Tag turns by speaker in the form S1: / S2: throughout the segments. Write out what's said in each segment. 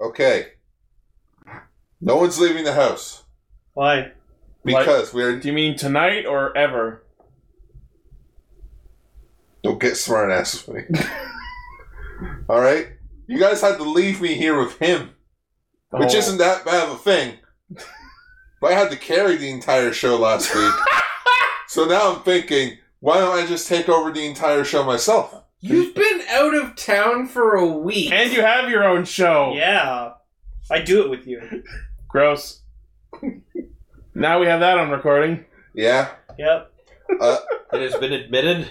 S1: Okay. No one's leaving the house
S2: Why?
S3: Like-
S1: because we're.
S3: Do you mean tonight or ever?
S1: Don't get smart ass with me. All right? You guys had to leave me here with him, which
S3: Oh.
S1: isn't that bad of a thing. But I had to carry the entire show last week. so now I'm thinking, why don't I just take over the entire show myself?
S4: You've been out of town for a week.
S3: And you have your own show.
S2: Yeah. I do it with you.
S3: Gross. now we have that on recording.
S1: Yeah. Uh,
S2: Yep.
S5: It has been admitted.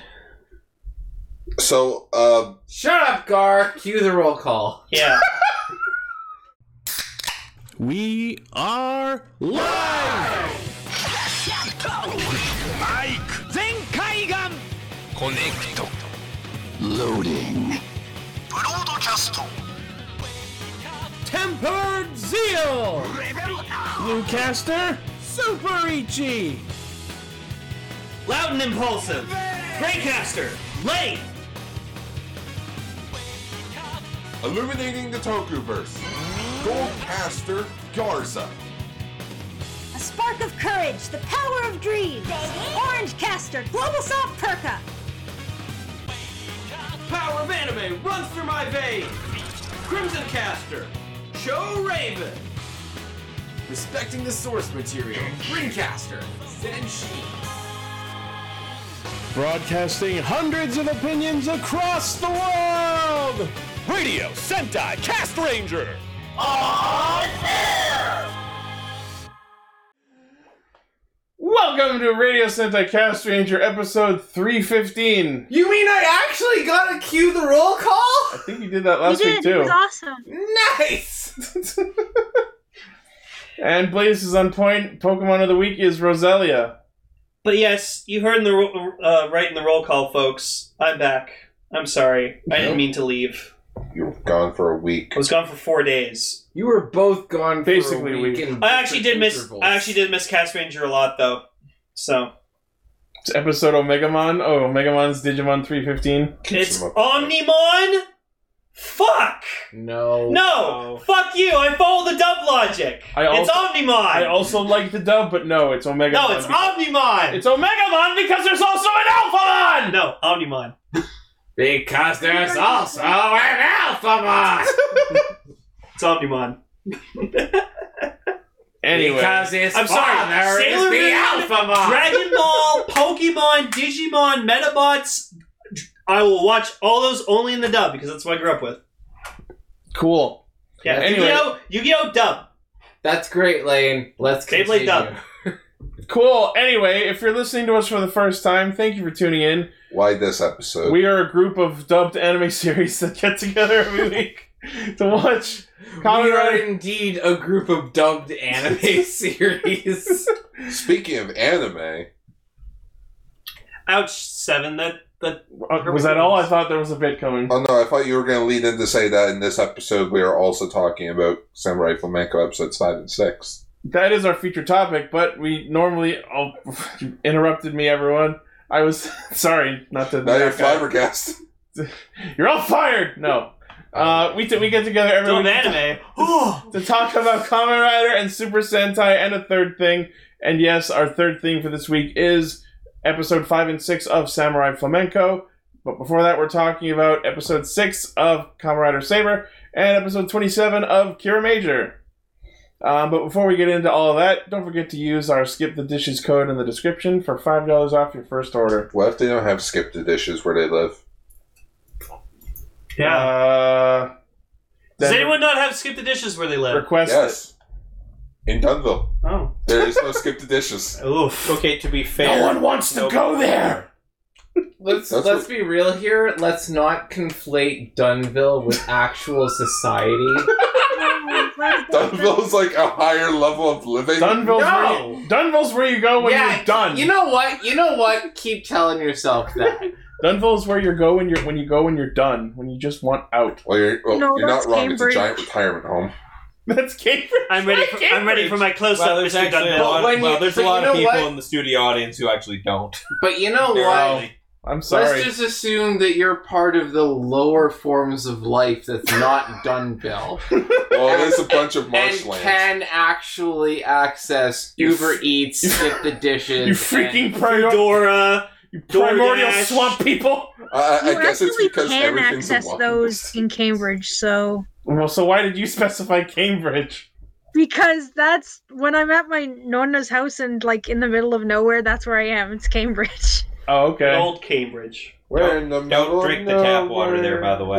S1: So, uh,
S4: Shut up, Gar. Cue the roll call.
S2: Yeah.
S6: We are live! Tempered Zeal! Bluecaster? Super Ichi!
S7: Loud and impulsive. Greycaster. Late.
S1: Illuminating the Tokuverse, Goldcaster Garza,
S8: A spark of courage, the power of dreams. Orange caster, global soft perka.
S7: Power of anime runs through my veins. Crimson Caster. Show Raven.
S4: Respecting the source material. Ringcaster. Zenshi.
S6: Broadcasting hundreds of opinions across the world! Radio Sentai Cast Ranger!
S3: Welcome to Radio Sentai Cast Ranger episode 315.
S4: You mean I actually gotta cue the roll
S3: I
S4: call?
S3: think you did that last
S8: you
S3: week
S8: did. It
S3: too.
S8: was awesome.
S4: Nice.
S3: And Blaze is on point. Pokemon of the week is Roselia.
S2: But yes, you heard in the ro- uh, right in the roll call, folks. I'm back. I'm sorry. I didn't mean to leave.
S1: You're gone for a week.
S2: I was gone for four days.
S4: You were both gone
S3: Basically
S4: for
S3: a
S4: a week.
S3: week.
S4: and
S2: I actually did miss.
S4: intervals.
S2: I actually did miss Cast Ranger a lot, though. So
S3: It's episode Omegamon. Oh, Omegamon's Digimon 315.
S1: Keeps
S2: it's
S1: him up.
S2: Omnimon. Fuck.
S4: No.
S2: No. Fuck you. I follow the dub logic.
S3: Oh, I
S2: it's Omnimon.
S3: I also like the dub, but no, it's Omegamon.
S2: no, it's
S3: because-
S2: Omnimon.
S3: It's Omegamon because there's also an Alphamon!
S2: no, Omnimon.
S4: Because there's also an alpha mod.
S2: It's Omnimon.
S3: Anyway.
S4: Because his
S2: I'm sorry,
S4: father
S2: Sailor
S4: is the
S2: Moon,
S4: alpha mod.
S2: Dragon Ball, Pokemon, Digimon, Metabots. I will watch all those only in the dub because that's what I grew up with.
S3: cool.
S2: Yeah,
S3: Yeah,
S2: Yu-Gi-Oh, Yu-Gi-Oh dub.
S4: That's great, Lane. Let's continue.
S2: Beyblade dub.
S3: Cool. Anyway, if you're listening to us for the first time, thank you for tuning in.
S1: Why this episode?
S3: We are a group of dubbed anime series that get together every week to watch. Kamen
S4: we are
S3: Rider-
S4: indeed a group of dubbed anime series.
S1: Speaking of anime,
S2: Ouch, seven. That that
S3: Uh, Was that all? I thought there was a bit coming.
S1: oh no, I thought you were going to lead in to say that in this episode we are also talking about Samurai Flamenco episodes 5 and 6.
S3: That is our feature topic, but we normally. Oh, you interrupted me, everyone. I was sorry not to.
S1: Now you're
S3: that guy.
S1: Flabbergast.
S3: You're all fired. No, uh, we t- we get together every
S2: dub
S3: week
S2: anime. Oh,
S3: to talk about Kamen Rider and Super Sentai and a third thing. And yes, our third thing for this week is episode 5 and 6 of Samurai Flamenco. But before that, we're talking about episode 6 of Kamen Rider Saber and episode 27 of Kira Major. Um, but before we get into all of that, don't forget to use our Skip the Dishes code in the description for $5 off your first order.
S1: What if they don't have Skip the Dishes where they live?
S2: yeah.
S3: Uh,
S2: Does
S3: then
S2: anyone not have skip the dishes where they live?
S3: request it.
S1: Yes. In Dunville.
S2: Oh,
S1: There is no Skip the Dishes.
S2: oof.
S5: Okay, to be fair.
S3: wants
S5: No.
S3: there!
S4: let's
S1: That's
S4: let's
S1: what-
S4: be real here. Let's not conflate Dunville with actual society.
S1: Dunville's like a higher level of living.
S3: Dunville's,
S4: No!
S3: where you, Dunville's where you go when
S4: Yeah,
S3: you're done.
S4: you know what? You know what? Keep telling yourself that.
S3: Dunville is where you go when you're when you go when you're done, when you just want out.
S1: well, you're, well,
S8: No,
S1: you're not
S8: that's
S1: wrong.
S8: Cambridge.
S1: It's a giant retirement home.
S3: That's Cambridge.
S2: I'm ready. For, I'm ready for my close-up,
S5: Well, there's
S2: Mr.
S5: actually a
S2: Dunville.
S5: lot,
S4: But when
S5: well,
S4: you-
S5: there's
S4: but
S5: a
S4: you
S5: lot
S4: know
S5: of people
S4: what?
S5: in the studio audience who actually don't.
S4: But you know
S5: They're
S4: what?
S5: early.
S3: I'm sorry.
S4: Let's just assume that you're part of the lower forms of life that's not Dunville
S1: Well, there's a bunch of
S4: and
S1: marshlands.
S4: can actually access
S3: You
S4: Uber
S3: f-
S4: Eats,
S3: you-
S4: skip the dishes.
S3: you freaking primordial,
S2: Dora.
S3: you primordial
S2: DoorDash.
S3: swamp people.
S1: I, I,
S9: you
S1: I guess it's
S9: actually
S1: because
S9: can
S1: everything's in
S9: access
S1: walking
S9: those
S1: distance.
S9: in Cambridge, so
S3: Well, so why did you specify Cambridge?
S9: because that's when I'm at my nonna's house and like in the middle of nowhere, that's where I am. It's Cambridge.
S3: Oh, okay.
S2: Old Cambridge.
S1: We're in the middle
S5: Don't
S1: of
S5: drink the tap water
S1: nowhere.
S5: there, by the way.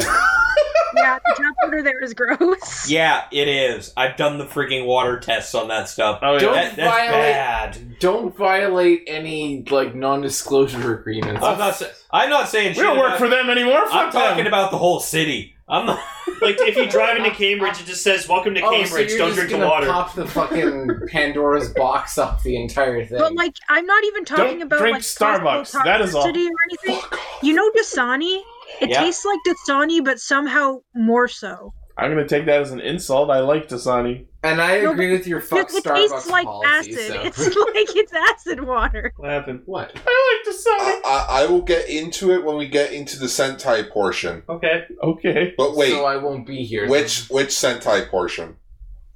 S9: yeah, the tap water there is gross.
S5: yeah, it is. I've done the freaking water tests on that stuff.
S3: Oh, yeah.
S4: Don't
S5: That- that's
S4: violate-
S5: bad.
S4: Don't violate any like non-disclosure agreements.
S5: I'm not. sa- I'm not saying.
S3: We don't
S5: shit
S3: work
S5: about-
S3: for them anymore. Fuck
S5: I'm talking
S3: them.
S5: about the whole city. I'm not.
S2: Like if you drive into Cambridge, it just says "Welcome to
S4: Oh,
S2: Cambridge.
S4: so you're
S2: Don't
S4: just
S2: drink the
S4: gonna
S2: water."
S4: pop the fucking Pandora's box off the entire thing.
S9: But like, I'm not even talking
S3: Don't
S9: about
S3: drink
S9: like
S3: Starbucks,
S9: possible
S3: that is all.
S9: toxicity or anything. You know Dasani? It
S5: Yeah.
S9: tastes like Dasani, but somehow more so.
S3: I'm gonna take that as an insult. I like Dasani.
S4: and I
S9: No,
S4: agree with your fuck
S9: it, it
S4: Starbucks
S9: tastes like
S4: policy.
S9: acid.
S4: so-
S9: It's like it's acid water.
S2: What happened?
S4: what?
S3: I like Dasani.
S1: I, I, I will get into it when we get into the Sentai portion.
S2: Okay.
S3: Okay.
S1: But wait,
S4: so I won't be here.
S1: which which Sentai portion?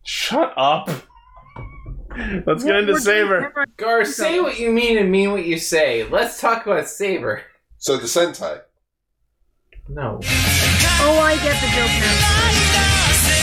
S3: Shut up. Let's get into
S9: We're doing
S3: Saber.
S9: Saber.
S4: Gar, say what you mean and mean what you say. Let's talk about Saber.
S1: So the Sentai.
S4: No.
S9: Oh, I get the joke now.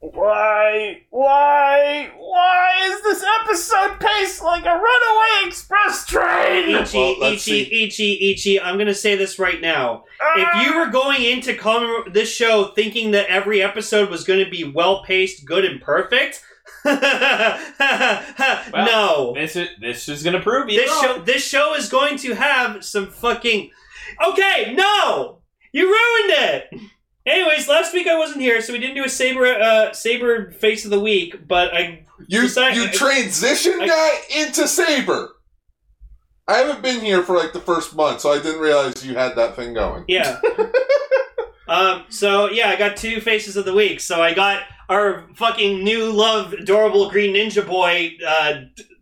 S3: Why? Why? Why is this episode paced like a runaway express train?
S2: Ichi,
S1: Well, let's
S2: Ichi, Ichi, Ichi. I'm gonna say this right now.
S3: Ah!
S2: If you were going into com- this show thinking that every episode was going to be well paced, good, and perfect, no.
S5: This is. This is gonna prove you.
S2: This show, this show is going to have some fucking. Okay, no, you ruined it. Anyways, last week I wasn't here, so we didn't do a saber, uh, saber face of the week. But I,
S1: You
S2: Decide-
S1: you transitioned
S2: I-
S1: that into Saber. I haven't been here for like the first month, so I didn't realize you had that thing going.
S2: yeah. um. So yeah, I got two faces of the week. So I got our fucking new love, adorable green ninja boy, uh,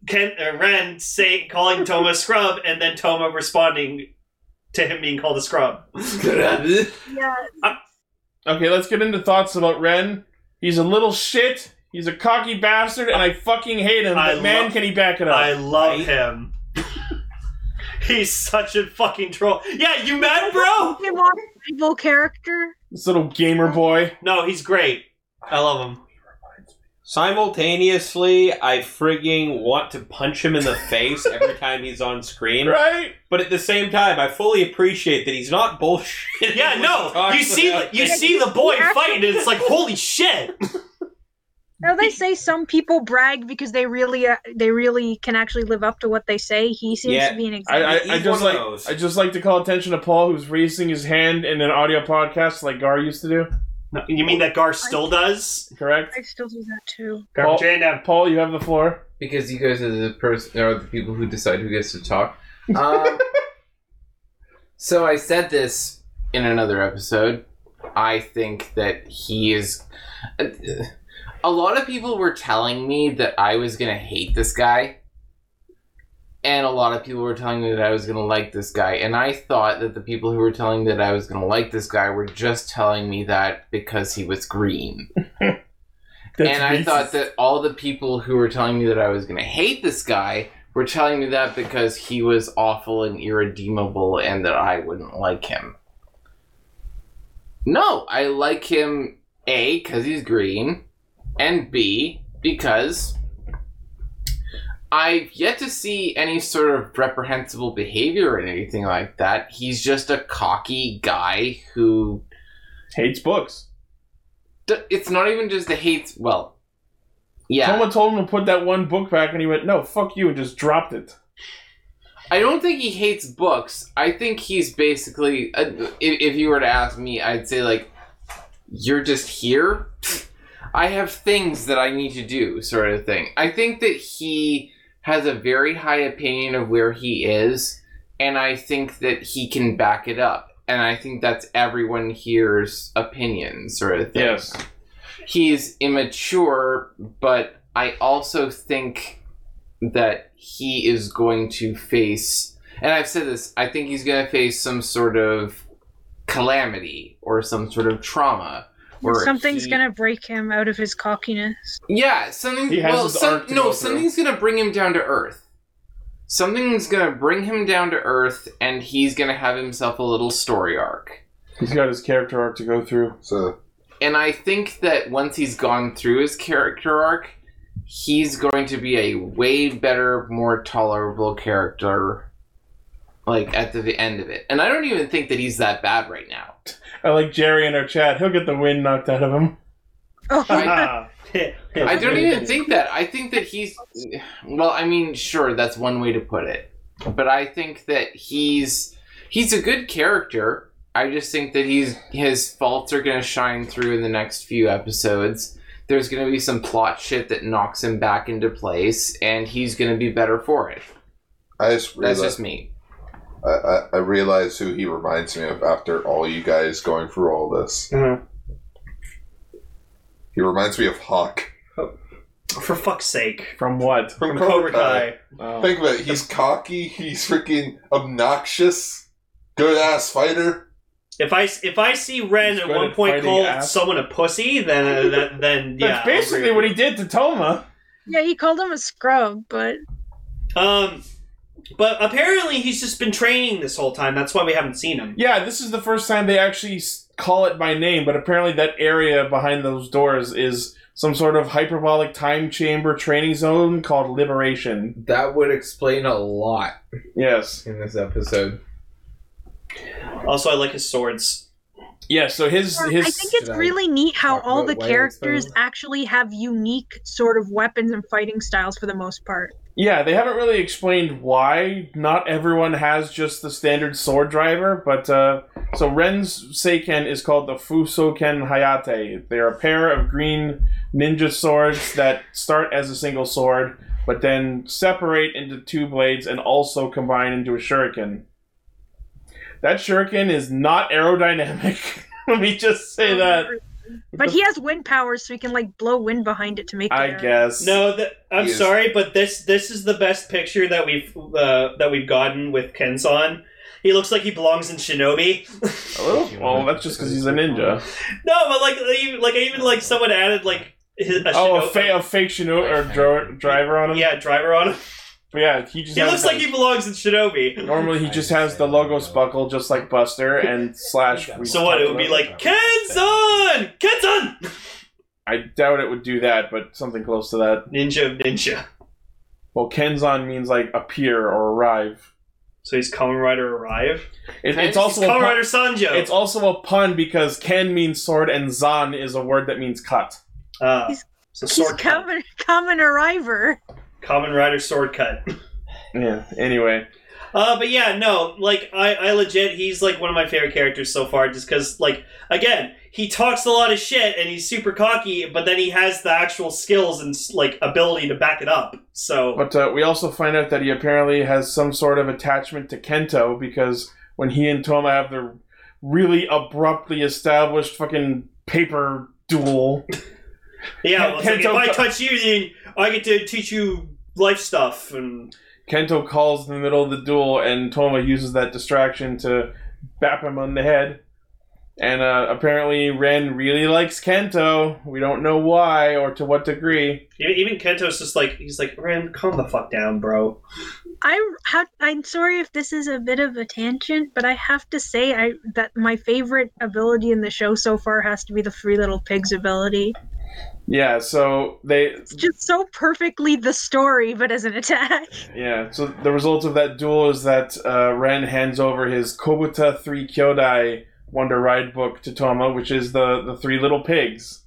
S2: Ken uh, Ren, say calling Toma scrub, and then Toma responding to him being called a scrub.
S9: Yeah,
S3: Okay, let's get into thoughts about Ren. He's a little shit. He's a cocky bastard, and I fucking hate him.
S2: I
S3: But man,
S2: love-
S3: can he back it up?
S2: I love him. He's such a fucking troll. Yeah, you mad, bro?
S9: Pokemon evil character.
S3: This little gamer boy.
S2: No, he's great. I love him.
S5: Simultaneously, I frigging want to punch him in the face every time he's on screen.
S3: Right?
S5: But at the same time, I fully appreciate that he's not bullshit.
S2: Yeah, no, you see, the, you see the boy fighting, and it's like, holy shit.
S9: Now they say some people brag because they really uh, they really can actually live up to what they say. He seems
S5: Yeah,
S9: to be an example.
S3: I, I,
S5: He's
S3: I just like
S5: one of those.
S3: I just like to call attention to Paul, who's raising his hand in an audio podcast like Gar used to do.
S2: No, you mean that Gar still does?
S3: Correct.
S9: I still do that too.
S3: Paul,
S2: Jada.
S3: Paul, you have the floor.
S4: Because you guys are the person or the people who decide who gets to talk. Um, so I said this in another episode. I think that he is. A lot of people were telling me that I was gonna hate this guy, and a lot of people were telling me that I was gonna like this guy. And I thought that the people who were telling me that I was gonna like this guy were just telling me that because he was green
S3: That's
S4: and I
S3: racist.
S4: thought that all the people who were telling me that I was going to hate this guy were telling me that because he was awful and irredeemable and that I wouldn't like him. No, I like him A, because he's green, and B, because I've yet to see any sort of reprehensible behavior or anything like that. He's just a cocky guy who
S3: hates books.
S4: d- it's not even just the hates. Well, yeah.
S3: Someone told him to put that one book back, and he went, "No, fuck you," and just dropped it.
S4: I don't think he hates books. I think he's basically, uh, if, if you were to ask me, I'd say, like, you're just here. I have things that I need to do, sort of thing. I think that he has a very high opinion of where he is, and I think that he can back it up. And I think that's everyone here's opinion, sort of thing.
S3: Yes.
S4: He's immature, but I also think that he is going to face, and I've said this, I think he's going to face some sort of calamity or some sort of trauma. where
S9: Something's
S4: he-
S9: gonna break him out of his cockiness.
S4: Yeah, something.
S3: He has
S4: well,
S3: his
S4: some-
S3: arc to
S4: no,
S3: go through.
S4: something's gonna bring him down to earth. Something's gonna bring him down to earth, and he's gonna have himself a little story arc.
S3: He's got his character arc to go through.
S1: So
S4: And I think that once he's gone through his character arc, he's going to be a way better, more tolerable character. Like at the end of it, and I don't even think that he's that bad right now.
S3: I like Jerry in our chat. He'll get the wind knocked out of him.
S9: Oh,
S4: I-
S3: Ah,
S4: I don't even think that. I think that he's. Well, I mean, sure, that's one way to put it, but I think that he's he's a good character. I just think that he's his faults are going to shine through in the next few episodes. There's going to be some plot shit that knocks him back into place, and he's going to be better for it.
S1: I just
S4: That's
S1: realized,
S4: just me.
S1: I, I, I realized who he reminds me of after all you guys going through all this.
S2: Mm-hmm.
S3: Mhm.
S1: He reminds me of Hawk
S2: For fuck's sake.
S3: From what?
S1: from,
S2: From Cobra Kai.
S3: Oh.
S1: Think about it. He's cocky. He's freaking obnoxious. Good ass fighter.
S2: If I if I see Ren
S3: He's
S2: at
S3: good
S2: one
S3: at
S2: point
S3: fighting
S2: call
S3: ass.
S2: someone a pussy, then then, then yeah.
S3: That's basically what he did to Toma.
S9: yeah, he called him a scrub, but
S2: Um, but apparently he's just been training this whole time. That's why we haven't seen him.
S3: Yeah, this is the first time they actually s- call it by name, but apparently that area behind those doors is some sort of hyperbolic time chamber training zone called Liberation.
S4: That would explain a lot
S3: Yes.
S4: in this episode.
S2: Also, I like his swords.
S3: Yes, so his
S9: I
S3: his
S9: think it's
S4: Should I
S9: really neat how
S4: talk
S9: all
S4: about
S9: the
S4: why it's
S9: characters
S4: so-
S9: actually have unique sort of weapons and fighting styles for the most part.
S3: Yeah, they haven't really explained why not everyone has just the standard sword driver, but uh, so Ren's Seiken is called the Fusoken Hayate. They're a pair of green ninja swords that start as a single sword, but then separate into two blades and also combine into a shuriken. That shuriken is not aerodynamic. Let me just say
S9: Oh,
S3: that.
S9: But he has wind powers, so he can like blow wind behind it to make. the
S3: I
S9: arrow.
S3: guess.
S2: No, th- I'm
S1: Yes.
S2: sorry, but this this is the best picture that we've uh, that we've gotten with Kenson. He looks like he belongs in Shinobi.
S3: A little? Oh, Well, that's just because he's a ninja.
S2: No, but like even- like even like someone added like his a
S3: Oh, a,
S2: Shinobi-
S3: fa- a fake Shinobi or dro- driver on him?
S2: yeah driver on him.
S3: But yeah, he just
S2: He
S3: has
S2: looks
S3: the-
S2: like he belongs in Shinobi.
S3: Normally, he just has the logo spuckle, just like Buster and Slash. we
S2: So what? It would
S3: talked
S2: be
S3: about.
S2: like Kenson, Kenson,
S3: I doubt it would do that, but something close to that.
S2: ninja of ninja.
S3: Well, Kenzan means like appear or arrive.
S2: So he's Kamen Rider Arrive.
S3: It, it's
S4: Ken's
S3: also a
S2: Kamen Rider
S3: pun,
S2: Sanjo.
S3: it's also a pun because Ken means sword and Zan is a word that means cut.
S2: uh,
S9: He's-
S2: so
S9: He's
S2: sword cut.
S9: common, common arriver.
S2: Kamen Rider sword cut.
S3: Yeah. Anyway,
S2: Uh, but yeah, no, like I, I legit, he's like one of my favorite characters so far, just because, like, again, he talks a lot of shit and he's super cocky, but then he has the actual skills and like ability to back it up. So
S3: but uh, we also find out that he apparently has some sort of attachment to Kento because when he and Toma have their really abruptly established fucking paper duel.
S2: yeah, well, it's like,
S3: Kento
S2: if I
S3: co-
S2: touch you, then I get to teach you life stuff, and
S3: Kento calls in the middle of the duel, and Toma uses that distraction to bap him on the head. And uh, apparently, Ren really likes Kento. We don't know why or to what degree.
S2: even, even Kento's just like he's like, Ren, calm the fuck down, bro.
S9: I had, I'm sorry if this is a bit of a tangent, but I have to say I that my favorite ability in the show so far has to be the Three Little Pigs ability.
S3: Yeah, so they,
S9: It's just so perfectly the story, but as an attack.
S3: yeah, so the result of that duel is that uh, Ren hands over his Kobuta Three Kyodai Wonder Ride book to Toma, which is the the three little pigs.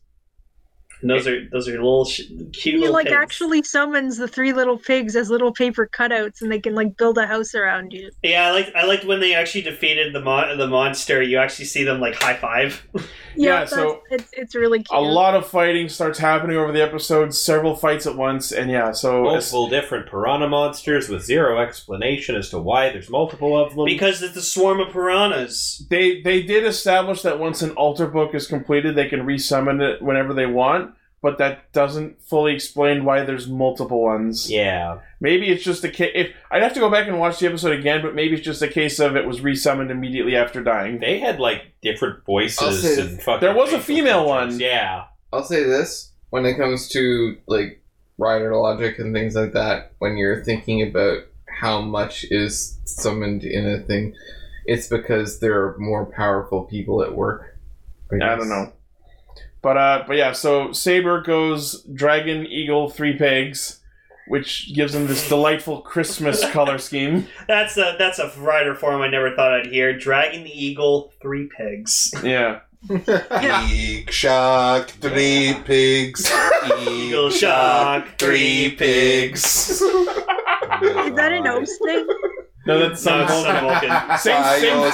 S2: And those are those are little sh- cute
S9: He
S2: little
S9: like
S2: pigs.
S9: actually summons the Three Little Pigs as little paper cutouts, and they can like build a house around you.
S2: Yeah, I liked I liked when they actually defeated the mon- the monster. You actually see them like high five.
S3: Yeah,
S9: Yeah, that's
S3: so-
S9: it's it's really cute.
S3: A lot of fighting starts happening over the episode, several fights at once, and yeah, so as-
S5: Multiple different piranha monsters with zero explanation as to why there's multiple of them.
S2: Because it's a swarm of piranhas.
S3: They they did establish that once an altar book is completed, they can resummon it whenever they want. but that doesn't fully explain why there's multiple ones.
S5: Yeah.
S3: Maybe it's just a case. If I'd have to go back and watch the episode again, but maybe it's just a case of it was resummoned immediately after dying.
S5: They had like different voices
S4: Also,
S5: and fucking
S3: there was a
S5: facial
S3: female
S5: features.
S3: one.
S5: Yeah.
S4: I'll say this when it comes to like rider logic and things like that. When you're thinking about how much is summoned in a thing, it's because there are more powerful people at work.
S3: I
S4: guess.
S3: don't know. But uh, but yeah, so Saber goes dragon, eagle, three pigs, which gives him this delightful Christmas color scheme.
S2: That's a that's a rider form I never thought I'd hear. Dragon the eagle, three pigs.
S3: Yeah,
S9: Yeah.
S1: Eek shock, three pigs.
S2: Eagle shock,
S1: three pigs.
S4: Oh
S9: Is that an O's thing?
S3: no, that's uh,
S2: No,
S3: some
S2: it's Sun Vulcan.
S3: Same-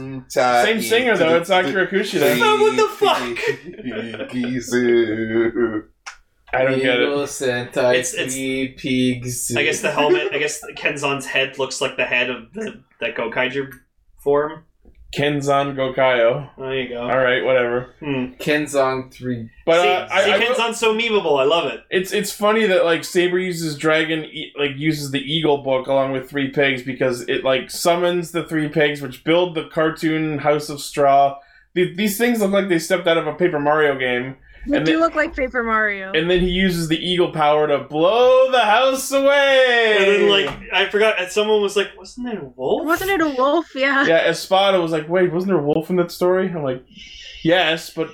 S3: same- same
S1: same
S3: singer though. It's Akira Kushida.
S2: Oh, what the fuck?
S1: fuck?
S3: I don't get it.
S4: Eagle, Sentai,
S2: It's- it's-
S4: three pigs.
S2: I guess the helmet. I guess Kenzon's head looks like the head of the that Gokaiger form.
S3: Kenzan Gokayo.
S2: There you go.
S3: All right, whatever.
S2: Hmm.
S4: Kenzong three.
S3: But
S2: see,
S3: uh, I,
S2: see
S3: I will-
S2: Kenzon's so memeable. I love it.
S3: it's it's funny that like Saber uses dragon e- like uses the eagle book along with three pigs because it like summons the three pigs which build the cartoon house of straw. The- these things look like they stepped out of a Paper Mario game,
S9: They
S3: And
S9: do
S3: the-
S9: look like Paper Mario.
S3: and then he uses the eagle power to blow the house away.
S2: And then like I forgot. and Someone was like, "Wasn't there a wolf?"
S9: Wasn't it a wolf? Yeah.
S3: yeah, Espada was like, "Wait, wasn't there a wolf in that story?" I'm like, "Yes, but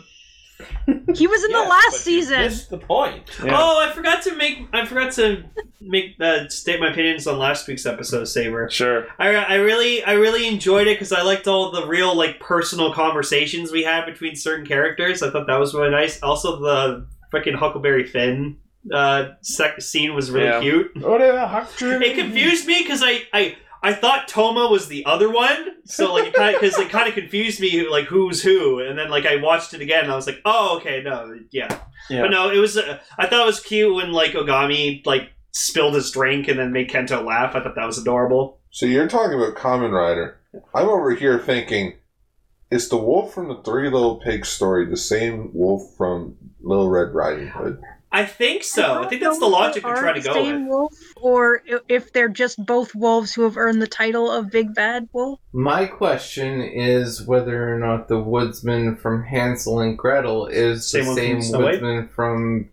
S9: He was in the
S5: Yes,
S9: last
S5: but you
S9: season.
S5: missed the point.
S3: Yeah.
S2: Oh, I forgot to make. I forgot to make uh, state my opinions on last week's episode, Saber.
S3: sure."
S2: I, I really I really enjoyed it because I liked all the real like personal conversations we had between certain characters. I thought that was really nice. Also, the freaking Huckleberry Finn uh, sec- scene was really
S3: Yeah.
S2: cute.
S3: What the heck, Drew?
S2: It confused me because I, I I thought Toma was the other one, so like it kind because it kind of confused me like who's who, and then like I watched it again and I was like, oh okay, no, yeah,
S3: Yeah.
S2: but no, it was uh, I thought it was cute when like Ogami like spilled his drink and then made Kento laugh. I thought that was adorable.
S1: So you're talking about Common Rider. I'm over here thinking, is the wolf from the Three Little Pigs story the same wolf from Little Red Riding Hood?
S2: I think so. I think that's the
S9: don't know if
S2: logic
S9: they
S2: I'm
S9: are
S2: trying to
S9: the
S2: go
S9: same
S2: with.
S9: Wolf, or i- if they're just both wolves who have earned the title of Big Bad Wolf.
S4: My question is whether or not the woodsman from Hansel and Gretel is
S2: Same
S4: the
S2: one from
S4: same
S2: Snow White?
S4: woodsman from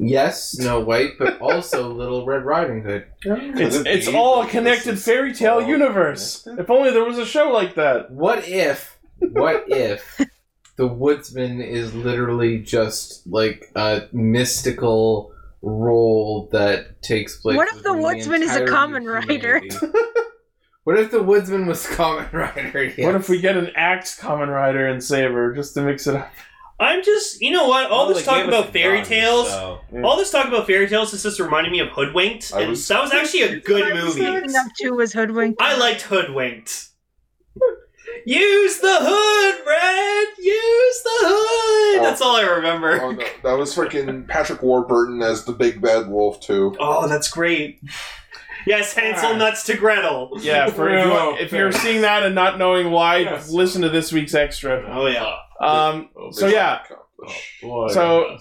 S4: yes, Snow White, but also Little Red Riding Hood.
S3: It's it's all a connected fairy tale universe. If only there was a show like that.
S4: What if? What if the woodsman is literally just like a mystical role that takes place?
S9: What if the
S4: within
S9: woodsman is a
S4: entirety of
S9: common rider?
S4: humanity? what if the woodsman was common rider?
S3: What
S4: Yes.
S3: if we get an axe common rider and saber just to mix it up?
S2: I'm just, you know what? All
S5: Well,
S2: this
S5: they
S2: talk
S5: gave us
S2: about
S5: a
S2: fairy
S5: gun,
S2: tales,
S5: so-
S2: all this talk about fairy tales is just reminding me of Hoodwinked,
S1: I
S2: and
S1: was-
S2: that was actually a good
S9: Thinking
S2: movie.
S9: of two was hoodwinked.
S2: I liked Hoodwinked. Use the hood, Red. Use the hood. That's all I
S1: Oh,
S2: remember.
S1: no, that was freaking Patrick Warburton as the big bad wolf too.
S2: Oh, that's great. Yes, Hansel nuts to Gretel.
S3: Yeah, for if, you
S5: No,
S3: if you're seeing that and not knowing why, listen to this week's extra.
S2: Oh yeah.
S3: Um, so yeah, so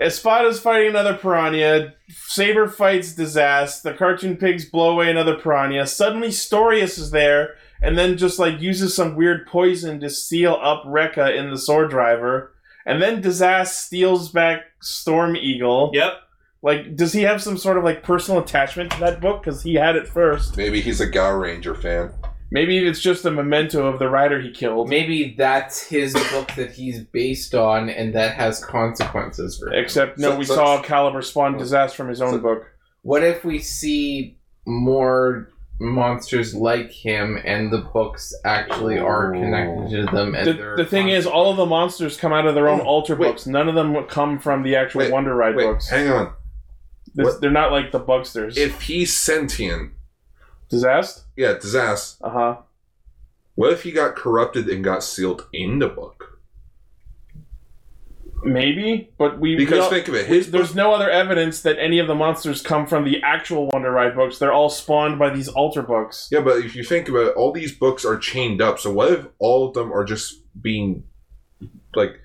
S3: Espada's fighting another piranha. Saber fights Disaster. The cartoon pigs blow away another piranha. Suddenly, Storius is there, and then just like uses some weird poison to seal up Rekka in the Sword Driver. And then Disaster steals back Storm Eagle.
S2: Yep.
S3: Like, does he have some sort of like personal attachment to that book? Because he had it first.
S1: Maybe he's a Gow Ranger fan.
S3: Maybe it's just a memento of the rider he killed.
S4: Maybe that's his book that he's based on, and that has consequences for him.
S3: Except no,
S1: So-
S3: we
S1: so- Oh.
S3: saw Caliber spawn disaster from his own
S1: so-
S3: book.
S4: What if we see more monsters like him, and the books actually are connected to them? And
S3: The,
S4: they're
S3: the thing is, all of the monsters come out of their own
S1: Oh,
S3: alter
S1: wait.
S3: books. None of them come from the actual
S1: Wait,
S3: Wonder Ride
S1: Wait,
S3: books.
S1: hang on.
S3: This-
S1: what-
S3: they're not like the Bugsters.
S1: If he's sentient,
S3: disaster.
S1: yeah, disaster.
S3: Uh huh.
S1: What if he got corrupted and got sealed in the book?
S3: Maybe, but we we
S1: Because
S3: all-
S1: think of it, his
S3: there's no other evidence that any of the monsters come from the actual Wonder Ride books. They're all spawned by these alter books.
S1: Yeah, but if you think about it, all these books are chained up. So what if all of them are just being like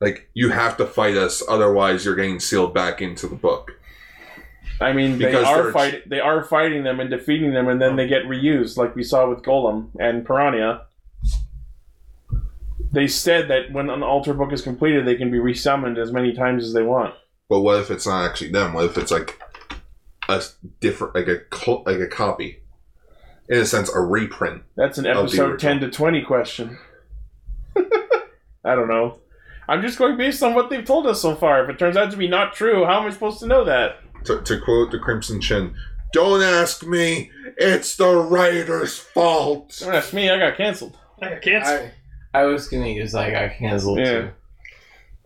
S1: like you have to fight us, otherwise you're getting sealed back into the book.
S3: I mean, they
S1: Because
S3: are
S1: they're- Oh.
S3: fight they are fighting them and defeating them, and then they get reused, like we saw with Golem and Piranha. They said that when an altar book is completed, they can be resummoned as many times as they want.
S1: But what if it's not actually them? What if it's like a s- different, like a co- like a copy, in a sense, a reprint?
S3: That's an
S1: Of the
S3: episode
S1: original.
S3: ten to twenty question. I don't know. I'm just going based on what they've told us so far. If it turns out to be not true, how am I supposed to know that?
S1: To, to quote the Crimson Chin, "Don't ask me. It's the writer's fault."
S3: Don't ask me. I got canceled.
S2: I got cancer.
S4: I, I was gonna use like I canceled
S3: Yeah.
S4: too.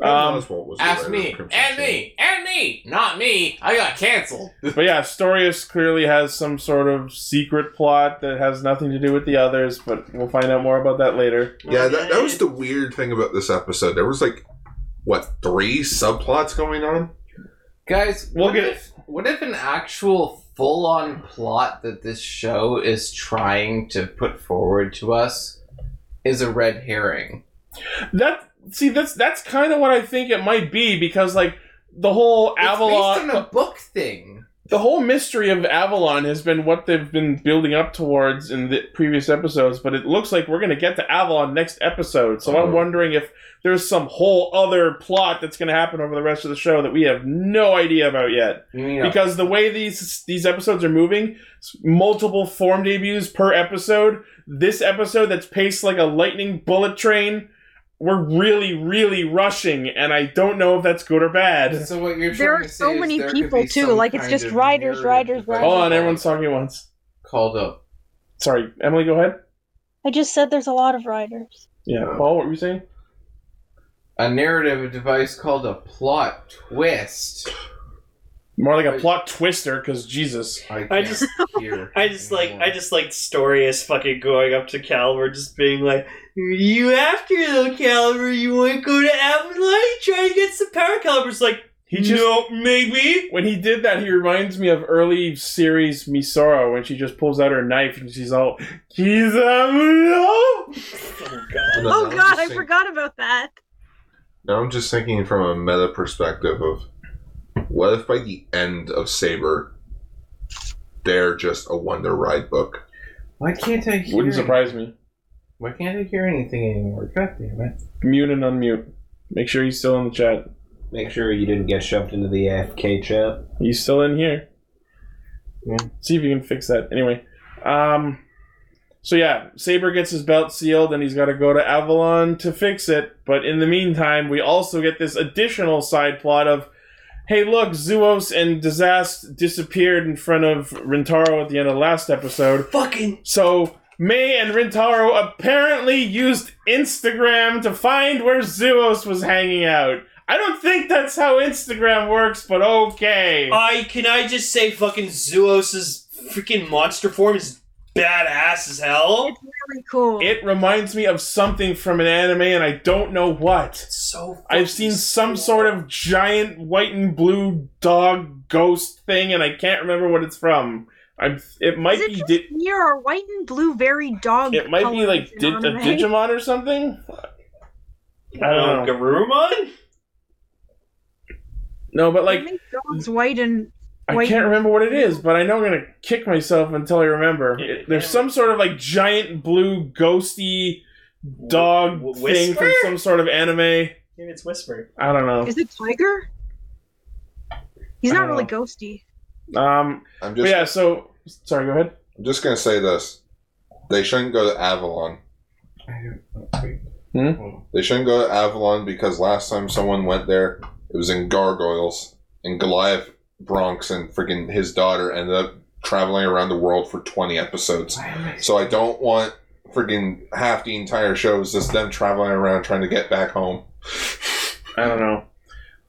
S3: Um,
S1: Oswald was the
S4: Ask
S1: writer
S4: me
S1: of Crimson
S4: and
S1: Chin.
S4: me and me, not me. I got canceled.
S3: but yeah, Storius clearly has some sort of secret plot that has nothing to do with the others, but we'll find out more about that later.
S1: Yeah, that, that was the weird thing about this episode. There was like what three subplots going on?
S4: Guys,
S3: We'll
S4: what
S3: get-
S4: if what if an actual full-on plot that this show is trying to put forward to us is a red herring?
S3: That see, that's that's kind of what I think it might be because like the whole
S4: It's
S3: Avalon,
S4: based on a book thing.
S3: the whole mystery of Avalon has been what they've been building up towards in the previous episodes, but it looks like we're going to get to Avalon next episode. So I'm
S1: Uh-huh.
S3: wondering if there's some whole other plot that's going to happen over the rest of the show that we have no idea about yet.
S4: You know,
S3: Because the way these these episodes are moving, s- multiple form debuts per episode. This episode that's paced like a lightning bullet train. We're really, really rushing, and I don't know if that's good or bad.
S4: so what you're
S9: There
S4: trying
S9: are
S4: to
S9: so
S4: say is
S9: many
S4: there
S9: people,
S4: could be
S9: too,
S4: some
S9: like, it's
S4: kind
S9: just
S4: of
S9: riders,
S4: narrative
S9: riders,
S4: device
S3: Hold on, everyone's talking at once.
S4: called up.
S3: Sorry, Emily, go ahead.
S9: I just said there's a lot of writers.
S3: Yeah, Paul, what were you saying?
S4: A narrative device called a plot twist.
S3: More like a
S4: Right.
S3: plot twister, because Jesus.
S4: I,
S2: I
S4: can't
S2: just-
S4: hear.
S2: I just like
S4: anymore.
S2: I just like Storius fucking going up to Calvert, just being like, "You after though, Calvert? You want to go to Avalon? You try to get some power?" Calvert's like,
S3: He just
S2: "No, maybe."
S3: when he did that, he reminds me of early series Misora when she just pulls out her knife and she's all Kizamuyo.
S2: Oh god.
S1: And then
S9: Oh
S1: I'm
S9: god,
S1: just
S9: I
S1: think-
S9: forgot about that.
S1: Now I'm just thinking from a meta perspective of what if by the end of Saber, they're just a Wonder Ride book.
S4: Why can't I hear?
S3: Wouldn't surprise me.
S4: Why can't I hear anything anymore? God damn it!
S3: Mute and unmute. Make sure he's still in the chat.
S5: Make sure you didn't get shoved into the AFK chat.
S3: He's still in here.
S4: Yeah.
S3: See if you can fix that. Anyway, um, so yeah, Saber gets his belt sealed and he's got to go to Avalon to fix it. But in the meantime, we also get this additional side plot of, hey, look, Zuos and Disast disappeared in front of Rintaro at the end of the last episode.
S2: Fucking
S3: So May and Rintaro apparently used Instagram to find where Zuos was hanging out. I don't think that's how Instagram works, but okay.
S2: I can I just say fucking Zuos's freaking monster form is badass as hell.
S9: It's really cool.
S3: it reminds me of something from an anime, and I don't know what.
S2: It's so
S3: I've seen some sort of giant white and blue dog ghost thing, and I can't remember what it's from. I'm. It might
S9: Is it
S3: be.
S9: just
S3: Di-
S9: here are white and blue very dog.
S3: it might be
S9: colors
S3: like
S9: in
S3: di- a
S9: anime?
S3: Digimon or something. I don't know.
S2: Uh, Garurumon.
S3: No, but like
S9: They make dogs white and
S3: I
S9: Wait.
S3: can't remember what it is, but I know I'm gonna kick myself until I remember. It- there's some sort of like giant blue ghosty dog
S2: W-
S3: thing
S2: Whisper?
S3: from some sort of anime.
S2: Maybe it's Whisper.
S3: I don't know.
S9: is it tiger? He's
S3: I
S9: not
S3: don't
S9: really
S3: know.
S9: ghosty.
S3: Um,
S1: I'm
S3: but
S1: just
S3: yeah. So sorry. Go ahead.
S1: I'm just gonna say this: they shouldn't go to Avalon.
S3: Hmm?
S1: They shouldn't go to Avalon because last time someone went there, it was in gargoyles, and Goliath Bronx and freaking his daughter ended up traveling around the world for 20 episodes. So I don't want freaking half the entire show is just them traveling around trying to get back home.
S3: I don't know.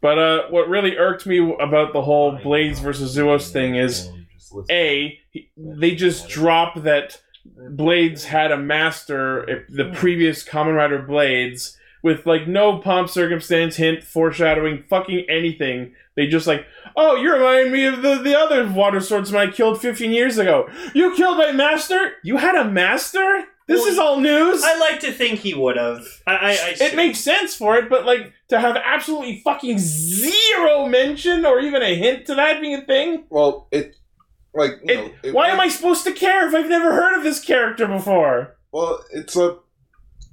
S3: But uh, what really irked me about the whole Blades versus Zuos thing is a he- they just drop that Blades had a master, if the previous Common Rider Blades, with like no pomp, circumstance, hint, foreshadowing, fucking anything. They just like, oh, you remind me of the, the other water swordsman I killed 15 years ago. You killed my master? You had a master? This is all news.
S2: I like to think he would have. I, I, I
S3: it makes sense for it, but like to have absolutely fucking zero mention or even a hint to that being a thing.
S1: Well, it like you
S3: It,
S1: know, it-
S3: why am I supposed to care if I've never heard of this character before?
S1: Well, it's a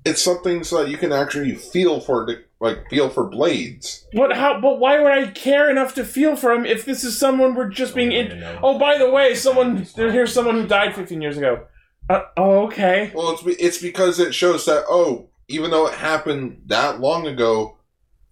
S1: it's something so that you can actually feel for the- like feel for blades.
S3: What? How? But why would I care enough to feel for him if this is someone we're just being? In- oh, by the way, someone there- here's someone who died 15 years ago. Uh, oh, okay.
S1: Well, it's be- it's because it shows that oh, even though it happened that long ago,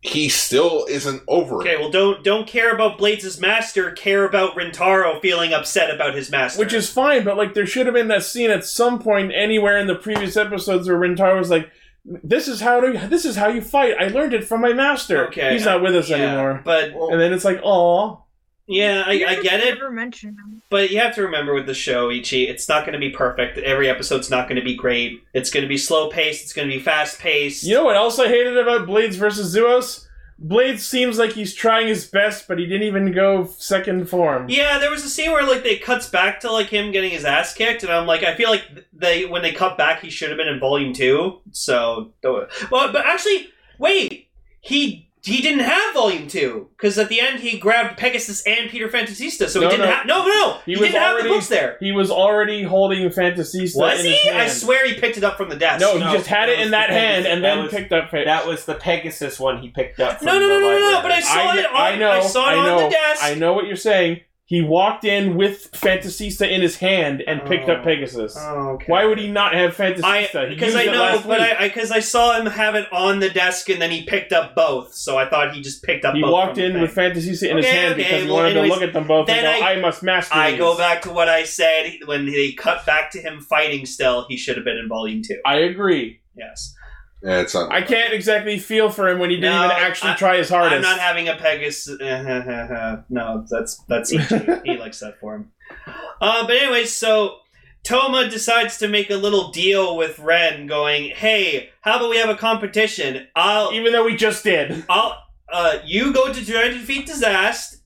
S1: he still isn't over
S2: Okay,
S1: it.
S2: well, don't don't care about Blades' master. Care about Rentaro feeling upset about his master.
S3: Which is fine, but like there should have been that scene at some point anywhere in the previous episodes where Rentaro was like, "This is how to, this is how you fight. I learned it from my master.
S2: Okay,
S3: He's not with us
S2: Yeah,
S3: anymore."
S2: But
S3: And then it's like, "Aw,
S2: yeah, I, I get it.
S9: Never mentioned him.
S2: But you have to remember with the show, Ichi, it's not going to be perfect. Every episode's not going to be great. It's going to be slow paced. It's going to be fast paced.
S3: You know what else I hated about Blades versus Zuos? Blades seems like he's trying his best, but he didn't even go second form.
S2: Yeah, there was a scene where like they cuts back to like him getting his ass kicked, and I'm like, I feel like they when they cut back, he should have been in volume two. So, well, but actually, wait, he he didn't have volume two because at the end he grabbed Pegasus and Peter Fantasista, so
S3: No,
S2: he didn't
S3: no.
S2: have no, no, no,
S3: He
S2: he,
S3: was
S2: didn't have the
S3: already-
S2: books there.
S3: He was already holding Fantasista
S2: Was
S3: in his
S2: he? I
S3: hand.
S2: swear he picked it up from the desk.
S3: No, he
S5: No,
S3: just had it
S5: that was
S3: in that
S5: the
S3: hand
S5: Pegasus-
S3: and
S5: that
S3: then
S5: was-
S3: picked up it.
S5: That was the Pegasus one he picked up. From
S2: No, no, no, no,
S5: the
S2: no, no,
S5: library.
S2: But I saw
S3: kn-
S2: it on. I, saw it
S3: I
S2: on
S3: know,
S2: the desk.
S3: I know what you're saying. He walked in with Fantasista in his hand and picked
S2: Oh.
S3: up Pegasus.
S2: Oh, okay.
S3: Why would he not have
S2: I
S3: Fantasista? He
S2: because
S3: used
S2: I
S3: it
S2: know,
S3: last
S2: but
S3: week.
S2: I because I, saw him have it on the desk, and then he picked up both. So I thought he just picked up.
S3: he
S2: both
S3: walked
S2: from
S3: in
S2: the
S3: with
S2: thing.
S3: Fantasista in his
S2: Okay,
S3: hand
S2: okay,
S3: because he
S2: well,
S3: wanted
S2: anyways,
S3: to look at them both and
S2: then
S3: go,
S2: I-
S3: I, must master
S2: I
S3: these."
S2: go back to what I said when they cut back to him fighting. Still, he should have been in volume two.
S3: I agree.
S2: Yes,
S1: Yeah, it's not.
S3: I can't exactly feel for him when he didn't
S2: No,
S3: even actually
S2: I-
S3: try his hardest.
S2: I'm not having a Pegasus. no, that's that's EG. he likes that form. Uh, but anyway, so Toma decides to make a little deal with Ren, going, "Hey, how about we have a competition? I'll
S3: even though we just did.
S2: I'll uh, you go to try to defeat Disaster,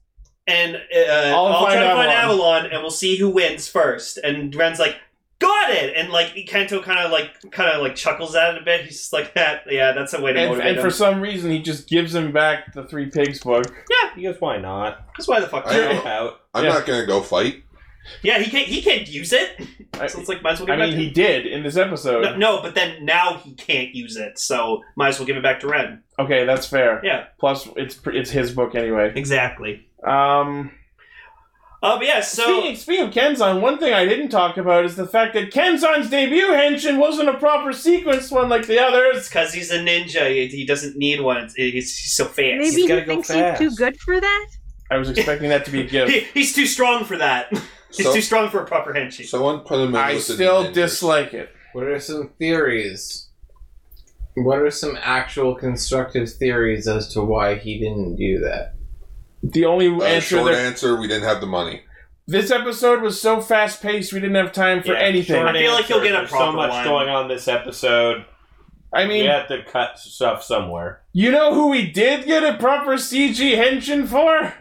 S2: and uh, I'll,
S3: I'll
S2: try
S3: find
S2: to find
S3: Avalon.
S2: Avalon, and we'll see who wins first. And Ren's like, "Got it!" And like Kento kind of like kind of like chuckles at it a bit. He's just like, "That yeah, that's a way to
S3: And,
S2: motivate
S3: and for
S2: him."
S3: some reason, he just gives him back the Three Pigs book.
S5: Because why not?
S2: That's why the fuck.
S1: I
S2: not?
S1: know.
S5: Help out.
S1: I'm
S3: yeah.
S1: not gonna go fight.
S2: yeah, he can't he can't use it.
S3: I,
S2: So it's like might as well
S3: I
S2: give it
S3: mean,
S2: back.
S3: he did in this
S2: to-
S3: episode.
S2: no, no, but then now he can't use it, so might as well give it back to Ren.
S3: Okay, that's fair.
S2: Yeah.
S3: Plus, it's pr- it's his book anyway.
S2: Exactly.
S3: Um.
S2: Oh, but yeah. So
S3: speaking, speaking of Kenzan, one thing I didn't talk about is the fact that Kenzan's debut henshin wasn't a proper sequenced one like the
S2: it's
S3: others.
S2: because he's a ninja. He he doesn't need one. It's- He's he's so fast.
S9: Maybe
S5: gotta
S9: he
S5: go
S9: thinks he's too
S5: fast.
S9: good for that.
S3: I was expecting that to be a gift.
S2: He, he's too strong for that. He's
S1: So-
S2: too strong for a proper henchman.
S1: Someone put him in.
S3: I
S1: with the
S3: still
S1: ninjas.
S3: dislike it.
S4: What are some theories? What are some actual constructive theories as to why he didn't do that?
S3: The only
S1: Uh,
S3: answer
S1: short
S3: there.
S1: answer: We didn't have the money.
S3: This episode was so fast paced, we didn't have time for
S5: Yeah,
S3: anything.
S5: short
S2: I feel like he'll
S5: answer.
S2: get a
S5: There's
S2: proper
S5: so much
S2: one.
S5: going on this episode.
S3: I mean,
S5: we have to cut stuff somewhere.
S3: You know who we did get a proper CG henshin for?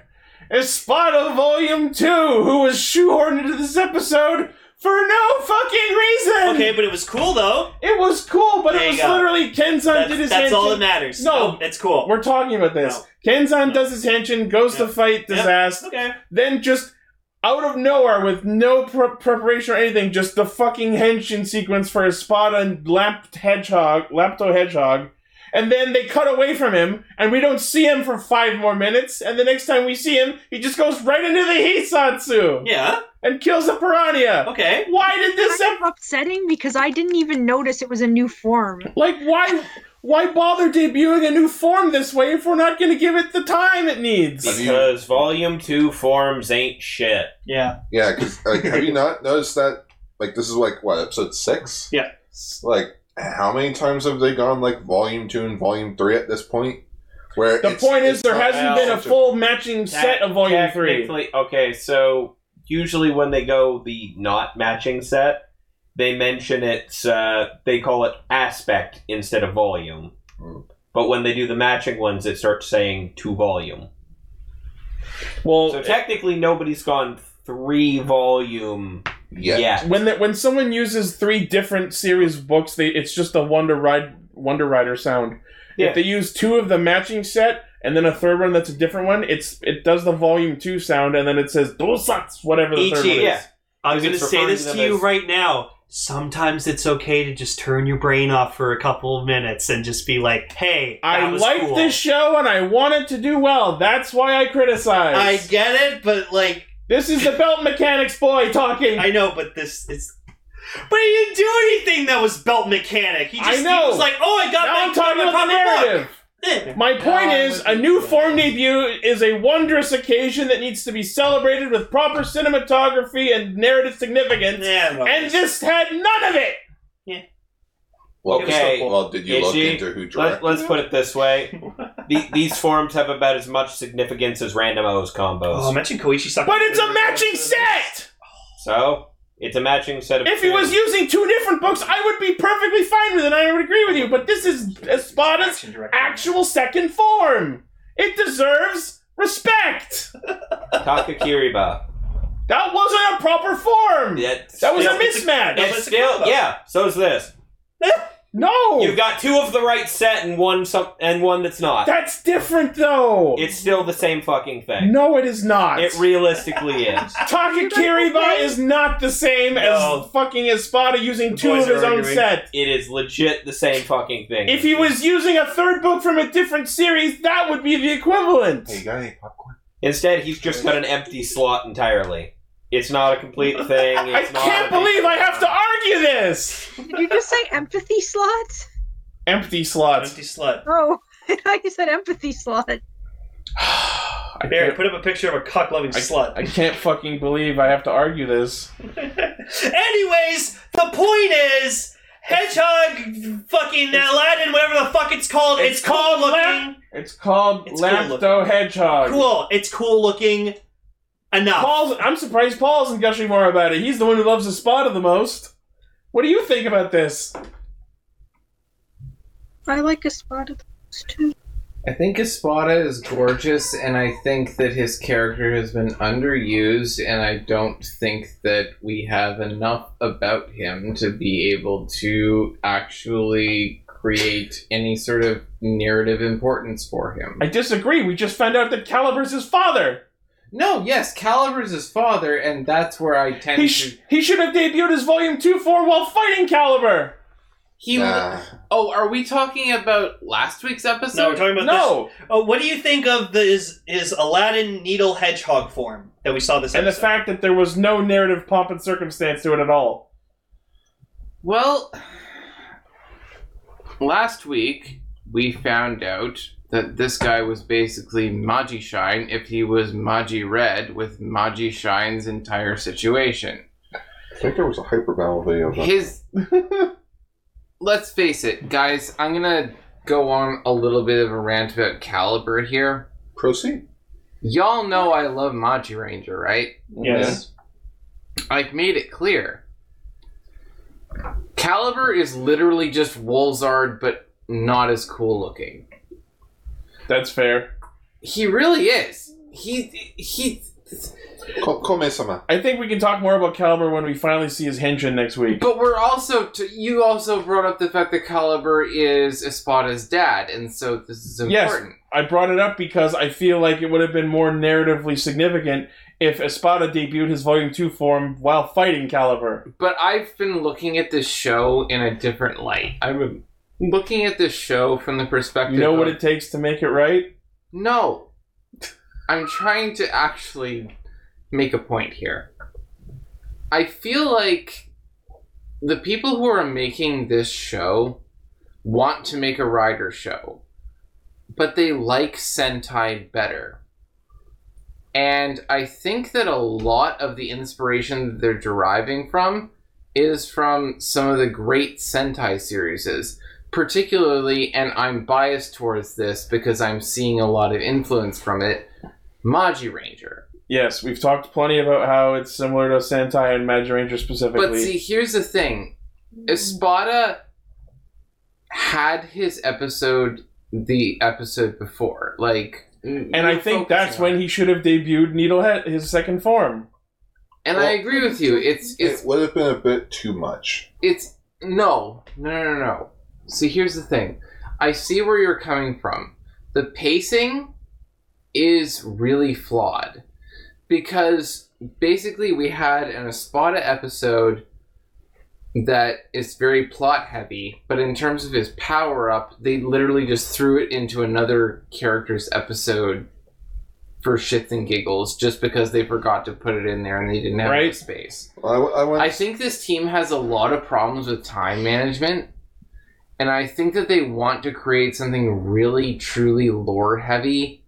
S3: Espato Volume 2, who was shoehorned into this episode for no fucking reason!
S2: Okay, but it was cool though.
S3: It was cool, but
S2: There
S3: it
S2: you
S3: was
S2: go.
S3: literally Kenzan did
S2: That's,
S3: his
S2: that's all that
S3: henshin-
S2: matters. Oh,
S3: No.
S2: it's cool.
S3: We're talking about this. Kenzan does his henshin, goes
S2: Yeah.
S3: to fight
S2: Yeah.
S3: disaster,
S2: okay.
S3: then just out of nowhere with no pre- preparation or anything, just the fucking henshin sequence for Espada and Lap Hedgehog, Lapto Hedgehog, and then they cut away from him, and we don't see him for five more minutes, and the next time we see him, he just goes right into the Heisatsu
S2: Yeah.
S3: and kills the Piranha.
S2: Okay.
S3: Why did this
S9: kind
S3: ep-
S9: of upsetting because I didn't even notice it was a new form.
S3: like why why bother debuting a new form this way if we're not going to give it the time it needs?
S1: Have you-
S5: Because Volume 2 forms ain't shit.
S2: Yeah.
S1: Yeah, because like, have you not noticed that? Like, this is like what episode six?
S2: Yeah.
S1: Like, how many times have they gone like volume two and volume three at this point? Where
S3: The
S1: it's-
S3: point is
S1: it's
S3: there
S1: not
S3: hasn't
S5: well,
S3: been a
S1: such
S3: full matching set of volume 3.
S5: Technically- Okay, so usually when they go the not matching set, they mention it's uh, they call it aspect instead of volume.
S1: Hmm.
S5: But when they do the matching ones, it starts saying to volume.
S3: Well,
S5: So technically, nobody's gone three volume
S1: Yeah.
S3: When that when someone uses three different series books, they it's just a Wonder Ride Wonder Rider sound.
S5: Yeah.
S3: If they use two of the matching set and then a third one that's a different one, it's it does the volume two sound and then it says Dulsats, whatever the
S2: Ichi,
S3: third one
S5: yeah.
S3: is.
S2: I'm going
S5: Because
S2: to
S5: it's
S2: say
S5: referring
S2: this
S5: to
S2: to
S5: them
S2: you
S5: as-
S2: right now. Sometimes it's okay to just turn your brain off for a couple of minutes and just be like, "Hey, that
S3: I
S2: was
S3: like
S2: cool.
S3: this show and I want it to do well. That's why I criticize.
S2: I get it, but like,
S3: this is the belt mechanics boy talking.
S2: I know, but this it's. But he didn't do anything that was belt mechanic. He
S3: I
S2: just he
S3: know.
S2: was like, "Oh, I got
S3: now
S2: my
S3: I'm talking
S2: my
S3: about the
S2: proper book."
S3: narrative.
S2: Eh.
S3: My point
S5: Uh,
S4: Ah,
S3: is,
S4: with
S3: a
S4: you.
S3: new form debut is a wondrous occasion that needs to be celebrated with proper cinematography and narrative significance.
S2: Yeah, well,
S3: And this had none of it.
S1: Well,
S5: Okay.
S1: well, did you
S5: Is
S1: look
S5: she-
S1: into who directed?
S5: Let, let's put it this way: the, these forms have about as much significance as random O's combos.
S3: Um,
S2: Oh, mention Koichi Sakaguchi.
S3: But it's a matching set.
S5: so it's a matching set of.
S3: If he was
S5: things.
S3: using two different books, I would be perfectly fine with it. I would agree with you. But this is Espada's
S2: Action director.
S3: actual second form. It deserves respect.
S5: Takakiriba,
S3: That wasn't a proper form.
S5: that,
S3: That was a
S5: still-
S3: mismatch.
S5: It's still yeah. So's this.
S3: no,
S5: You've got two of the right set and one some and one that's not.
S3: that's different though.
S5: It's still the same fucking thing.
S3: no, it is not.
S5: It realistically is.
S3: Takakiriba is not the same
S2: No.
S3: as fucking Espada using two
S2: boys
S3: of his
S2: are
S3: own
S2: arguing.
S3: set.
S5: It is legit the same fucking thing.
S3: If he was using a third book from a different series, that would be the equivalent.
S1: Hey, you got any popcorn?
S5: Instead, he's just got an empty slot entirely. It's not a complete thing.
S3: I
S5: It's not
S3: can't
S5: a big-
S3: believe I have to argue this.
S9: Did you just say empathy slot?
S3: Empty slots.
S2: Empty slut.
S9: Oh, I thought you said empathy slot.
S3: I
S2: Barry,
S3: can't,
S2: put up a picture of a cock loving slut.
S3: I can't fucking believe I have to argue this.
S2: Anyways, the point is Hedgehog fucking uh, Aladdin, whatever the fuck it's called, it's,
S3: It's
S2: cool
S3: called
S2: looking.
S3: It's called
S2: It's cool
S3: Lapto
S2: looking.
S3: Hedgehog.
S2: cool. It's cool looking enough.
S3: Paul's, I'm surprised Paul isn't gushing more about it. He's the one who loves Espada the most. What do you think about this?
S9: I like a spot of those too.
S4: I think Espada is gorgeous, and I think that his character has been underused, and I don't think that we have enough about him to be able to actually create any sort of narrative importance for him.
S3: I disagree. We just found out that Calibur's his father.
S4: No, yes, Calibur's his father, and that's where I tend
S3: He,
S4: to.
S3: sh- he should have debuted his Volume 2 form while fighting Calibur.
S4: He.
S1: Nah.
S4: Oh, are we talking about last week's episode?
S2: no, we're talking about this.
S3: No.
S2: Oh, what do you think of the is, is Aladdin needle hedgehog form that we saw this
S3: And the
S2: episode?
S3: fact that there was no narrative pomp and circumstance to it at all.
S4: Well, last week we found out that this guy was basically Maji Shine if he was Maji Red with Maji Shine's entire situation.
S1: I think there was a hyperbowel video. Of that.
S4: His. Let's face it, guys, I'm gonna go on a little bit of a rant about Caliber here.
S1: Proceed.
S4: Y'all know I love Maji Ranger, right?
S2: Yes.
S4: I've made it clear. Caliber is literally just Wolzard, but not as cool looking.
S3: That's fair.
S4: He really is. He he.
S1: Ko- Kome-sama.
S3: I think we can talk more about Calibur when we finally see his henshin next week.
S4: But we're also t- you also brought up the fact that Caliber is Espada's dad, and so this is
S3: Yes.
S4: important.
S3: I brought it up because I feel like it would have been more narratively significant if Espada debuted his Volume 2 form while fighting Calibur.
S4: But I've been looking at this show in a different light. I've been looking at this show from the perspective.
S3: You know what
S4: of-
S3: it takes to make it right?
S4: No. I'm trying to actually make a point here. I feel like the people who are making this show want to make a rider show, but they like Sentai better. And I think that a lot of the inspiration that they're deriving from is from some of the great Sentai series particularly, and I'm biased towards this because I'm seeing a lot of influence from it, Maji Ranger.
S3: Yes, we've talked plenty about how it's similar to Sentai and Magic Ranger specifically.
S4: But see, here's the thing Espada had his episode the episode before. Like,
S3: and I think that's when he should have debuted Needlehead, his second form.
S4: And I
S1: Well-
S4: agree with you. It's it's
S1: it would have been a bit too much.
S4: it's no, no, no, no, no. See, here's the thing. I see where you're coming from. The pacing is really flawed because basically we had an Espada episode that is very plot heavy, but in terms of his power up, they literally just threw it into another character's episode for shits and giggles just because they forgot to put it in there and they didn't have
S3: Right.
S4: enough space.
S1: I, I went.
S4: I think this team has a lot of problems with time management, and I think that they want to create something really, truly lore heavy,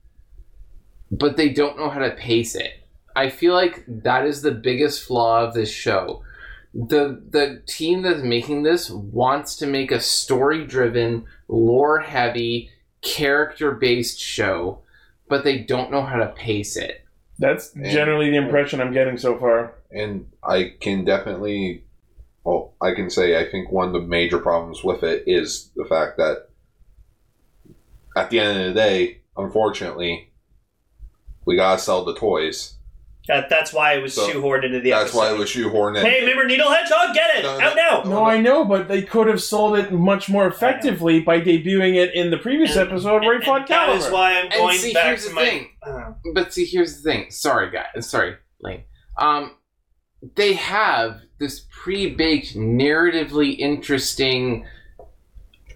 S4: but they don't know how to pace it. I feel like that is the biggest flaw of this show. The the team that's making this wants to make a story driven, lore heavy, character based show, but they don't know how to pace it.
S3: That's
S1: And-
S3: generally the impression I'm getting so far.
S1: and I can definitely, well, I can say I think one of the major problems with it is the fact that at the end of the day, unfortunately, we gotta sell the toys.
S2: That, that's why it was
S1: So,
S2: shoehorned into the
S1: That's
S2: episode.
S1: why it was shoehorned in.
S2: Hey, remember Needle Hedgehog? Get it!
S1: No, no,
S2: Out now!
S3: No, I know, but they could have sold it much more effectively by debuting it in the previous
S2: And-
S3: episode where he
S2: And
S3: fought
S2: That is
S3: Caliber.
S2: why I'm
S4: And
S2: going
S4: see,
S2: back
S4: here's
S2: to
S4: the
S2: my.
S4: thing.
S2: Uh,
S4: But see, here's the thing. Sorry, guy. Sorry, Lane. Um, they have this pre-baked, narratively interesting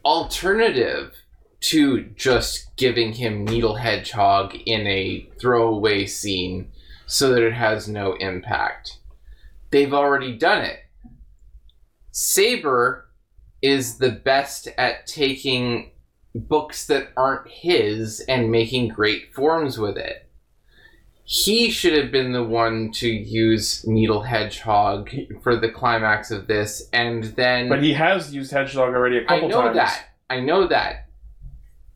S4: alternative to just giving him Needle Hedgehog in a throwaway scene, so that it has no impact. They've already done it. Saber is the best at taking books that aren't his and making great forms with it he should have been the one to use Needle Hedgehog for the climax of this, and then
S3: But he has used Hedgehog already a
S4: I
S3: couple
S4: know
S3: times.
S4: that I know that,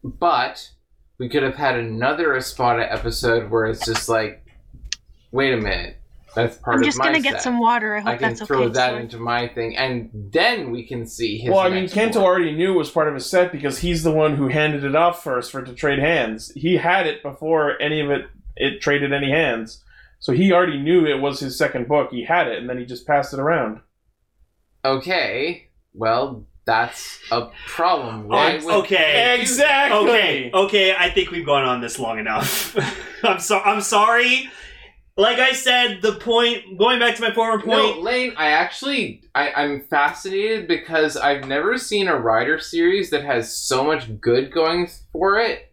S4: but we could have had another Espada episode where it's just like, wait a minute, that's part
S9: I'm
S4: of
S9: just
S4: my
S9: gonna get
S4: set.
S9: some water. I hope
S4: I can
S9: that's
S4: throw
S9: okay.
S4: that
S9: sorry.
S4: into my thing, and then we can see his.
S3: Well, I mean,
S4: next
S3: Kanto
S4: one.
S3: already knew it was part of his set because he's the one who handed it off first for it to trade hands. He had it before any of it it traded any hands, so he already knew it was his second book. He had it, and then he just passed it around.
S4: Okay, well, that's a problem. Why would
S2: okay.
S3: Exactly.
S2: Okay, okay, I think we've gone on this long enough. I'm so I'm sorry. Like I said, the point going back to my former
S4: No,
S2: point.
S4: Lane, I actually I, I'm fascinated because I've never seen a rider series that has so much good going for it,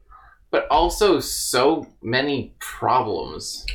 S4: but also so many problems.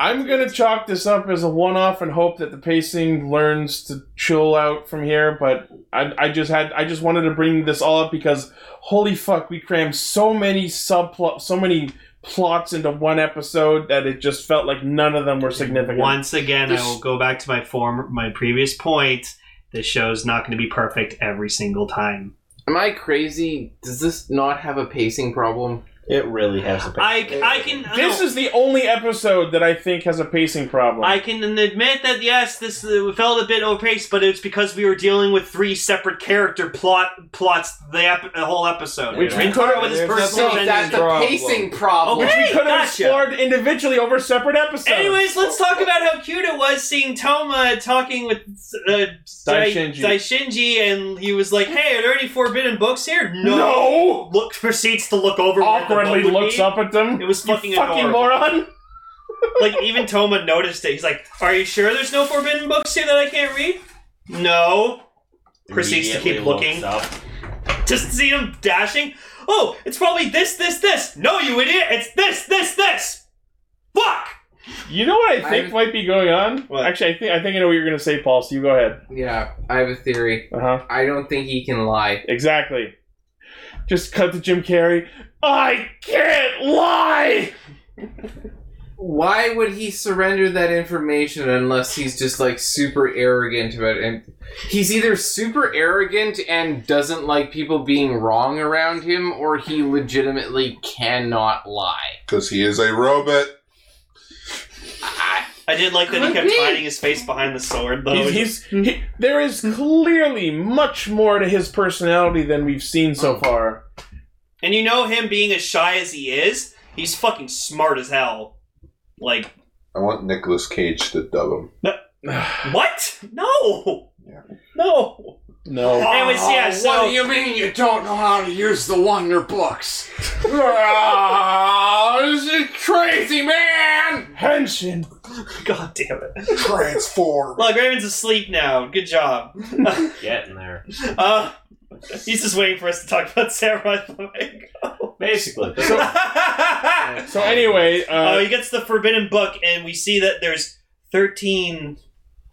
S3: I'm gonna chalk this up as a one-off and hope that the pacing learns to chill out from here. But I, I just had, I just wanted to bring this all up because holy fuck, we crammed so many subplot, so many plots into one episode that it just felt like none of them were significant.
S2: Once again,
S4: This-
S2: I will go back to my form my previous point. This show's not going to be perfect every single time.
S4: Am I crazy? Does this not have a pacing problem?
S5: It really has a pacing.
S2: I I can
S3: This
S2: no,
S3: is the only episode that I think has a pacing problem.
S2: I can admit that yes, this uh, felt a bit overpaced, but it's because we were dealing with three separate character plot plots the, ep- the whole episode.
S5: Which we
S2: And Toro with his
S3: there's
S2: personal
S4: So
S3: nothing-
S2: vengeance.
S4: that's a
S5: problem.
S4: pacing problem.
S3: which
S2: Okay.
S3: we could have
S2: gotcha.
S3: explored individually over separate episodes.
S2: Anyways, let's
S3: Oh,
S2: talk about how cute it was seeing Toma talking with uh, Dai-
S3: Daishinji.
S2: Daishinji, and he was like, "Hey, are there any forbidden books here?" No.
S3: no,
S2: Look proceeds to look over. where the
S3: awkwardly
S2: book would
S3: looks
S2: be.
S3: up at them.
S2: It was
S3: You
S2: fucking,
S3: fucking
S2: adorable.
S3: moron.
S2: Like even Toma noticed it. He's like, "Are you sure there's no forbidden books here that I can't read?" No. Proceeds to keep
S5: Immediately
S2: looking.
S5: looks up.
S2: Just see him dashing. Oh, it's probably this, this, this. No, you idiot! It's this, this, this. Fuck.
S3: You know what I think
S4: I'm-
S3: might be going on?
S2: What?
S3: Actually, I think I think I know what you're going to say, Paul. So you go ahead.
S4: Yeah, I have a theory.
S3: Uh huh.
S4: I don't think he can lie.
S3: Exactly. Just cut to Jim Carrey. I can't lie.
S4: Why would he surrender that information unless he's just like super arrogant about it? And he's either super arrogant and doesn't like people being wrong around him, or he legitimately cannot lie.
S1: Because he is a robot.
S4: I,
S2: I did like that he
S4: Could
S2: kept
S4: be.
S2: hiding his face behind the sword,
S10: Oh,
S2: though.
S3: He's, he's he, there is clearly much more to his personality than we've seen
S10: Oh.
S3: so far.
S2: and you know him being as shy as he is, he's fucking smart as hell. Like
S1: I want Nicolas Cage to dub him.
S2: What? No.
S1: Yeah.
S2: No.
S3: No.
S2: Anyways, yeah.
S10: Oh,
S2: So
S10: what do you mean you don't know how to use the Wonder Books? Ah, this is crazy, man!
S3: Henshin!
S2: God damn it.
S1: Transform.
S2: Look, Raven's asleep now. Good job.
S5: Getting there.
S2: Uh, he's just waiting for us to talk about Samurai Flamenco.
S5: Basically.
S3: So anyway,
S2: oh,
S3: uh,
S2: he gets the forbidden book, and we see that there's 13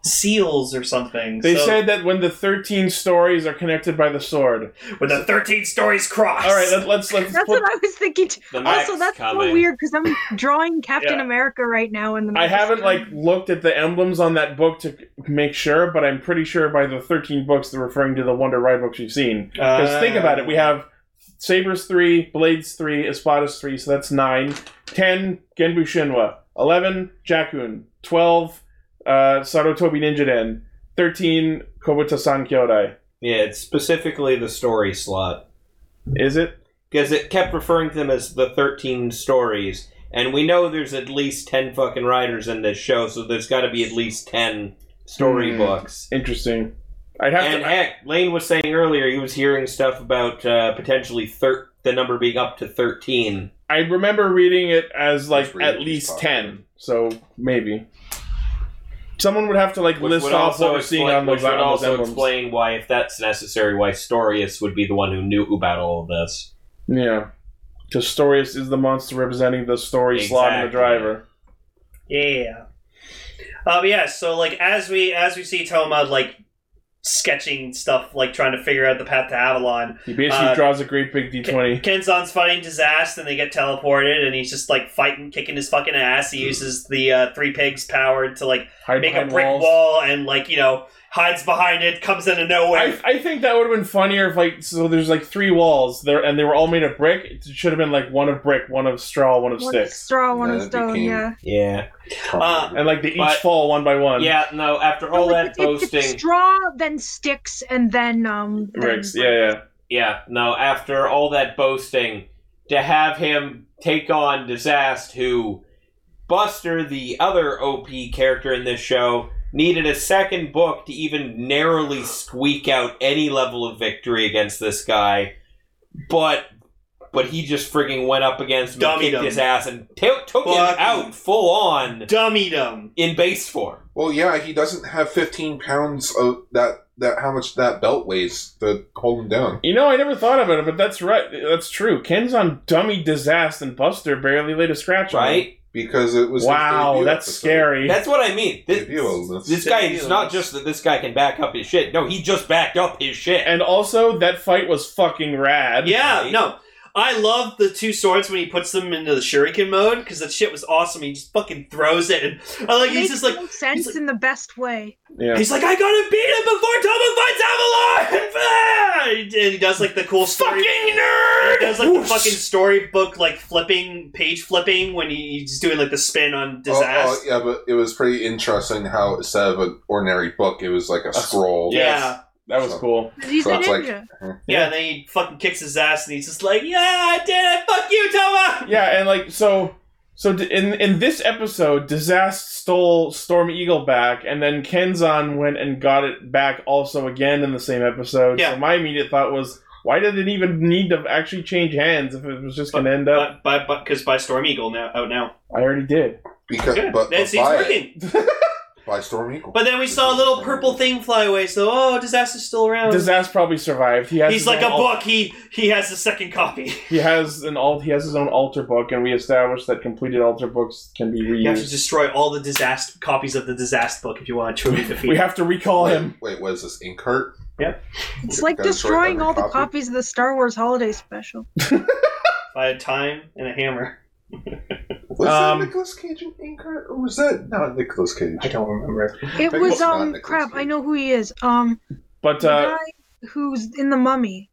S2: seals or something.
S3: they
S2: so,
S3: said that when the thirteen stories are connected by the sword.
S2: when the 13 stories cross.
S3: All right, let, let's let's
S9: That's
S3: put.
S9: what I was thinking. too.
S5: The Mac's
S9: Also, that's
S5: coming.
S9: so weird because I'm drawing Captain
S3: Yeah.
S9: America right now, and the
S3: I haven't like looked at the emblems on that book to c- make sure, but I'm pretty sure by the thirteen books they're referring to the Wonder Ride books we've seen. Because think
S2: Uh,
S3: about it, we have Sabers three, Blades three, Espadas three, so that's nine. Ten, Genbu Shinwa. Eleven, Jakun. Twelve, uh, Sarutobi Ninja Den. Thirteen, Kobuta San Kyodai.
S5: Yeah, it's specifically the story slot.
S3: Is it?
S5: Because it kept referring to them as the 13 stories. And we know there's at least 10 fucking writers in this show, so there's got to be at least 10 story
S3: Hmm.
S5: books.
S3: Interesting. I'd have
S5: And
S3: to.
S5: heck, Lane was saying earlier he was hearing stuff about uh, potentially thir- the number being up to 13.
S3: I remember reading it as like
S1: Just read
S3: at
S1: it,
S3: least
S1: just
S3: ten, so maybe someone would have to like
S5: Which
S3: list
S5: would
S3: off what
S5: also
S3: we're seeing
S5: explain,
S3: on those
S5: which would
S3: on those
S5: also
S3: emblems.
S5: explain why, if that's necessary, why Storius would be the one who knew about all of this.
S3: Yeah, because Storius is the monster representing the story slot and the
S5: Exactly.
S3: driver.
S2: Yeah. Um. Yeah. So like as we as we see Toma like sketching stuff, like trying to figure out the path to Avalon.
S3: He basically
S2: Uh,
S3: draws a great big D twenty.
S2: Kenzan's fighting disaster, and they get teleported, and he's just like fighting, kicking his fucking ass. He uses the uh, three pigs power to like
S3: Hide
S2: make a
S3: behind
S2: brick
S3: walls.
S2: wall, and like you know hides behind it, comes out of nowhere.
S3: I, I think that would have been funnier if like so there's like three walls there and they were all made of brick. It should have been like one of brick, one of straw, one of
S9: one
S3: sticks,
S9: straw, one
S1: And
S9: of
S1: then it
S9: stone.
S1: became-
S9: Yeah.
S5: Yeah.
S3: Uh, and like they each
S5: But-
S3: fall one by one.
S5: Yeah, no, after all
S9: No,
S5: that
S9: it's- it's- it's
S5: posting.
S9: straw, then sticks, and then um. then-
S3: bricks. Yeah, yeah.
S5: Yeah, no, after all that boasting, to have him take on Disast, who Buster, the other OP character in this show, needed a second book to even narrowly squeak out any level of victory against this guy, but but he just frigging went up against him, and
S2: Dummied
S5: kicked
S2: him.
S5: his ass, and ta- took him
S2: Fucking-
S5: out full on
S2: Dummy dum.
S5: in base form.
S1: Well, yeah, he doesn't have 15 pounds of that. That how much that belt weighs to hold him down.
S3: You know, I never thought about it, but that's right. That's true. Ken's on dummy disaster, and Buster barely laid a scratch on. him.
S5: Right?
S1: because it was. his
S3: Wow,
S1: debut
S3: that's
S1: episode.
S3: scary.
S5: That's what I mean. This,
S1: Debut illness.
S5: this guy,
S2: Debut
S5: it's not
S2: illness.
S5: just that this guy can back up his shit. No, he just backed up his shit.
S3: and also, that fight was fucking rad.
S2: Yeah.
S5: Right?
S2: No. I love the two swords when he puts them into the shuriken mode because that shit was awesome. He just fucking throws it, and I like
S9: It
S2: he's
S9: makes
S2: just like
S9: no sense
S2: like-
S9: in the best way.
S3: yeah.
S2: He's like, I gotta beat him before Tama finds Avalon! And he does like the cool story. Fucking nerd! He does like the fucking storybook, like flipping, page flipping when he- he's doing like the spin on
S1: Oh,
S2: disaster.
S1: oh, yeah, but it was pretty interesting how instead of an ordinary book, it was like a scroll.
S3: yeah.
S2: yeah.
S3: yes. That was cool.
S9: He's
S1: So
S9: a
S1: it's like-
S9: ninja.
S2: Yeah, and then he fucking kicks his ass and he's just like, Yeah, I did it! Fuck you, Tama!
S3: Yeah, and like so, so d- in in this episode, Disaster stole Storm Eagle back, and then Kenzan went and got it back also again in the same episode.
S2: Yeah.
S3: So my immediate thought was, why did it even need to actually change hands if it was just going to end up?
S2: But by, by, cause by Storm Eagle now out now.
S3: I already did.
S1: Because
S2: Yeah,
S1: but,
S2: that's
S1: but
S2: he's
S1: by,
S2: working.
S1: by Storm Eagle.
S2: But then we saw a little purple thing fly away, so oh disaster's still around.
S3: Disaster probably survived. He has
S2: he's
S3: his
S2: like
S3: own
S2: a
S3: alt-
S2: book, he he has the second copy.
S3: He has an alt. He has his own altar book, and we established that completed altar books can be
S2: You have to
S3: reused.
S2: destroy all the disaster copies of the disaster book if you want to truly defeat.
S3: We have to recall
S1: Wait,
S3: him.
S1: Wait, what is this Inkheart?
S9: It's like
S1: Gotta sort
S9: destroying
S1: every
S9: all the
S1: copy.
S9: copies of the Star Wars Holiday Special.
S2: by a time and a hammer.
S1: Was
S3: Um,
S1: that Nicolas Cage in Inkheart, or was that not Nicolas Cage? I don't remember.
S9: It
S1: Maybe
S9: was
S1: it's not
S9: um
S1: Nicolas
S9: crap. I
S1: Cage.
S9: know who he is. Um,
S3: But
S9: the
S3: uh,
S9: guy who's in the Mummy.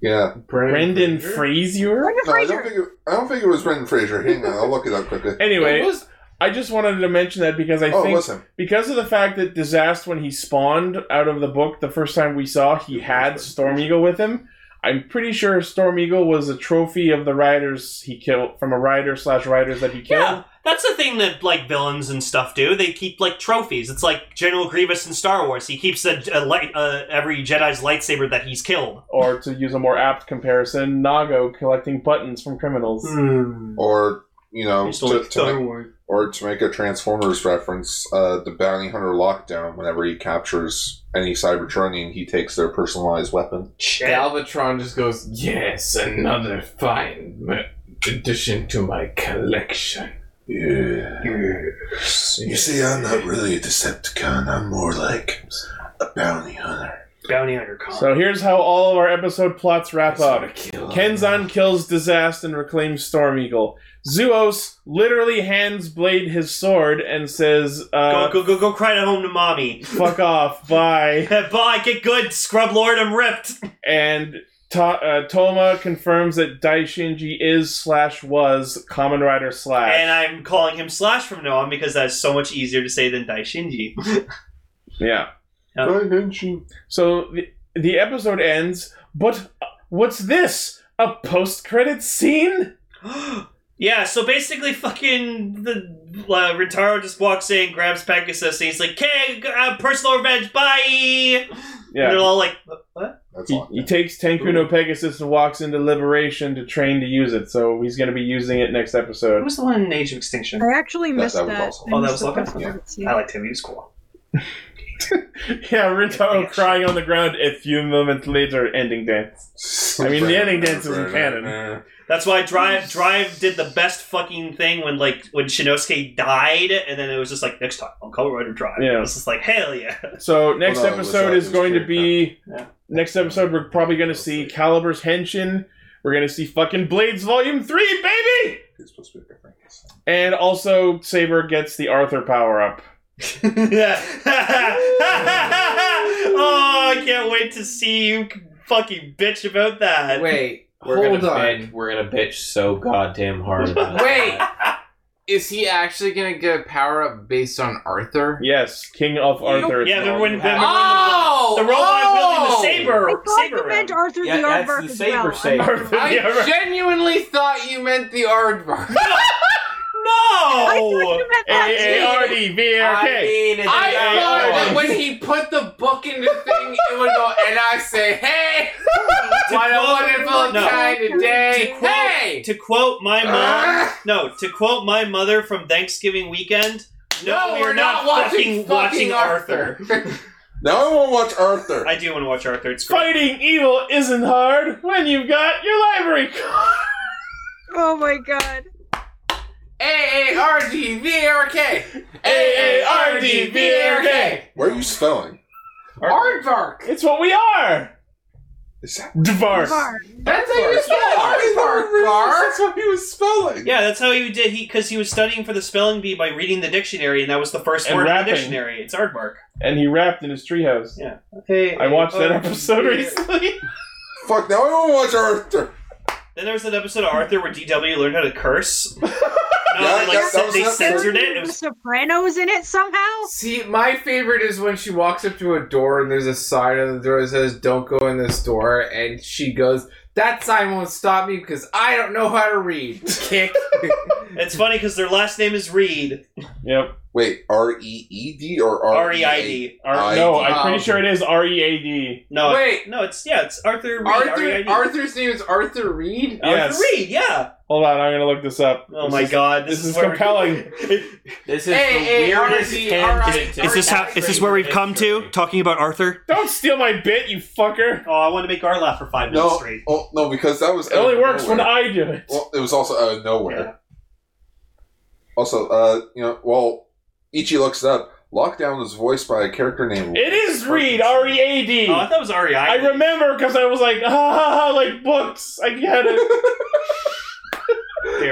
S1: Yeah,
S3: Brendan Fraser.
S9: Brendan
S1: No, I don't
S9: Fraser.
S1: think it, I don't think it was Brendan Fraser. Hang on, I'll look it up quickly.
S3: Anyway,
S4: It was-
S3: I just wanted to mention that because I
S1: oh, it
S3: think
S1: was him.
S3: because of the fact that Disaster, when he spawned out of the book the first time we saw, he had Storm Eagle with him. I'm pretty sure Storm Eagle was a trophy of the riders he killed from a rider slash riders that he killed.
S2: Yeah, that's the thing that like villains and stuff do. They keep like trophies. It's like General Grievous in Star Wars. He keeps a, a light uh, every Jedi's lightsaber that he's killed.
S3: Or to use a more apt comparison, Nago collecting buttons from criminals.
S1: Hmm. Or you know,
S2: He's still
S1: to,
S2: like,
S1: to
S2: "Don't
S1: make, or to make a Transformers reference, uh, the bounty hunter lockdown. Whenever he captures any Cybertronian, he takes their personalized weapon.
S4: Galvatron just goes, Yes, another fine ma- addition to my collection.
S11: Yeah. You see, I'm not really a Decepticon. I'm more like a bounty hunter.
S2: Bounty hunter con.
S3: So here's how all of our episode plots wrap up. Kenzan kills Disaster and reclaims Storm Eagle. Zuos literally hands Blade his sword and says, uh,
S2: go go go go! Cry at home to mommy.
S3: "Fuck off, bye."
S2: Bye, get good, scrub lord. I'm ripped.
S3: And Ta- uh, Toma confirms that Daishinji is slash was Common Rider slash.
S2: And I'm calling him Slash from now on because that's so much easier to say than Daishinji.
S3: Yeah. Uh,
S2: Yeah.
S3: So the, the episode ends, but uh, what's this? A post credit scene?
S2: yeah, so basically, fucking the uh, Rintaro just walks in, grabs Pegasus, and he's like, "Okay, uh, personal revenge, bye."
S3: Yeah.
S2: And they're all like, "What?"
S3: He, he takes Tenku no Pegasus and walks into Liberation to train to use it, so he's going to be using it next episode.
S2: Who's the one in Age of Extinction?
S9: I actually missed that. I
S2: Oh, that was
S9: missed the
S2: Loka.
S9: post credits,
S2: I liked him. He was cool.
S3: yeah, Rintaro crying on the ground a few moments later, ending dance. I mean, the ending dance isn't canon.
S2: That's why Drive Drive did the best fucking thing when like when Shinosuke died, and then it was just like next time on Color Rider Drive.
S3: Yeah.
S2: It was just like hell yeah.
S3: So next
S2: Hold on, was
S3: episode
S2: that
S3: is
S2: his
S3: going to be
S2: Yeah.
S3: next episode. We're probably going to see Caliber's Henshin. We're going to see fucking Blades Volume Three, baby. And also, Saber gets the Arthur power up.
S2: oh, I can't wait to see you fucking bitch about that.
S4: Wait,
S5: We're
S4: hold
S5: gonna
S4: on.
S5: bitch. We're gonna bitch so goddamn hard. about it.
S4: Wait! Is he actually gonna get a power up based on Arthur?
S3: Yes, King of Arthur.
S2: Yeah, remember when, remember
S4: Oh!
S2: when the, the robot
S4: oh!
S2: wielding the saber?
S9: I thought you meant Arthur
S5: Yeah,
S9: the
S5: that's
S9: Aardvark
S5: the
S9: as
S5: saber
S9: well.
S5: saber.
S9: I'm-
S4: I
S3: Yeah.
S4: genuinely thought you meant the Aardvark.
S9: I
S2: No!
S9: thought you meant that
S3: Oh, A A
S9: too.
S3: R D V A R
S5: I
S3: K.
S5: mean, it's
S4: I
S5: not
S4: thought that
S5: wrong.
S4: when he put the book in the thing, it would go, and I say, hey, what a wonderful
S2: No.
S4: time today.
S2: quote-
S4: Hey!
S2: To quote my mom,
S4: Ah.
S2: no, to quote my mother from Thanksgiving weekend, no,
S4: No,
S2: we're, not, fucking watching Arthur.
S1: Now I want to watch Arthur.
S2: I do want to watch Arthur. It's great.
S3: Fighting evil isn't hard when you've got your library card.
S9: Oh my god.
S4: A A R D V A R K. A A R D V A R K.
S1: Where are you spelling?
S4: Aardvark.
S3: It's what we are.
S1: Is that-
S3: Dvarf.
S9: Var.
S4: That's how you spell Aardvark, Gar.
S1: That's what he was spelling.
S2: Yeah, that's how he did. He because he was studying for the spelling bee by reading the dictionary, and that was the first
S3: And
S2: word in the
S3: rapping.
S2: dictionary. It's aardvark.
S3: And he rapped in his treehouse.
S2: Okay.
S3: I watched that episode recently.
S1: Fuck. Now I want to watch Arthur.
S2: Then there was an episode of Arthur where DW learned how to curse. No,
S1: Yeah,
S2: they, like,
S1: yeah, that was
S2: they
S1: an episode.
S2: censored it. It
S9: The
S2: was
S9: Sopranos in it somehow?
S4: See, my favorite is when she walks up to a door and there's a sign on the door that says "Don't go in this door," and she goes, "That sign won't stop me because I don't know how to read." Kick.
S2: it's funny because their last name is Reed.
S3: Yep.
S1: Wait, R E E D or
S2: R E I D.
S3: R- no,
S1: I-
S3: I'm pretty sure it is R E A D.
S2: No,
S4: Wait.
S2: no, it's yeah, it's Arthur Reed.
S4: Arthur.
S2: R-E-I-D.
S4: Arthur's name is Arthur Reed.
S2: Arthur
S3: Yes.
S2: Reed. Yeah.
S3: Hold on, I'm gonna look this up.
S2: Oh
S3: This
S2: my
S3: is-
S2: god,
S3: This, is
S2: where we're-
S3: compelling.
S5: This is
S4: Hey,
S5: the
S4: hey,
S5: weirdest
S4: R.I.P.,
S5: tangent.
S4: R.I.P. Is this how- is this where we've come to,
S2: talking about Arthur?
S3: Don't steal my bit, you fucker.
S2: Oh, I want to make Gar laugh for five minutes
S1: No,
S2: straight.
S1: oh, no, because that was
S3: It only works when I do it.
S1: Well, it was also out of nowhere. Also, uh, you know, well, Ichi looks it up. Lockdown was voiced by a character named.
S3: It is Reed,
S1: Parkinson.
S3: R E A D.
S2: Oh, I thought it was R E
S3: I
S2: I D.
S3: remember because I was like, ah, ha, ha, like books. I get it.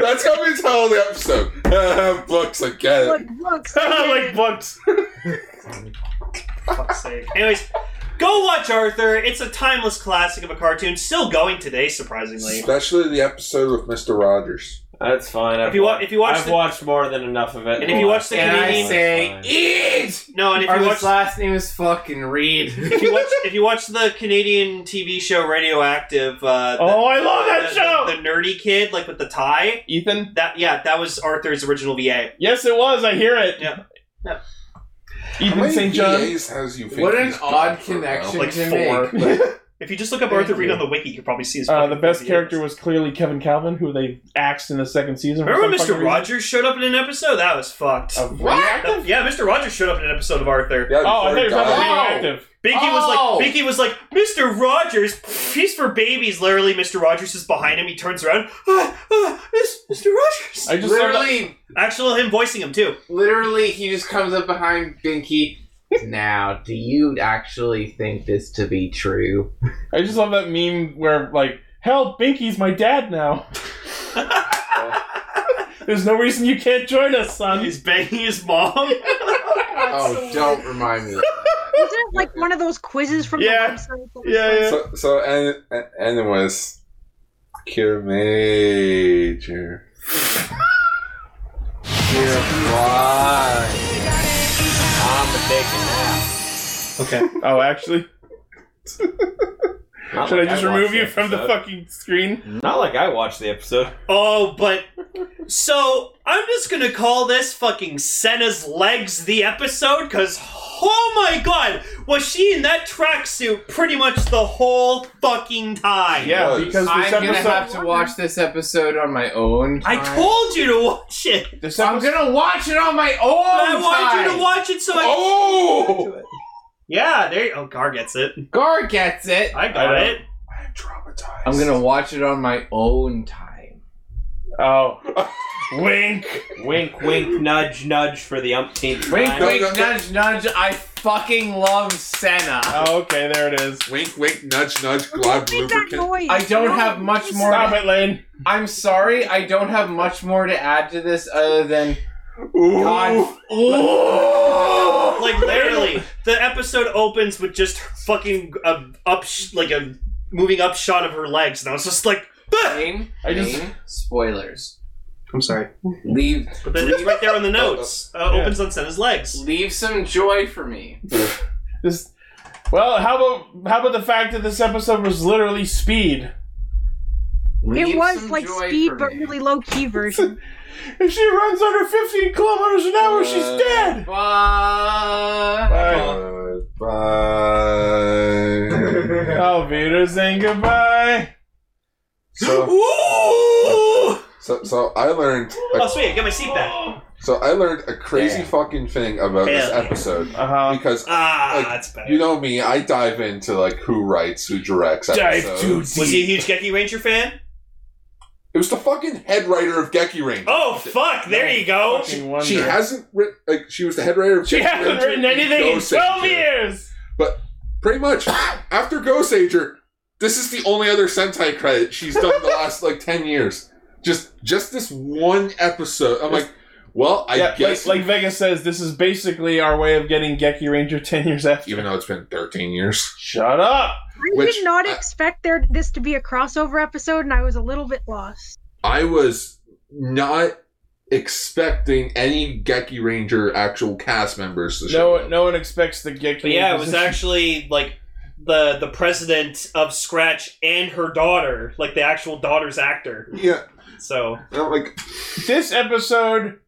S1: That's gonna be the title of the episode. Books, I get it.
S9: Look, books. I get
S3: like
S9: it.
S3: books.
S2: fuck's sake. Anyways, go watch Arthur. It's a timeless classic of a cartoon, still going today, surprisingly.
S1: Especially the episode with Mister Rogers.
S5: That's fine. I've
S2: If you wa- if you watch
S5: I've
S2: the-
S5: watched more than enough of it.
S2: And if you watch the
S4: and
S2: Canadian-
S4: I say "E-" eat.
S2: No, and if you
S4: Arthur's
S2: watch-
S4: last name is fucking Reed.
S2: if you watch if you watch the Canadian TV show Radioactive, uh, the-
S3: Oh, I love that
S2: the-
S3: show!
S2: The, nerdy kid, like with the tie.
S3: Ethan.
S2: That yeah, that was Arthur's original VA.
S3: Yes, it was. I hear it.
S2: Yeah. Yeah.
S1: How
S3: Ethan
S1: many
S3: St. John.
S1: VAs has you think
S4: What an
S1: he's got
S4: odd
S1: for now?
S4: connection
S2: Like
S4: to
S2: four.
S4: make.
S2: If you just look up
S4: Thank
S2: Arthur Reed
S4: you.
S2: on the wiki, you could probably see his.
S3: Uh,
S2: fucking
S3: the best
S2: VAs.
S3: character was clearly Kevin Calvin, who they axed in the second season. for
S2: Remember when
S3: some fucking
S2: Mr.
S3: reason.
S2: Rogers showed up in an episode? That was fucked.
S3: Of Radioactive?
S2: Yeah, Mr. Rogers showed up in an episode of Arthur.
S1: Yeah,
S3: Oh, I thought
S1: before
S3: you
S1: he
S3: were talking about
S1: died.
S3: Radioactive.
S2: Binky
S4: Oh!
S2: was like, Binky was like, Mr. Rogers, pff, he's for babies. Literally, Mr. Rogers is behind him. He turns around, ah, ah, Miss- Mr. Rogers.
S3: I just learned-
S4: Literally,
S2: Actual him voicing him too.
S4: literally, he just comes up behind Binky. now, do you actually think this to be true?
S3: I just love that meme where like, hell, Binky's my dad now. There's no reason you can't join us, son.
S2: He's banging his mom.
S4: oh, don't remind me. Of
S9: Isn't it like one of those quizzes from
S3: Yeah.
S9: the website? that was
S3: Yeah, yeah.
S1: So, so and, and- anyways, Cure Major.
S4: Why?
S2: okay.
S3: Oh, actually,
S5: Not
S3: should I
S5: like
S3: just
S5: watched
S3: remove
S5: the
S3: you from the
S5: episode.
S3: fucking screen?
S5: Not like I watched the episode.
S2: Oh, but so I'm just gonna call this fucking Senna's legs the episode because oh my god, was she in that tracksuit pretty much the whole fucking time?
S3: Yeah,
S1: was.
S3: because this
S4: I'm gonna
S3: episode,
S4: have to watch this episode on my own.
S2: I
S4: time.
S2: told you to watch it.
S3: this
S4: I'm
S3: episode,
S4: gonna watch it on my own.
S2: I wanted you to watch it so I.
S1: Oh!
S2: Yeah, there. You, oh, Gar gets it.
S4: Gar gets it.
S2: I got
S3: I
S2: it.
S1: I'm traumatized.
S4: I'm gonna watch it on my own time.
S3: oh, wink.
S5: Wink, wink, nudge, nudge for the umpteenth time.
S4: Wink, wink,
S1: no, no.
S4: nudge, nudge. I fucking love Senna.
S3: Oh, okay, there it is.
S1: Wink, wink, nudge, nudge,
S9: Don't
S1: glob,
S9: make that
S1: lubricant.
S9: noise.
S4: I don't
S9: No,
S4: have much
S9: please
S4: more-
S3: Stop it, Lane.
S4: I'm sorry, I don't have much more to add to this other than
S1: Ooh.
S4: God. Ooh.
S2: Like literally, the episode opens with just her fucking uh, up, sh- like a moving up shot of her legs, and I was just like, "Bah!"
S4: Name,
S3: I just-
S4: name, spoilers.
S2: I'm sorry.
S4: Leave,
S2: But then it's right there on the notes. Uh,
S3: Yeah.
S2: Opens on Senna's legs.
S4: leave some joy for me.
S3: This. Well, how about how about the fact that this episode was literally speed?
S4: Leave
S9: It was
S4: some
S9: like
S4: joy
S9: speed,
S4: for
S9: but
S4: me.
S9: really low key version.
S3: If she runs under 15 kilometers an hour, she's
S1: Uh,
S3: dead.
S4: But
S3: Bye.
S1: Goodbye.
S3: Alvita saying goodbye.
S1: so,
S2: Ooh!
S1: so, so I learned.
S2: Oh,
S1: A,
S2: sweet, I got my seat back.
S3: Uh-huh.
S1: so I learned a crazy
S2: Yeah.
S1: fucking thing about this
S2: Hell yeah.
S1: episode
S3: Uh huh.
S1: because
S2: Ah,
S1: Like,
S2: that's better.
S1: you know me, I dive into like who writes, who directs.
S3: Dive
S1: episodes.
S3: too
S2: was he a
S3: deep.
S2: huge Geki Ranger fan?
S1: It was the fucking head writer of Geki Ring.
S2: Oh, fuck, there you go.
S3: Fucking wonder.
S1: She hasn't written like she was the head writer of
S3: She
S1: Geki
S3: hasn't
S1: Ranger
S3: written
S1: and
S3: anything in
S1: Ghost
S3: 12
S1: Ranger.
S3: years.
S1: Pretty much after Ghost Ranger, this is the only other Sentai credit she's done the last like ten years. Just just this one episode. I'm like, well, I
S3: yeah,
S1: guess
S3: like, like Vegas says, this is basically our way of getting Geki Ranger 10 years after.
S1: even though it's been thirteen years.
S3: Shut up.
S9: I
S1: Which-
S9: did not
S1: I-
S9: expect there this to be a crossover episode, and I was a little bit lost.
S1: I was not expecting any Geki Ranger actual cast members to show
S3: No,
S1: up.
S3: no one expects the Geki.
S2: But yeah, it was
S3: Ranger-
S2: actually like the the president of Scratch and her daughter, like the actual daughter's actor.
S1: Yeah,
S2: So
S1: I'm like
S3: This episode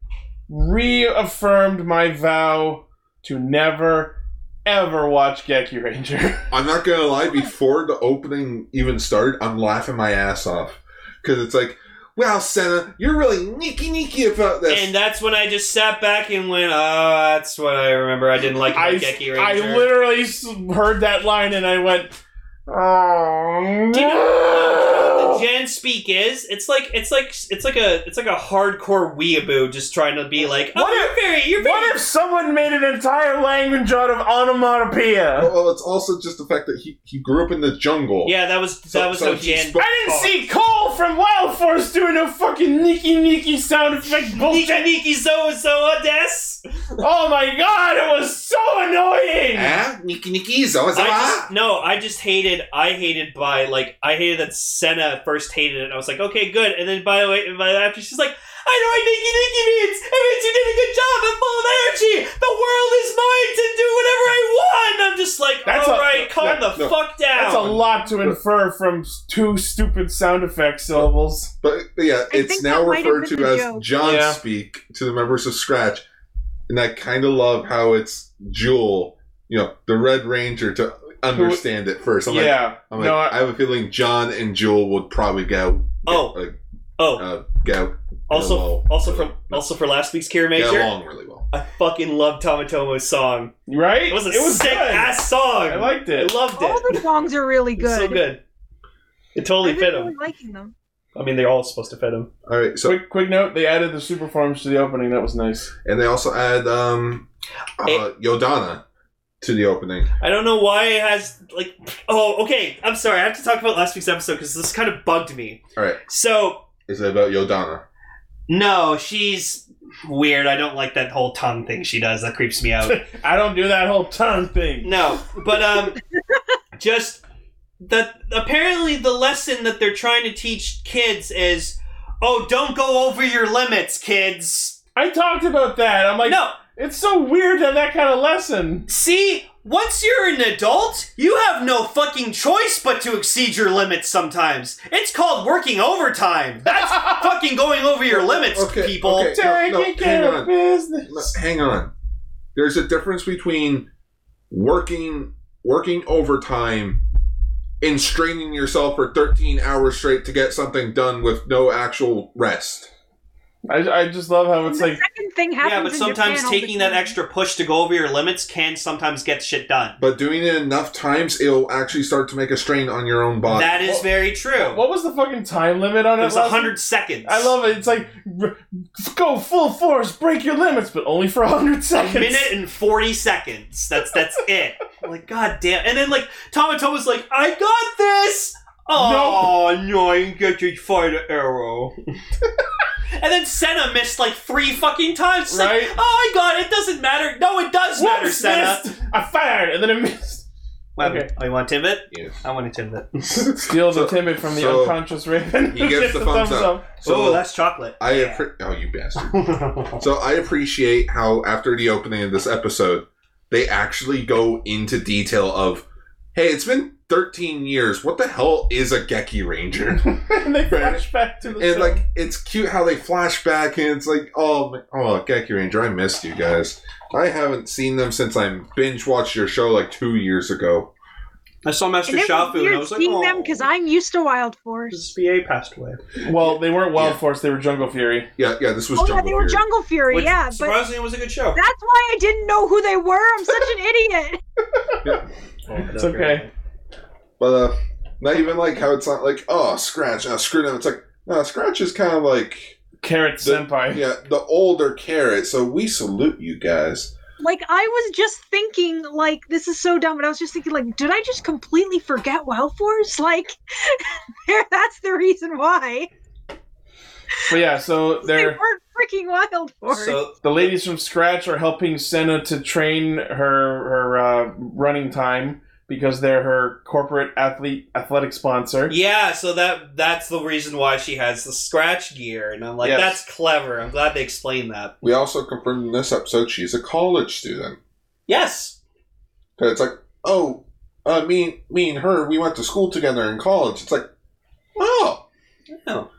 S3: reaffirmed my vow to never, ever watch Geki Ranger.
S1: I'm not gonna lie. Before the opening even started, I'm laughing my ass off because it's like, "Wow, Senna, you're really neaky neaky about this."
S2: and that's when I just sat back and went, "Oh, that's what I remember. I didn't like
S3: I,
S2: about Geki
S3: I
S2: Ranger."
S3: literally s- heard that line and I went, oh,
S2: Do you
S3: no."
S2: The Jan speak is it's like it's like it's like a it's like a hardcore weeaboo just trying to be like, "Oh,
S3: What
S2: you're very you're very
S3: What if someone made an entire language out of onomatopoeia?
S1: well, it's also just the fact that he, he grew up in the jungle.
S2: uh, Yeah, that was
S1: So-
S2: that was
S1: so
S2: no
S1: he
S2: Jan.
S1: spoke-
S3: I didn't see Cole from Wild Force doing no fucking Nikki Nikki sound effect bullshit.
S2: Niki Niki so so Odess. voice.
S3: Oh my god, it was so annoying!
S2: Eh?
S1: Nikki Nikki, Ah, so ah.
S2: I just, no, I just hated. I hated by like I hated that Senna first hated it. I was like, okay, good. And then by the way, by after she's like, I know what Nikki Nikki means. It means you did a good job. I'm full of energy. The world is mine to do whatever I want. And I'm just like,
S3: That's
S2: all
S3: a-
S2: right,
S1: no,
S2: calm the
S1: no.
S2: fuck down.
S3: That's a lot to infer from s- two stupid sound effect syllables.
S1: But yeah, it's
S9: think
S1: now
S9: that might have
S1: referred
S9: been
S1: to
S9: the
S1: as
S9: joke.
S1: John
S3: Yeah.
S1: speak to the members of Scratch, and I kind of love how it's Jewel, you know, the Red Ranger to understand it first. I'm like,
S3: yeah.
S1: I'm like,
S3: no,
S1: I,
S3: I,
S1: have a feeling John and Jewel would probably go.
S2: Oh.
S1: like,
S2: Oh.
S1: uh, go. go
S2: Also,
S1: well.
S2: also from also for last week's Kira
S1: get
S2: Major,
S1: along really well.
S2: I fucking love Tomatomo's song.
S3: right?
S2: It was a sick
S3: good.
S2: ass song.
S3: I liked
S2: I
S3: it.
S2: loved
S9: All
S2: it.
S9: the songs are really
S2: It was
S9: good.
S2: so good. It totally
S9: I've been
S2: fit
S9: really
S2: him.
S9: liking them.
S2: I mean, they're all supposed to fit him.
S1: All right, so
S3: quick, quick note: they added the super forms to the opening. That was nice.
S1: and they also add um, uh,
S2: It-
S1: Yodana to the opening.
S2: I don't know why it has like. Oh, okay. I'm sorry. I have to talk about last week's episode because this kind of bugged me.
S1: All right,
S2: So
S1: is it about Yodana?
S2: no, she's weird. I don't like that whole tongue thing she does. That creeps me out.
S3: I don't do that whole tongue thing.
S2: no, but um, just that. Apparently, the lesson that they're trying to teach kids is, oh, don't go over your limits, kids.
S3: I talked about that. I'm like,
S2: no,
S3: it's so weird to have that kind of lesson.
S2: See, once you're an adult, you have no fucking choice but to exceed your limits sometimes. It's called working overtime. That's fucking going over your limits,
S1: Okay,
S2: people.
S1: okay. No,
S3: Taking
S1: no, hang
S3: care
S1: on.
S3: of business.
S1: Look, hang on. There's a difference between working working overtime and straining yourself for 13 hours straight to get something done with no actual rest.
S3: I, I just love how
S9: And
S3: it's
S9: the
S3: like
S9: second thing happens.
S2: Yeah, but
S9: in
S2: sometimes
S9: Japan all the
S2: taking that
S9: time.
S2: extra push to go over your limits can sometimes get shit done.
S1: But doing it enough times, it'll actually start to make a strain on your own body.
S2: That is
S3: Uh, Well-
S2: very true.
S3: What was the fucking time limit on
S2: It
S3: it?
S2: was
S3: Leslie?
S2: 100 seconds.
S3: I love it. It's like r- go full force, break your limits, but only for hundred seconds.
S2: a minute and 40 seconds. That's that's it. I'm like, god damn. And then, like, Tomatoma's like, I got this! Oh, no, you get your fighter arrow. and then Senna missed like three fucking times. It's like,
S3: Right?
S2: oh, I got it. It doesn't matter. No, it does
S3: Whoops,
S2: matter, Senna.
S3: missed. I fired and then I missed.
S2: Wait,
S3: Okay.
S2: Oh, you want Timbit?
S1: Yeah.
S2: I want a Timbit.
S3: Steal the Timbit from the
S1: so-
S3: unconscious Raven.
S1: He gives the thumbs up. So
S2: oh, that's chocolate.
S1: I
S2: Yeah.
S1: appre- oh you bastard. so I appreciate how after the opening of this episode, they actually go into detail of, hey, it's been 13 years. What the hell is a Geki Ranger?
S3: and they flash back to the
S1: and
S3: show.
S1: like it's cute how they flash back and it's like oh my- oh Geki Ranger I missed you guys I haven't seen them since I binge watched your show like two years ago
S2: I saw Master
S9: And it was
S2: Shafu and I
S9: weird
S2: was like,
S9: seeing
S2: oh,
S9: them because I'm used to Wild
S2: this
S9: Force.
S2: BA passed away.
S3: well, they weren't Wild
S1: Yeah.
S3: Force; they were Jungle Fury.
S1: yeah yeah this was
S9: Oh yeah,
S1: Jungle
S9: they were
S1: Fury.
S9: Jungle Fury.
S2: Which,
S9: yeah, but
S2: surprisingly, it was a good show.
S9: that's why I didn't know who they were. I'm such an idiot.
S3: It's okay.
S1: but uh not even like how it's not like oh Scratch uh, screw them it's like no Scratch is kind of like
S3: Carrot
S1: The-
S3: Senpai.
S1: yeah the older carrot so we salute you guys
S9: Like I was just thinking, like this is so dumb, but I was just thinking, like, did I just completely forget Wild Force? Like, that's the reason why
S3: But yeah, so
S9: they
S3: they're
S9: weren't freaking Wild Force.
S2: So,
S3: the ladies from Scratch are helping Senna to train her her uh, running time because they're her corporate athlete athletic sponsor.
S2: Yeah, so that that's the reason why she has the scratch gear, and I'm like,
S3: Yes.
S2: that's clever. I'm glad they explained that.
S1: we also confirmed in this episode she's a college student
S2: Yes,
S1: And it's like, oh, uh, me, and- me and her, we went to school together in college. It's like, oh,
S2: Oh.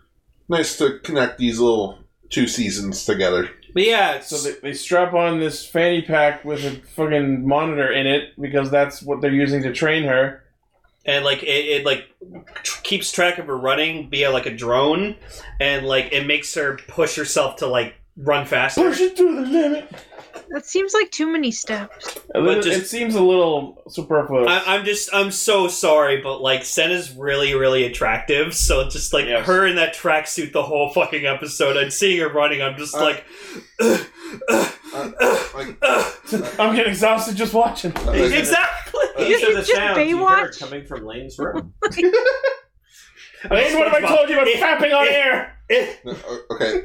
S1: nice to connect these little two seasons together.
S2: but yeah, it's-
S3: So they, they strap on this fanny pack with a fucking monitor in it because that's what they're using to train her.
S2: and like it, it like tr- keeps track of her running via like a drone, and like it makes her push herself to like run faster.
S3: Push it to the limit.
S9: that seems like too many steps.
S3: A little-
S2: just-
S3: it seems a little superfluous.
S2: I, I'm just I'm so sorry, but like Senna's really really attractive. So it's just like
S3: Yes.
S2: her in that tracksuit the whole fucking episode, and seeing her running, I'm just
S1: Uh,
S2: like.
S1: uh, Like, uh,
S3: I'm getting exhausted just watching.
S1: like,
S2: Exactly.
S5: These
S9: You
S5: are the
S9: should just
S5: sounds you heard
S9: Baywatch.
S5: coming from Lane's room.
S3: Lane, what have I told you about fapping on air?
S1: no, okay,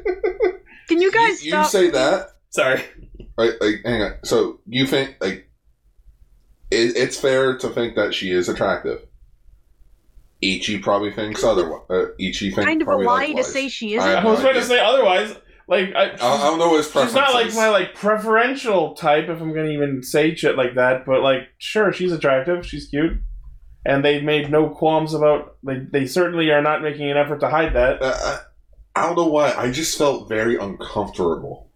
S9: Can you
S1: you,
S9: guys
S1: you
S9: stop?
S1: say that,
S2: Sorry.
S1: Like, like, hang on. So you think like it, it's fair to think that she is attractive? Ichi probably thinks otherwise. Uh, Ichi thinks
S9: kind of a
S1: probably
S9: lie to
S1: likewise.
S9: say she
S1: I
S9: isn't.
S1: have
S3: I was
S1: no
S3: going to
S1: idea.
S3: say otherwise. Like I,
S1: I don't know his
S3: She's not like
S1: preferences.
S3: my like preferential type, if I'm going to even say shit like that. But like, sure, she's attractive, she's cute, and they made no qualms about. They they certainly are not making an effort to hide that.
S1: Uh, I don't know why. I just felt very uncomfortable.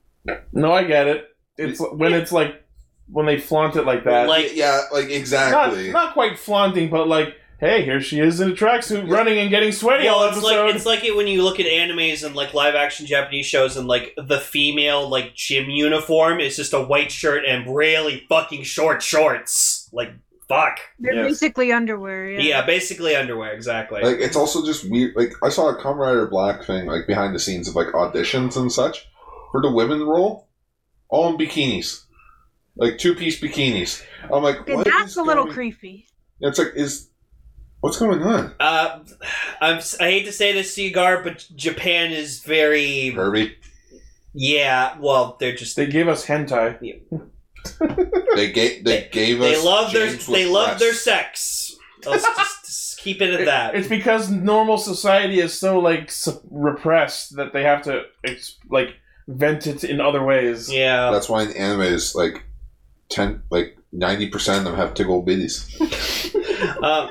S3: No, I get it. It's when it's like when they flaunt it like that.
S2: Like-
S1: yeah, like exactly.
S3: Not, not quite flaunting, but like, hey, here she is in a tracksuit, running and getting sweaty all
S2: Well, it's
S3: episode.
S2: like it's like it when you look at animes and like live action Japanese shows and like the female like gym uniform is just a white shirt and really fucking short shorts. Like fuck.
S9: They're basically underwear.
S2: Yeah.
S9: Yeah.
S2: basically underwear, exactly.
S1: Like it's also just weird. Like I saw a Kamen Rider Black thing, like behind the scenes of like auditions and such for the women role, all in bikinis, like two piece bikinis. I'm like,
S9: Okay,
S1: what
S9: that's
S1: is
S9: a little
S1: going-
S9: creepy.
S1: It's like, is what's going on?
S2: uh, I'm s- I hate to say this, Seagar, but Japan is very
S1: Herbie,
S2: yeah. Well, they're just
S3: they gave us hentai.
S1: they gave they, gave us.
S2: they love their
S1: James
S2: they
S1: with
S2: love their
S1: breasts.
S2: sex. Let's just, just keep it at that.
S3: It's because normal society is so like sup- repressed that they have to ex- like vent it in other ways.
S2: yeah.
S1: That's why in anime is like ten, like ninety percent of them have tickle bitties.
S2: Um,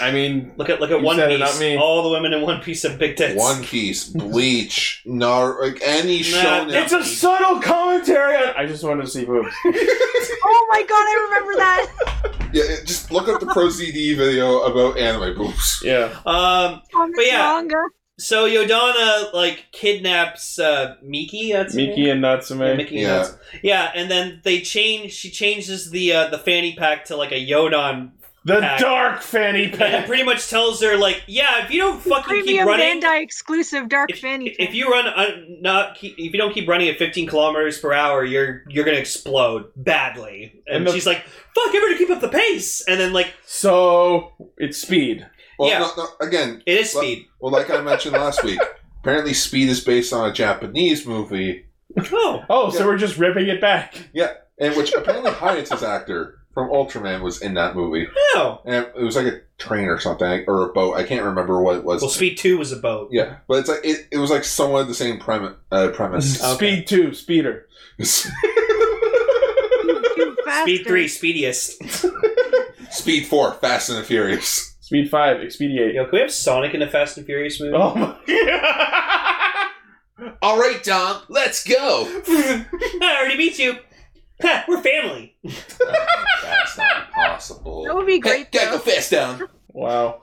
S3: I mean,
S2: look at look at
S3: You
S2: One
S3: said it,
S2: Piece.
S3: not me.
S2: All the women in One Piece have big tits.
S1: One Piece, Bleach, Nar, like any shonen.
S3: it's a subtle commentary. On- I just wanted to see boobs.
S9: Oh my god, I remember that.
S1: Yeah, it- just look up the Pro ZD video about anime boobs.
S3: Yeah,
S2: Um,
S9: On the
S2: But yeah.
S9: manga.
S2: So Yodana like kidnaps uh, Miki. That's her
S3: Miki
S2: name?
S3: and
S2: yeah,
S3: Natsume.
S2: Miki.
S1: Yeah.
S2: Yeah. yeah, and then they change. She changes the uh, the fanny pack to like a Yodon,
S3: The
S2: Pack.
S3: dark fanny
S2: and
S3: pack.
S2: pretty much tells her like, yeah, if you don't fucking keep
S9: Premium
S2: running,
S9: Bandai exclusive dark fanny.
S2: if
S9: pack.
S2: you run un- not keep, if you don't keep running at 15 kilometers per hour, you're you're gonna explode badly. And,
S3: And the-
S2: she's like, fuck, I'm gonna keep up the pace. And then like
S3: So it's speed.
S1: Well,
S2: Yeah.
S1: no, no, again,
S2: it is
S1: Well-
S2: speed.
S1: well, like I mentioned last week, apparently Speed is based on a Japanese movie,
S2: Oh,
S3: Oh,
S1: Yeah.
S3: so we're just ripping it back.
S1: and which apparently Hayate's actor from Ultraman was in that movie,
S2: no.
S1: and it was like a train or something or a boat. I can't remember what it was.
S2: Well, speed two was a boat.
S1: yeah, but it's like it, it was like somewhat the same premi- uh, premise.
S3: Speed two, speeder.
S9: Too fast
S2: Speed
S9: or-
S2: three, speediest.
S1: Speed four, Fast and the Furious.
S3: Speed five, expediate.
S2: Yo, can we have Sonic in a Fast and Furious movie?
S3: Oh my!
S4: All right, Dom, let's go.
S2: I already beat you. Ha, we're family.
S1: That's not possible.
S9: That would be great.
S4: Gotta go
S9: Though.
S4: fast, Dom.
S3: Wow.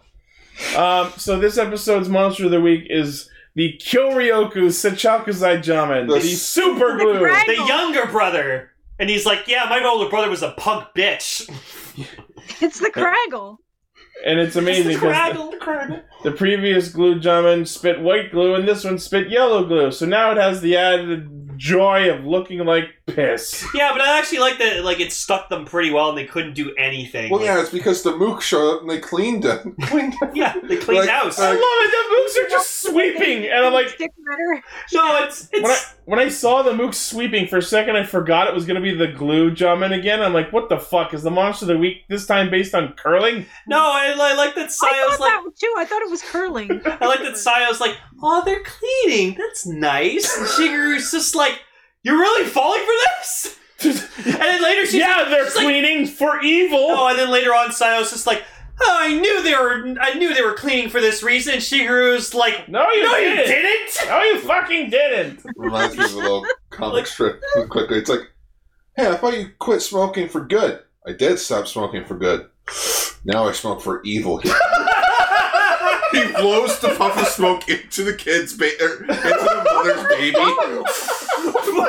S3: Um, so this episode's monster of the week is the Kyoryoku Sechakuzai Jamin, the,
S1: The
S3: super
S9: The
S3: glue.
S9: drag-
S2: The younger brother. And he's like, yeah, my older brother was a punk bitch.
S9: It's the Craggle.
S3: And it's amazing because
S2: Craggle, craggle.
S3: the previous glue Jamin spit white glue, and this one spit yellow glue. So now it has the added joy of looking like piss.
S2: Yeah, but I actually like that. Like it stuck them pretty well, and they couldn't do anything.
S1: Well,
S2: Like,
S1: yeah, it's because the Mook showed up and they cleaned it. Cleaned it.
S2: yeah, they cleaned
S1: Like, uh,
S2: house.
S3: I love it. The mooks are just sweeping, and I'm like,
S9: Stick matter.
S2: no, it's it's.
S3: when I when I saw the mooks sweeping for a second, I forgot it was gonna be the glue Jamin again. I'm like, what the fuck is the monster of the week this time based on curling?
S2: no, I, I like that.
S9: I
S2: Sayo's
S9: thought
S2: like,
S9: that too. I thought it was curling.
S2: I like that. Sayo's like, oh, they're cleaning. That's nice. And Shiguru's just like, you're really falling for this. and then later she's
S3: yeah, they're
S2: she's like-
S3: cleaning for evil.
S2: Oh, and then later on, Sayo's just like, oh, I knew they were, I knew they were cleaning for this reason. Shiguru's like,
S3: No, you
S2: no, you
S3: didn't.
S2: didn't.
S3: No, you fucking didn't.
S1: Reminds me of a little comic strip quickly. It's like, hey, I thought you quit smoking for good. I did stop smoking for good. Now I smoke for evil. he blows the puff of smoke into the kid's ba- er, into the mother's baby.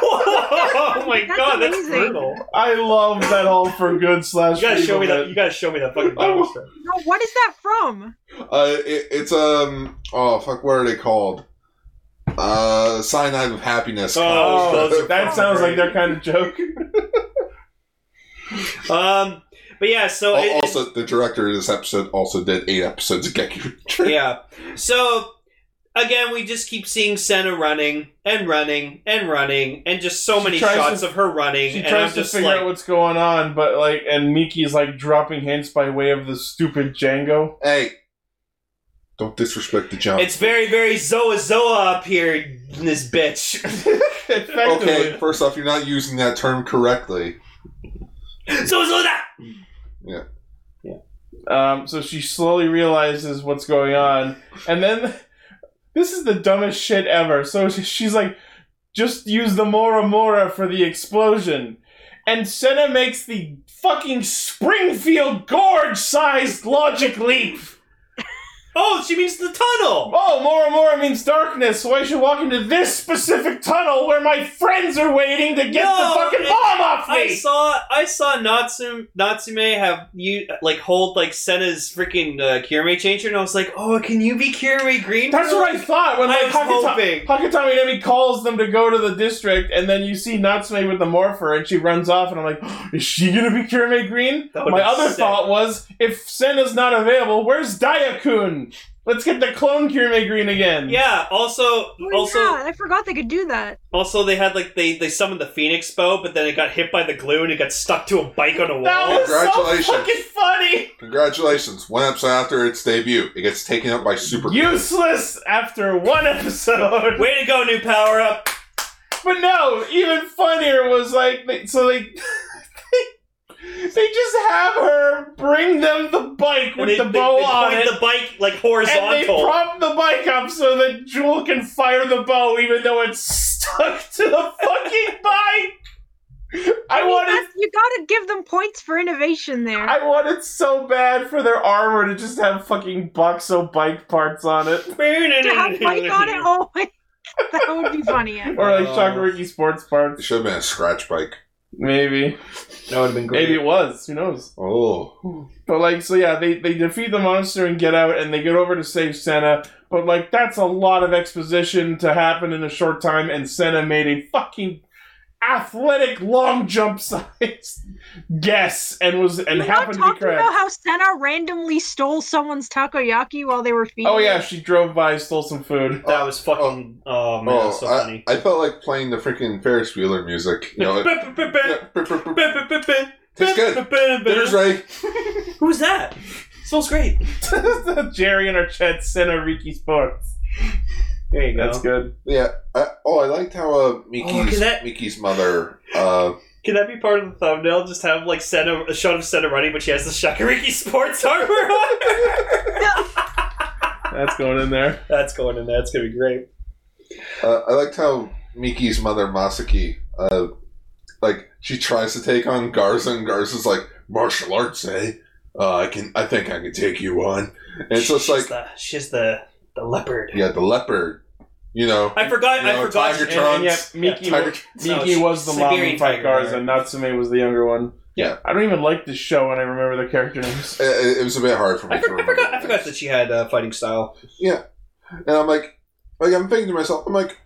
S2: oh my
S9: That's
S2: god, that's
S9: amazing.
S2: brutal.
S3: I love that all for good slash.
S2: You gotta show me that.
S3: evil
S2: You
S3: bit.
S2: gotta show me that fucking
S3: Oh.
S2: Bible strip.
S9: No, what is that from?
S1: Uh, it, it's um, oh fuck, what are they called? Uh, cyanide of happiness.
S2: Oh,
S1: Comics.
S2: those are-
S3: That sounds like their kind of joke.
S2: Um, but yeah, so
S1: Al-
S2: it- it-
S1: also, the director of this episode also did eight episodes of Geku.
S2: yeah, so again, we just keep seeing Senna running and running and running, and just so many
S3: tries
S2: shots
S3: to-
S2: of her running.
S3: She
S2: and
S3: tries
S2: I'm
S3: to
S2: just
S3: figure
S2: like,
S3: out what's going on, but like, and Miki's like dropping hints by way of the stupid Django.
S1: Hey, don't disrespect the jump.
S2: it's very, very Zoa Zoa up here in this bitch.
S1: okay, first off, you're not using that term correctly.
S2: Zoa Zoa that!
S1: Yeah.
S3: Um, so she slowly realizes what's going on, and then this is the dumbest shit ever. So she- she's like, "Just use the Mora Mora for the explosion," and Senna makes the fucking Springfield Gorge-sized logic leap.
S2: Oh, she means the tunnel.
S3: Oh, Mora Mora means darkness. So I should walk into this specific tunnel where my friends are waiting to get
S2: No,
S3: the fucking
S2: it-
S3: bomb off me.
S2: I saw I saw Natsume Natsume have you like hold like Senna's freaking uh, Kirame changer, and I was like, oh, can you be Kirame Green?
S3: That's
S2: for
S3: what I
S2: like-
S3: thought when
S2: I
S3: like
S2: was
S3: Hakutami,
S2: hoping.
S3: Hakutami Nemi calls them to go to the district, and then you see Natsume with the morpher, and she runs off, and I'm like, is she gonna be Kirame Green?
S2: That would've
S3: My
S2: been
S3: other
S2: sick.
S3: thought was, if Senna's not available, where's Dayakun? Let's get the clone Kirame Green again.
S2: Yeah. Also,
S9: Oh,
S2: also,
S9: yeah, I forgot they could do that.
S2: also, they had like they they summoned the Phoenix Bow, but then it got hit by the glue and it got stuck to a bike on a wall.
S3: That was
S1: Congratulations.
S3: so fucking funny.
S1: Congratulations. One episode after its debut, it gets taken up by Super.
S3: Useless after one episode.
S2: Way to go, new power up.
S3: But no, even funnier was like they, so they, they just have her bring them the bike with
S2: And they,
S3: the
S2: they-
S3: bow
S2: they
S3: on
S2: point
S3: it.
S2: the bike like
S3: and they
S2: horizontal.
S3: prop the bike up so that Jewel can fire the bow even though it's stuck to the fucking bike. I
S9: mean,
S3: wanted
S9: that's- you gotta give them points for innovation there.
S3: I wanted so bad for their armor to just have fucking boxo bike parts on it.
S9: to have Mike on it always. That would be funny. actually.
S3: Or like Shakuriki sports parts.
S1: It should have been a scratch bike.
S3: Maybe.
S4: That would have been great.
S3: Maybe it was. Who knows?
S1: Oh.
S3: But like, so yeah, they they defeat the monster and get out, and they get over to save Senna. But like, that's a lot of exposition to happen in a short time, and Senna made a fucking athletic long jump size guess and was and
S9: You're not
S3: happened to be
S9: talking about
S3: correct.
S9: how Senna randomly stole someone's takoyaki while they were feeding.
S3: Oh yeah,
S9: it?
S3: she drove by, stole some food.
S2: that was fucking. Oh, man, that was so
S1: I,
S2: funny.
S1: I felt like playing the freaking Ferris Bueller music. You know, it- Tastes good. Dinner's ready.
S2: Who's that? Smells great.
S3: Jerry and our chat Senna Riki Sports.
S2: There you go.
S3: That's good.
S1: Yeah. I, oh, I liked how uh, Miki's,
S2: Oh, look at that.
S1: Miki's mother. Uh,
S2: Can that be part of the thumbnail? Just have like Senna, a shot of Senna running, but she has the Shakariki sports armor on.
S3: That's going in there.
S2: That's going in there. That's gonna be great.
S1: uh, I liked how Miki's mother Masaki. Uh, like she tries to take on Garza, and Garza's like martial arts, eh? Uh, I can. I think I can take you on. And so it's
S2: She's
S1: like,
S2: the, she's the the leopard.
S1: yeah, the leopard. You know,
S2: I forgot.
S1: You know,
S2: I forgot.
S1: tiger
S2: she-
S1: trunks.
S3: And, and yet Miki,
S1: Tiger-
S3: was, Miki was the mom
S2: Siberian
S3: in Fight
S2: tiger,
S3: Cars,
S2: right.
S3: and Natsume was the younger one.
S1: Yeah.
S3: I don't even like this show, and I remember the character names.
S1: it, it was a bit hard for me
S2: I,
S1: to
S2: for, I
S1: remember.
S2: forgot. I forgot that she had uh, fighting style.
S1: And I'm like, like I'm thinking to myself, I'm like,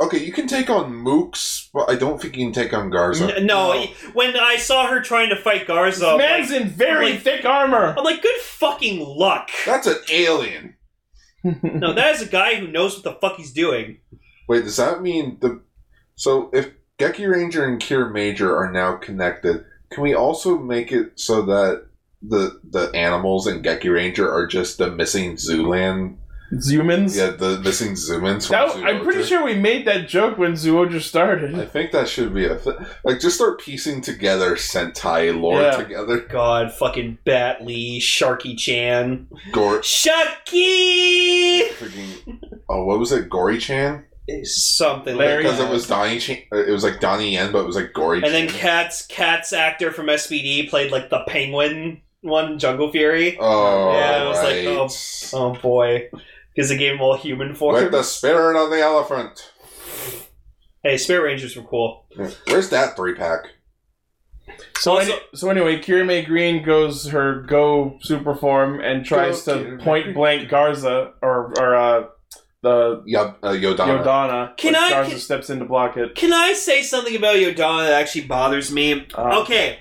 S1: okay, you can take on Mooks, but I don't think you can take on Garza.
S2: N- no, when I saw her trying to
S3: This
S2: fight Garza, I'm like,
S3: man's in very
S2: like-
S3: thick armor.
S2: I'm like, good fucking luck.
S1: That's an alien.
S2: No, that is a guy who knows what the fuck he's doing.
S1: Wait, does that mean the? So if Geki Ranger and Cure Major are now connected, can we also make it so that the the animals in Geki Ranger are just the missing Zooland?
S3: Zoomins.
S1: Yeah, the missing Zoomins. from
S3: That- I'm pretty
S1: Zoology?
S3: sure we made that joke when Zooja
S1: I
S3: started.
S1: think that should be a th- like just start piecing together Sentai lore
S3: Yeah.
S1: together.
S2: God, fucking Batley, Sharky Chan,
S1: Gore,
S2: Shucky,
S1: freaking, oh, what was it? Gory Chan.
S2: something
S3: Larry-
S2: like
S1: because
S2: that.
S1: it was Donnie. Ch- it was like Donnie Yen, but it was like gory.
S2: And then
S1: Chan.
S2: Cat's Cat's actor from SBD played like the Penguin one, Jungle Fury.
S1: oh,
S2: Yeah, it was like,
S1: right.
S2: Oh boy, because they gave him all human form.
S1: With the spirit of the elephant.
S2: hey, Spirit Rangers were cool.
S1: Where's that three pack?
S3: So,
S2: Also-
S3: any- so anyway, Kirame Green goes her go super form and tries
S1: Go
S3: to
S1: Kirame.
S3: point blank Garza or or uh, the
S1: Yod- uh, Yodana.
S3: Yodana.
S2: Can
S3: but
S2: I-
S3: Garza
S2: can-
S3: steps in to block it.
S2: Can I say something about Yodana that actually bothers me?
S3: Uh,
S2: okay,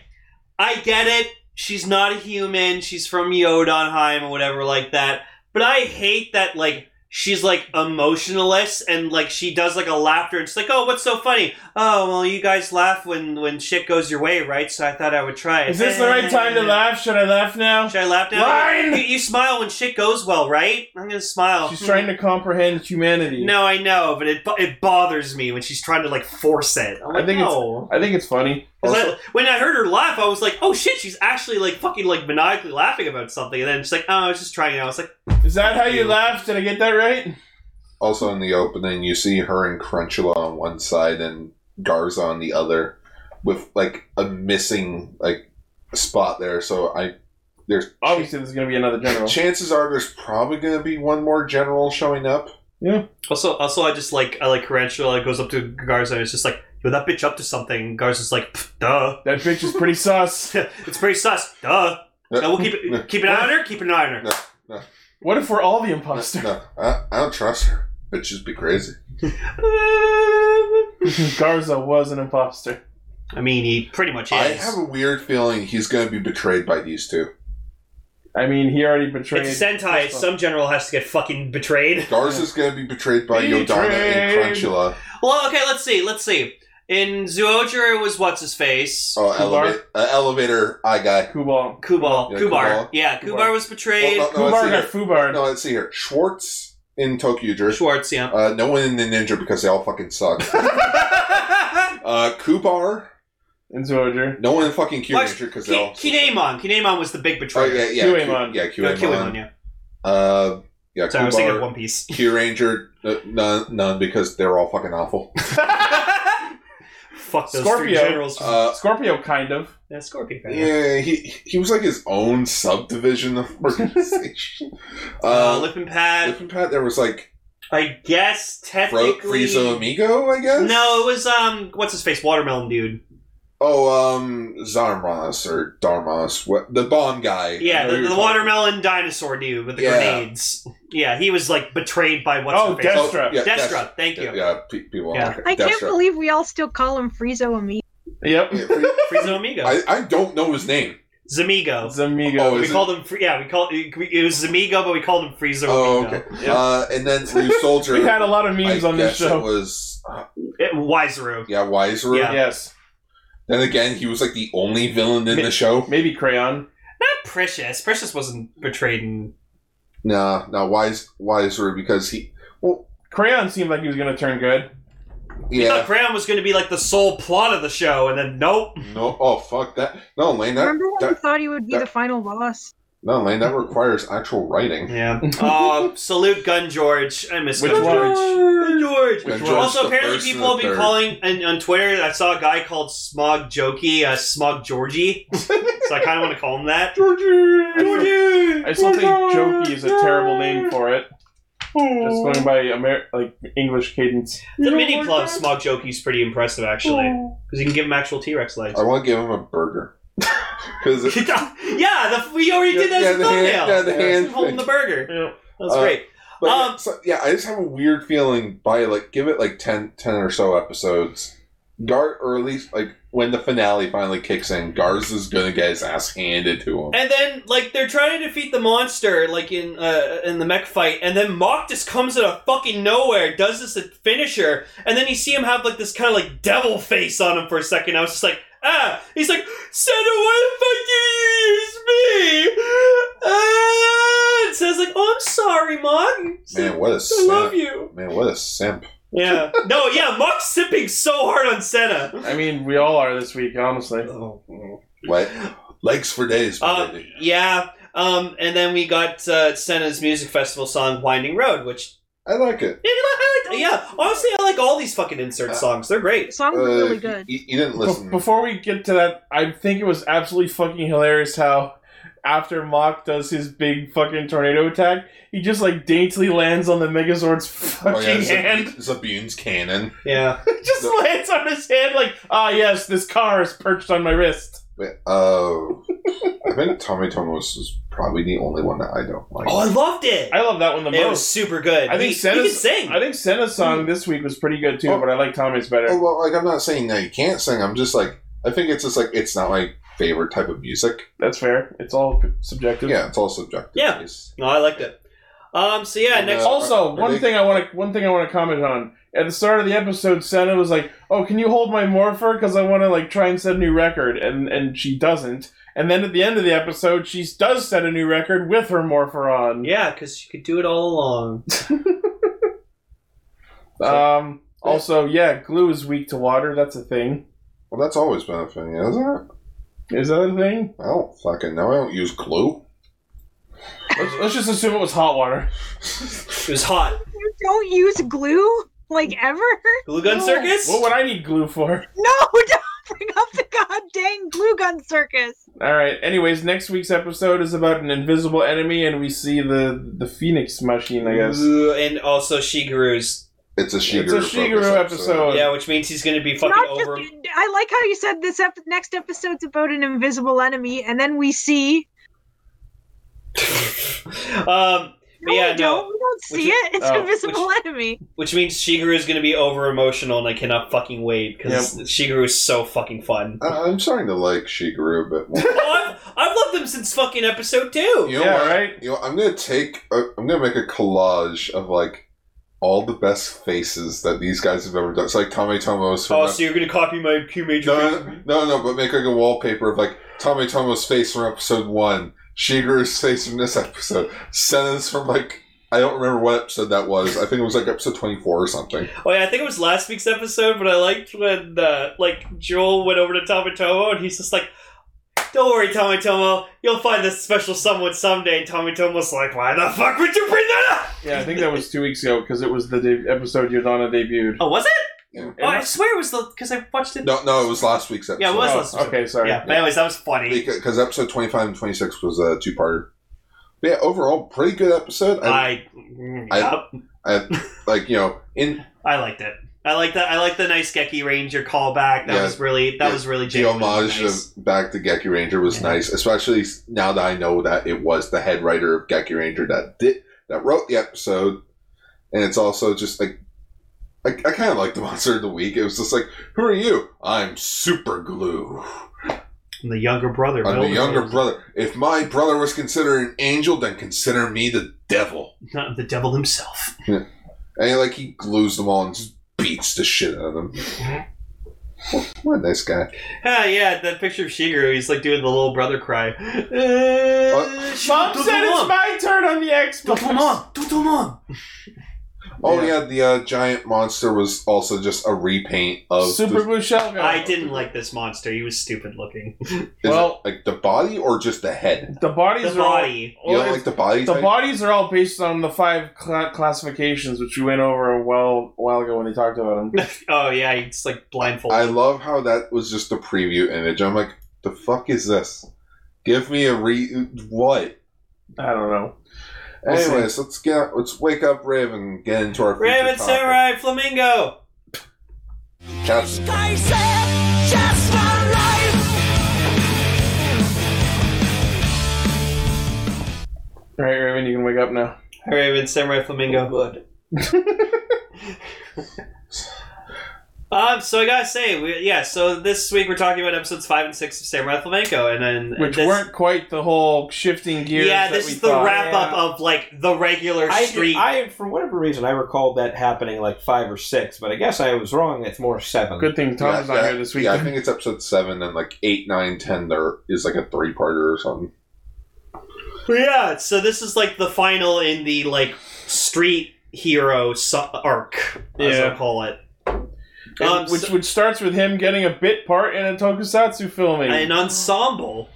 S2: I get it. She's not a human. She's from Jotunheim or whatever like that. But I hate that like she's like emotionless and like she does like a laughter. It's like, oh, what's so funny? Oh, well, you guys laugh when when shit goes your way, right? So I thought I would try. it. Eh,
S3: Is this the right time to laugh? Should I laugh now?
S2: Should I laugh now?
S3: Line!
S2: You, you smile when shit goes well, right? I'm gonna smile.
S3: She's trying to comprehend humanity.
S2: No, I know, but it bo- it bothers me when she's trying to like force it. I'm like,
S3: I think
S2: no.
S3: it's I think it's funny.
S2: 'Cause I- when I heard her laugh, I was like, "Oh shit, she's actually like fucking like maniacally laughing about something." And then she's like, "Oh, I was just trying." it out." I was like,
S3: Is that how you laugh? Did I get that right?
S1: Also, in the opening, you see her and Crunchula on one side and Garza on the other, with like a missing like spot there. So I, there's
S3: Obviously, there's going to be another general.
S1: chances are there's probably going to be one more general showing up.
S2: Also, also, I just like I like Tarantula goes up to Garza and it's just like, "Yo, that bitch up to something." Garza's like, "Pff, "Duh,
S3: That bitch is pretty sus.
S2: it's pretty sus." Duh. No, we'll keep it, keep an eye on her. Keep an eye on her.
S3: What if we're all the imposter?
S1: No, I, I don't trust her. Bitches be crazy.
S3: Garza was an imposter.
S2: I mean, he pretty much
S1: I
S2: is.
S1: have a weird feeling he's going to be betrayed by these two.
S3: I mean, he already betrayed.
S2: It's Sentai. Some general has to get fucking betrayed.
S1: Garza's going to be betrayed by Yodana and
S3: Betrayed.
S1: Crunchula.
S2: Well, okay, let's see. Let's see. In Zuojiro, it was what's his face?
S1: Oh,
S3: Kubar?
S1: eleva- uh, elevator eye guy.
S3: Kubal.
S2: Kubal.
S1: Yeah,
S2: Kubar.
S1: Kubal.
S2: Yeah,
S3: Kubar.
S2: Kubar was betrayed.
S1: Well, No,
S3: Kubar got
S1: it's
S3: Fubar.
S1: No, let's see here. Schwartz in Tokyo Drift.
S2: Schwartz. Yeah.
S1: Uh, no one in the ninja because they all fucking suck. uh, Kubar.
S3: And Zoger.
S1: No one in fucking Q
S2: Watch-
S1: Ranger because they
S2: Ki-
S1: all.
S2: Kinemon. Kinemon was the big
S1: Oh,
S2: betrayer.
S1: yeah, yeah.
S3: Kiwamon.
S1: Q- yeah,
S2: Go Kinemon.
S1: Q-Amon.
S2: yeah.
S1: Uh, yeah,
S2: Sorry, I was thinking of
S1: Kubar.
S2: One Piece.
S1: Q Ranger. uh, None, none because they're all fucking awful.
S2: Fuck those three
S3: Scorpio.
S2: generals.
S1: Uh,
S3: Scorpio, kind of.
S2: yeah, Scorpio.
S1: yeah, he he was like his own subdivision of organization.
S2: Uh,
S1: uh,
S2: Lip and Pad.
S1: Lip Pat, there was like
S2: I guess
S1: Fro-
S2: technically.
S1: Frieza Amigo, I guess.
S2: no, it was um, what's his face, watermelon dude.
S1: Oh, um, Zarmos or Darmos, what the bomb guy? I
S2: Yeah,
S1: know
S2: the,
S1: you're
S2: the
S1: talking-
S2: watermelon dinosaur dude with the
S1: Yeah.
S2: grenades. Yeah, he was like betrayed by what's
S3: Oh,
S2: his face.
S3: Death- Destra.
S1: yeah,
S2: Destra, Thank you.
S1: Yeah, yeah, pe- people.
S2: Yeah.
S1: Like,
S9: I can't
S1: Destra.
S9: believe we all still call him Friezo Amigo.
S3: Yep.
S1: Yeah, Fri-
S2: Frieza Amigo.
S1: I, I don't know his name.
S2: Zamigo.
S3: Zamigo.
S1: Oh,
S2: we
S1: is it-
S2: called him. Fr- Yeah, we called it was Zamigo, but we called him Frieza.
S1: Oh,
S2: Amigo.
S1: okay. Uh, and then New Soldier.
S3: We've had a lot of
S1: I
S3: memes on this
S1: guess it
S3: show.
S1: was uh,
S2: It, Wiseru.
S1: yeah, Wiseru.
S2: Yeah.
S3: Yes.
S1: Then again, he was like the only villain in
S3: Mi-
S1: the show.
S3: Maybe Crayon.
S2: Not Precious. Precious wasn't betrayed in.
S1: Nah, nah, Wise Wiseru because he. Well,
S3: Crayon seemed like he was going to turn good.
S2: I thought
S1: yeah.
S2: Graham was going to be like the sole plot of the show, and then nope.
S1: No, oh fuck that. No, Lane. That,
S9: Remember when we
S1: that
S9: thought he would be
S1: that-
S9: the final boss?
S1: no, Lane. That requires actual writing.
S2: Yeah. uh, salute Gun George. I miss
S3: Which
S2: Gun George.
S3: one?
S2: Gun George.
S1: Gun George is
S2: Also,
S1: the
S2: apparently,
S1: first and
S2: people have
S1: the
S2: been
S1: third.
S2: calling and on Twitter. I saw a guy called Smog Jokey, uh, Smog Georgie. so I kind of want to call him that.
S3: I still think Jokey is a terrible name for it. Just going by Amer- like English cadence.
S2: The mini club Smog Jokey's pretty impressive, actually, because you can give him actual T Rex legs.
S1: I want to give him a burger. Because
S2: yeah, the, we already did that
S1: Yeah,
S2: as a
S1: the hand-
S2: thumbnail.
S1: yeah, the
S2: Just
S1: hand
S2: holding the
S1: thing.
S2: burger.
S3: Yeah.
S2: That's
S1: Uh,
S2: great.
S1: But
S2: Um,
S1: yeah, so, yeah, I just have a weird feeling by like give it like 10, 10 or so episodes. Gar or at least like when the finale finally kicks in, Garza's gonna get his ass handed to him.
S2: And then, like, they're trying to defeat the monster, like in uh, in the mech fight, and then Mock just comes out of fucking nowhere, does this finisher, and then you see him have like this kind of like devil face on him for a second. I was just like, ah, he's like, Santa, why the fuck did you use me? Ah! And says like, oh, I'm sorry, Mock. He's like,
S1: Man, what a
S2: I love
S1: simp.
S2: you.
S1: Man, what a simp.
S2: Yeah. no, yeah, Mock's sipping so hard on Senna.
S3: I mean, we all are this week, honestly.
S1: Like legs for days. my
S2: Uh,
S1: lady.
S2: yeah. Um, and then we got uh, Senna's music festival song "Winding Road," which
S1: I like it.
S2: yeah, I like, yeah, honestly, I like all these fucking insert songs. They're
S9: The
S2: great.
S9: songs
S1: Uh,
S9: are really
S1: you-
S9: good.
S1: You, you didn't
S3: Be-
S1: listen.
S3: before we get to that, I think it was absolutely fucking hilarious how after Mock does his big fucking tornado attack, he just like daintily lands on the Megazord's fucking
S1: Oh, yeah, Zab-
S3: hand.
S1: Zabune's cannon.
S2: Yeah,
S3: just lands on his hand like, ah yes, this car is perched on my wrist.
S1: Wait, uh, I think Tommy Tomos is probably the only one that I don't like.
S2: oh, I loved it.
S3: I love that one the
S2: it was
S3: most.
S2: super good.
S3: I think
S2: he,
S3: Senna's-
S2: he can sing.
S3: I think Senna's song this week was pretty good too,
S1: Oh.
S3: but I like Tommy's better.
S1: Oh, well, like I'm not saying that you can't sing. I'm just like I think it's just like it's not my favorite type of music.
S3: That's fair. It's all subjective.
S1: Yeah, it's all subjective.
S2: Yeah.
S1: It's-
S2: no, I liked it. Um. So yeah, next.
S3: also, one thing I want to one thing I want to comment on at the start of the episode, Senna was like, "Oh, can you hold my morpher? Because I want to like try and set a new record," and and she doesn't. And then at the end of the episode, she does set a new record with her morpher on.
S2: Yeah, because she could do it all along.
S3: um. Also, yeah, glue is weak to water. That's a thing.
S1: Well, that's always been a thing, isn't
S3: it? Is that a thing?
S1: I don't fucking know. I don't use glue.
S3: Let's, let's just assume it was hot water.
S2: It was hot.
S9: You don't use glue? Like ever?
S2: Glue gun
S3: No.
S2: circus?
S3: What would I need glue for?
S9: No, don't bring up the goddamn glue gun circus.
S3: All right. Anyways, next week's episode is about an invisible enemy, and we see the the phoenix machine. I guess.
S2: Ooh, and also Shiguru's.
S1: It's a
S3: It's a Shigeru episode. episode.
S2: Yeah, which means he's going to be fucking
S9: Not just,
S2: over.
S9: I like how you said this ep- next episode's about an invisible enemy, and then we see.
S2: Um, but
S9: No,
S2: yeah,
S9: we
S2: no.
S9: don't. We don't
S2: Which
S9: see
S2: is-
S9: it. It's
S2: oh,
S9: an invisible enemy.
S2: Which means Shigeru is going to be over emotional, and I cannot fucking wait because Shigeru is so fucking fun.
S1: I, I'm starting to like Shigeru a bit more.
S2: oh, I've, I've loved him since fucking episode two.
S1: You know what? You know, I'm gonna take. i am I'm gonna make a collage of like all the best faces that these guys have ever done. It's like Tommy Tomo's. from
S2: Oh,
S1: Ep-
S2: so you're going to copy my Q major?
S1: no,
S2: face?
S1: no, no, no, but make like a wallpaper of like Tommy Tomo's face from episode one, Shigeru's face from this episode, Senna's from like I don't remember what episode that was. I think it was like episode 24 or something.
S2: Oh yeah, I think it was last week's episode, but I liked when uh, like Joel went over to Tomatomo and he's just like, "Don't worry, Tomatomo, you'll find this special someone someday." And Tomatomo's like, "Why the fuck would you bring that up?"
S3: Yeah, I think that was two weeks ago because it was the de- episode Yodana debuted.
S2: Oh, was it?
S1: Yeah.
S2: Oh, I swear it was the because I watched it.
S1: No, no, it was last week's episode.
S2: Yeah, it was last week's
S3: Oh, Okay, sorry.
S2: Yeah, but anyways, that was funny.
S1: because episode 25 and 26 was a two-parter. But yeah, overall, pretty good episode.
S2: I,
S1: I,
S2: Yup.
S1: I like you know in
S2: I liked it. I like that. I like the nice Geki Ranger callback. That
S1: Yeah.
S2: was really that was really
S1: the
S2: genuine.
S1: homage
S2: Nice.
S1: of back to Geki Ranger was nice, especially now that I know that it was the head writer of Geki Ranger that did that wrote the episode, and it's also just like. I, I kind of like the monster of the week. It was just like, "Who are you? I'm Super Glue.
S2: I'm the younger brother.
S1: I'm the
S2: Bill.
S1: younger brother. If my brother was considered an angel, then consider me the devil."
S2: Not the devil himself.
S1: And like he glues them all and just beats the shit out of them. What a nice guy.
S2: Ah, yeah, that picture of Shigeru. He's like doing the little brother cry. Eh,
S3: Mom said it's my turn on the Xbox.
S1: Oh yeah, the uh, giant monster was also just a repaint of
S3: Super
S1: the,
S3: Blue Shell
S2: I
S3: Guy.
S2: didn't like this monster. He was stupid looking.
S1: is
S3: Well-
S1: it, like the body or just the head.
S3: The bodies
S2: The
S3: are all-
S2: body.
S1: You
S3: Well,
S1: don't like the body.
S3: the
S1: type?
S3: bodies are all based on the five cla classifications, which we went over a while while ago when they talked about them.
S2: Oh yeah, he's like blindfolded.
S1: I love how that was just a preview image. I'm like, the fuck is this? Give me a re what?
S3: I don't know. We'll see.
S1: Anyways, let's get let's wake up Raven and get into our future
S2: Raven
S1: topic.
S2: Samurai Flamingo.
S1: Cats-
S6: Just my life.
S3: All right, Raven, you can wake up now.
S2: Raven Samurai Flamingo.
S5: Oh,
S2: Good. um. So I gotta say, we, yeah. So this week we're talking about episodes five and six of Samurai Flamenco, and then and
S3: Which
S2: this,
S3: weren't quite the whole shifting gears.
S2: Yeah,
S3: that
S2: this
S3: we
S2: is the
S3: thought.
S2: wrap up
S5: Yeah.
S2: of like the regular
S5: I,
S2: street.
S5: I, for whatever reason, I recall that happening like five or six, but I guess I was wrong. It's more seven.
S3: Good thing
S1: Yeah,
S3: Tom's not
S1: that-
S3: here this week.
S1: yeah, I think it's episode seven and like eight, nine, ten. There is like a three parter or something.
S2: But yeah, so this is like the final in the like street hero su- arc, as
S3: Yeah.
S2: I'll call it.
S3: And-
S2: Um,
S3: which
S2: so-
S3: which starts with him getting a bit part in a tokusatsu filming.
S2: an ensemble.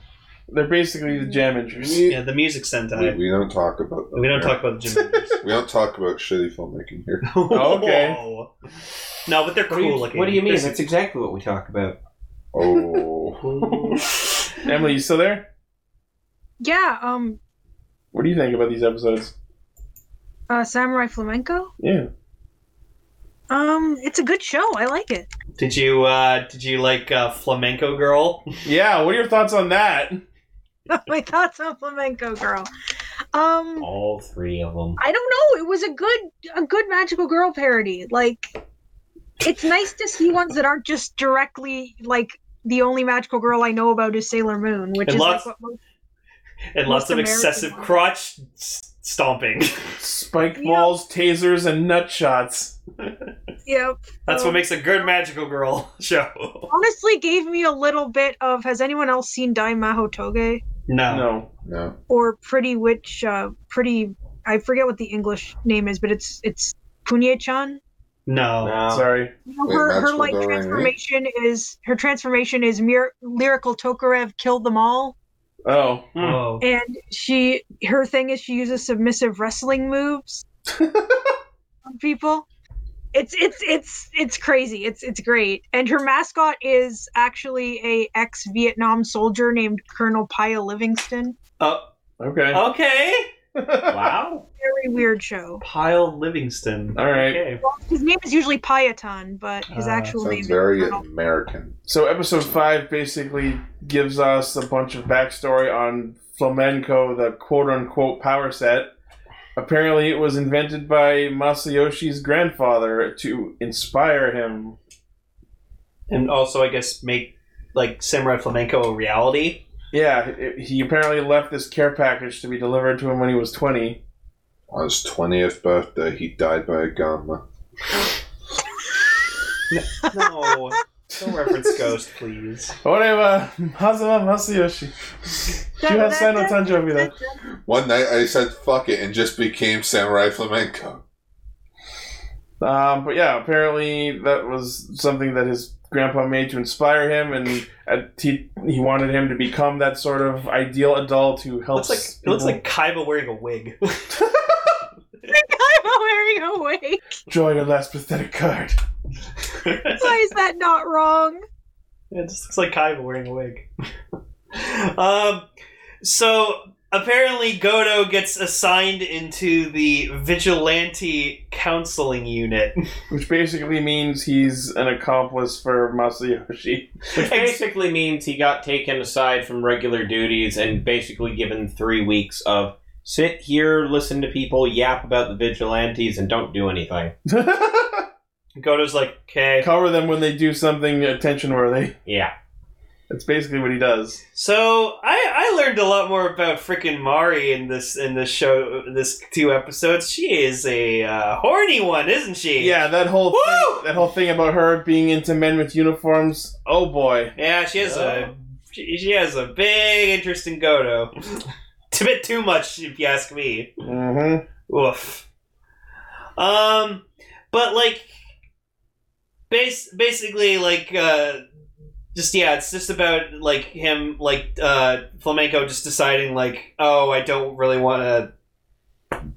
S3: They're basically the jam injuries.
S2: Yeah, the music
S1: We,
S2: sentai.
S1: we don't talk about. them
S2: We don't
S1: here.
S2: talk about the Jim.
S1: We don't talk about shitty filmmaking here.
S3: Okay.
S2: Whoa. No, but they're
S5: What do,
S2: cool
S5: you,
S2: looking.
S5: what do you mean?
S2: They're-
S5: That's exactly what we talk about.
S1: Oh,
S3: Emily, you still there?
S9: Yeah, um,
S3: What do you think about these episodes?
S9: uh, Samurai Flamenco.
S3: Yeah.
S9: Um, it's a good show. I like it.
S2: Did you uh did you like uh, flamenco girl?
S3: Yeah, what are your thoughts on that?
S9: My thoughts on Flamenco Girl. Um,
S5: All three of them.
S9: I don't know. It was a good a good magical girl parody. Like it's nice to see ones that aren't just directly like the only magical girl I know about is Sailor Moon, which
S2: And
S9: is
S2: lots-
S9: like what most
S2: And lots
S9: Most
S2: of
S9: American
S2: excessive
S9: one.
S2: crotch s- stomping.
S3: Spike balls, tasers, and nut shots.
S9: Yep.
S2: That's
S9: Oh.
S2: what makes a good magical girl show.
S9: Honestly, gave me a little bit of. Has anyone else seen Dai Maho Toge
S2: No.
S3: No.
S1: No.
S9: or Pretty Witch? Uh, pretty. I forget what the English name is, but it's it's Punye Chan.
S2: No.
S3: Sorry.
S1: Wait,
S9: her her
S1: Maxwell
S9: like
S1: Doran, right?
S9: transformation is her transformation is Mir- lyrical Tokarev killed them all.
S3: Oh.
S2: Oh.
S9: and she her thing is she uses submissive wrestling moves on people it's it's it's it's crazy it's it's great and her mascot is actually a ex-vietnam soldier named colonel pia livingston
S2: Oh.
S3: Okay.
S2: Okay. wow.
S9: very weird show
S2: Pile Livingston.
S3: All right.
S2: Okay.
S9: his name is usually Piaton, but his
S3: Ah,
S9: actual name
S1: Sounds
S9: is
S1: very
S9: Colonel.
S1: American.
S3: So episode five basically gives us a bunch of backstory on flamenco, the quote-unquote power set. Apparently, it was invented by Masayoshi's grandfather to inspire him.
S2: And also, I guess, make like samurai flamenco a reality.
S3: Yeah, it- he apparently left this care package to be delivered to him when he was twenty.
S1: On his twentieth birthday, he died by a gunman.
S2: No. Don't reference Ghost, please.
S3: Whatever, Hazama Masayoshi. Juhasan no tanjoubi da.
S1: One night, I said "fuck it" and just became Samurai Flamenco.
S3: Um, but yeah, apparently that was something that his grandpa made to inspire him, and uh, he he wanted him to become that sort of ideal adult who
S2: Looks
S3: helps.
S2: like it looks like Kaiba wearing a wig.
S9: i'm wearing a wig
S3: draw your last pathetic card.
S9: why is that not wrong
S2: It just looks like Kaiba wearing a wig. um, so apparently Godo gets assigned into the vigilante counseling unit.
S3: Which basically means he's an accomplice for Masayoshi.
S5: Which basically means he got taken aside from regular duties and basically given three weeks of sit here, listen to people, yap about the vigilantes, and don't do anything.
S2: Godo's like, okay.
S3: Cover them when they do something attention worthy.
S5: Yeah.
S3: That's basically what he does.
S2: So I, I learned a lot more about frickin' Mari in this in this show this two episodes. She is a uh, horny one, isn't she?
S3: Yeah, that whole
S2: Woo!
S3: thing, that whole thing about her being into men with uniforms. Oh boy.
S2: Yeah, she has a she, she has a big interest in Godo. It's a bit too much, if you ask me.
S3: hmm
S2: Oof. Um, but like, base basically like uh, just yeah, it's just about like him like uh flamenco just deciding like oh I don't really want to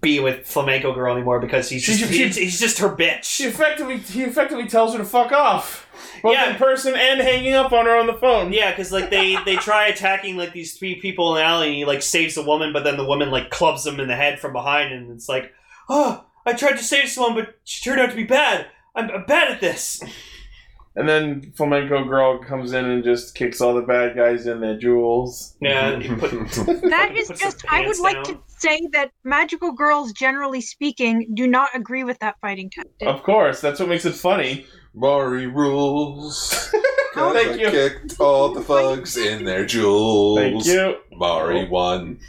S2: be with flamenco girl anymore because he's
S3: She-
S2: just
S3: she-
S2: he's, he's just her
S3: She
S2: bitch.
S3: effectively he effectively tells her to fuck off, both
S2: Yeah.
S3: in person and hanging up on her on the phone.
S2: Yeah, because like they they try attacking like these three people in an alley, and he like saves a woman, but then the woman like clubs him in the head from behind, and it's like, oh, I tried to save someone, but she turned out to be bad. I'm, I'm bad at this.
S3: And then flamenco girl comes in and just kicks all the bad guys in their jewels.
S2: Yeah, you put-
S9: that is
S2: Put some
S9: just i would
S2: pants
S9: like to
S2: down.
S9: say that magical girls generally speaking do not agree with that fighting tactic
S3: Of course, that's what makes it funny.
S1: Mari rules. 'Cause
S3: Thank
S1: I
S3: you.
S1: Kicked all the thugs in their jewels.
S3: Thank you.
S1: Mari won.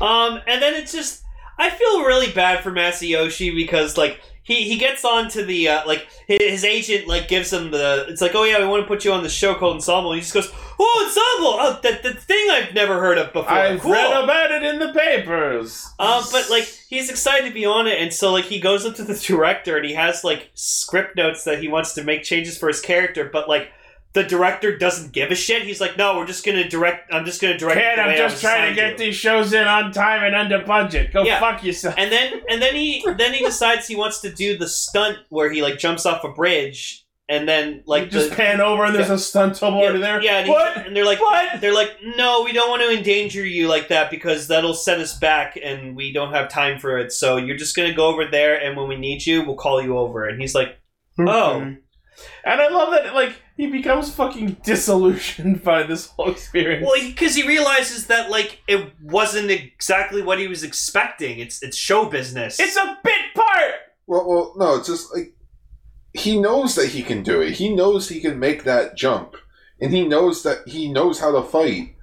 S2: Um, and then it's just I feel really bad for Masayoshi because like he he gets on to the uh, like his, his agent like gives him the it's like oh yeah we want to put you on the show called Ensemble. And he just goes oh Ensemble oh that that thing I've never heard of before.
S3: I've
S2: Cool."
S3: read about it in the papers.
S2: Um, but like he's excited to be on it, and so like he goes up to the director and he has like script notes that he wants to make changes for his character, but like the director doesn't give a shit. He's like, no, we're just gonna direct. I'm just gonna direct.
S3: Ken,
S2: the
S3: I'm
S2: way I
S3: just
S2: was
S3: trying to
S2: assigned
S3: get these shows in on time and under budget. Go
S2: Yeah.
S3: fuck yourself.
S2: And then and then he then he decides he wants to do the stunt where he like jumps off a bridge and then like
S3: Like just
S2: the,
S3: pan over and there's a stunt double
S2: yeah,
S3: over there.
S2: yeah, and, he-
S3: what?
S2: and they're like
S3: What?
S2: they're like no we don't want to endanger you like that because that'll set us back and we don't have time for it so you're just gonna go over there and when we need you we'll call you over and he's like Oh.
S3: Okay. And I love that, like, he becomes fucking disillusioned by this whole experience.
S2: well because he realizes that like it wasn't exactly what he was expecting it's it's show business
S3: it's a bit part!
S1: Well, well, no, it's just like he knows that he can do it. He knows he can make that jump, and he knows that he knows how to fight.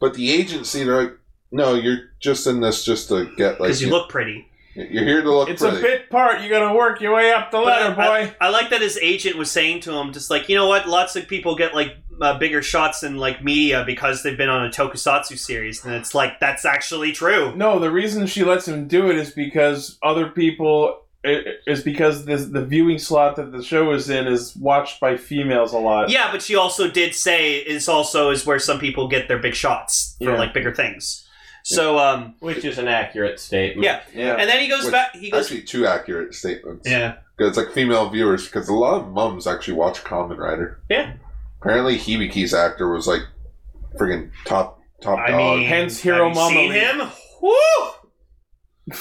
S1: But the agency, they're like, No, you're just in this just to get like.
S2: Because you look pretty.
S1: You're here to look
S3: It's
S1: pretty.
S3: a bit part. You gotta work your way up the
S2: But
S3: ladder,
S2: I, I-
S3: boy.
S2: I like that his agent was saying to him, just like, you know what? Lots of people get like uh, bigger shots in like media because they've been on a tokusatsu series, and it's like that's actually true.
S3: No, the reason she lets him do it is because other people i- is because the the viewing slot that the show is in is watched by females a lot.
S2: Yeah, but she also did say is also is where some people get their big shots for
S3: Yeah.
S2: like bigger things. So um
S5: Which is an accurate statement.
S2: yeah.
S1: Yeah.
S2: And then he goes
S1: Which-
S2: back he goes
S1: actually two accurate statements.
S2: Yeah.
S1: Because it's like female viewers, because a lot of mums actually watch Common Rider.
S2: Yeah.
S1: Apparently, Hibiki's actor was like friggin' top top
S2: I
S1: dog.
S2: mean
S3: Hence, Hero
S2: have you
S3: Mama.
S2: seen
S3: Lee.
S2: him? Woo!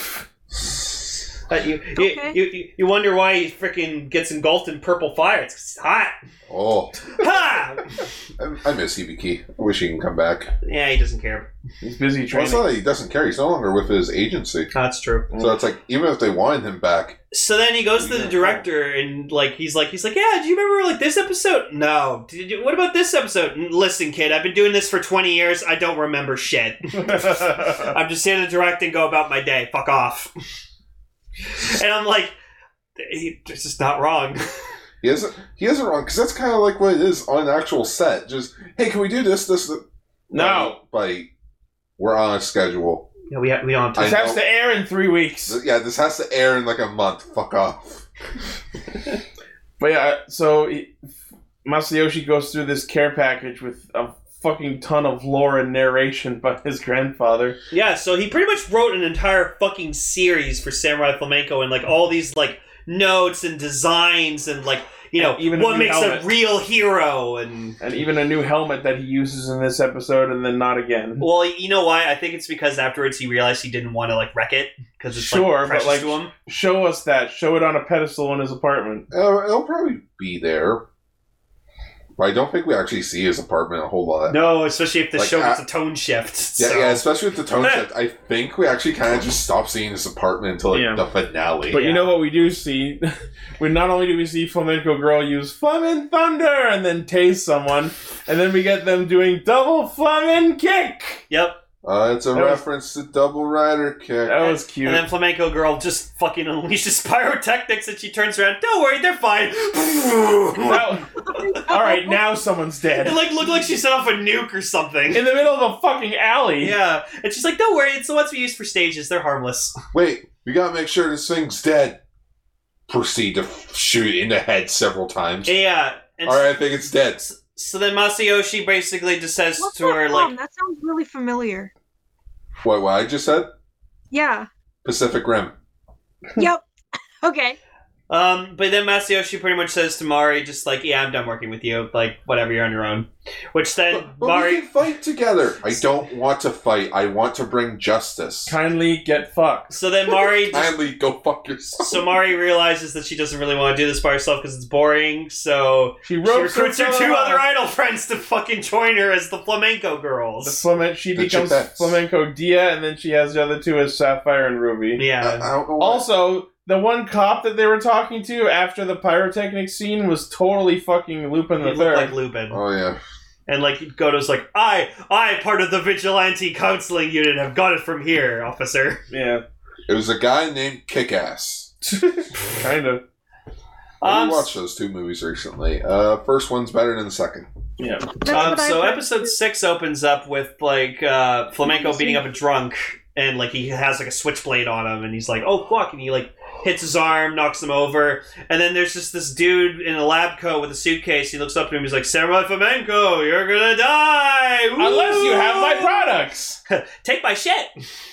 S2: But you, you,
S9: Okay.
S2: you, you, you wonder why he freaking gets engulfed in purple fire. It's 'cause it's hot.
S1: oh,
S2: Ha!
S1: I, I miss Hibiki. I wish he can come back.
S2: Yeah, he doesn't care.
S3: He's busy
S1: Well, it's
S3: training.
S1: not that he doesn't care. He's no longer with his agency.
S2: That's true.
S1: So it's like even if they wanted him back,
S2: So then he goes to the director and like he's like he's like yeah do you remember like this episode no Did you, what about this episode "Mm, listen kid I've been doing this for twenty years I don't remember shit I'm just here to direct and go about my day fuck off and I'm like he, this is not wrong
S1: he isn't. He isn't wrong because that's kind of like what it is on an actual set. Just hey, can we do this? This th-"
S3: no,
S1: like we're on a schedule.
S2: yeah we have, we don't have time
S3: this
S1: I
S3: has
S1: know.
S3: to air in three weeks.
S1: So, yeah, this has to air in like a month. Fuck off.
S3: But yeah, so he, Masayoshi goes through this care package with a fucking ton of lore and narration by his grandfather.
S2: Yeah, so he pretty much wrote an entire fucking series for Samurai Flamenco and like all these like notes and designs and like you know
S3: And even a
S2: what
S3: new
S2: makes
S3: helmet.
S2: a real hero and
S3: And even a new helmet that he uses in this episode and then not again.
S2: well you know why I think it's because afterwards he realized he didn't want to like wreck it because it's
S3: Sure,
S2: like
S3: but,
S2: precious
S3: like-
S2: to him.
S3: Show us that. Show it on a pedestal in his apartment.
S1: Uh, it'll probably be there, but I don't think we actually see his apartment a whole lot.
S2: No, especially if the
S1: uh, Like,
S2: show
S1: uh,
S2: gets a tone shift.
S1: Yeah,
S2: So.
S1: yeah, especially with the tone shift. I think we actually kind of just stop seeing his apartment until like
S3: Yeah.
S1: the finale.
S3: But you know what we do see? we not only do we see Flamenco Girl use Flamin' Thunder and then tase someone, and then we get them doing double Flamin' Kick!
S2: Yep.
S1: uh, it's a
S3: That was-
S1: reference to Double Rider Kick.
S3: That was cute.
S2: And then Flamenco Girl just fucking unleashes pyrotechnics and she turns around, don't worry, they're fine. and
S3: Now- all right, now someone's dead.
S2: like looked like she set off a nuke or something.
S3: In the middle of a fucking alley.
S2: Yeah, and she's like, "Don't worry, it's the ones we use for stages. They're harmless."
S1: Wait, we gotta make sure this thing's dead. Proceed to f- shoot in the head several times.
S2: Yeah. And
S1: All right, I think it's dead.
S2: So then Masayoshi basically just says
S9: What's
S2: to her,
S9: that from?
S2: like,
S9: That sounds really familiar.
S1: What? What I just said?
S9: Yeah.
S1: Pacific Rim.
S9: Yep. Okay.
S2: um, but then Masayoshi pretty much says to Mari, just like, "Yeah, I'm done working with you. Like, whatever, you're on your own." Which then
S1: But, but we
S2: Mari,
S1: can fight together. I don't want to fight. I want to bring justice.
S3: Kindly get fucked.
S2: so then Mari, just,
S1: Kindly go fuck yourself.
S2: so Mari realizes that she doesn't really want to do this by herself because it's boring. So
S3: She
S2: she
S3: ropes
S2: recruits her two
S3: brother
S2: other
S3: on.
S2: idol friends to fucking join her as the flamenco girls.
S3: The Flamen- she
S1: The
S3: becomes
S1: Chipettes.
S3: Flamenco Dia, and then she has the other two as Sapphire and Ruby.
S1: I,
S2: yeah.
S1: I don't know. why-
S3: Also, the one cop that they were talking to after the pyrotechnic scene was totally fucking Lupin
S2: He
S3: the
S2: looked like
S3: Third.
S2: Lubin.
S1: oh yeah.
S2: And like Goto's like, I, I, part of the vigilante counseling unit, have got it from here, officer.
S3: yeah,
S1: It was a guy named Kickass.
S3: kind of.
S1: I
S2: Um,
S1: watched those two movies recently. Uh, first one's better than the second.
S9: That's
S2: Um,
S9: what I
S2: so
S9: heard.
S2: episode six opens up with like uh, Flamenco beating up a drunk, and like he has like a switchblade on him, and he's like, "Oh fuck!" and he like hits his arm, knocks him over, and then there's just this dude in a lab coat with a suitcase. He looks up to him, he's like, "Samurai Flamenco, you're gonna die Woo!
S3: Unless you have my products.
S2: take my shit."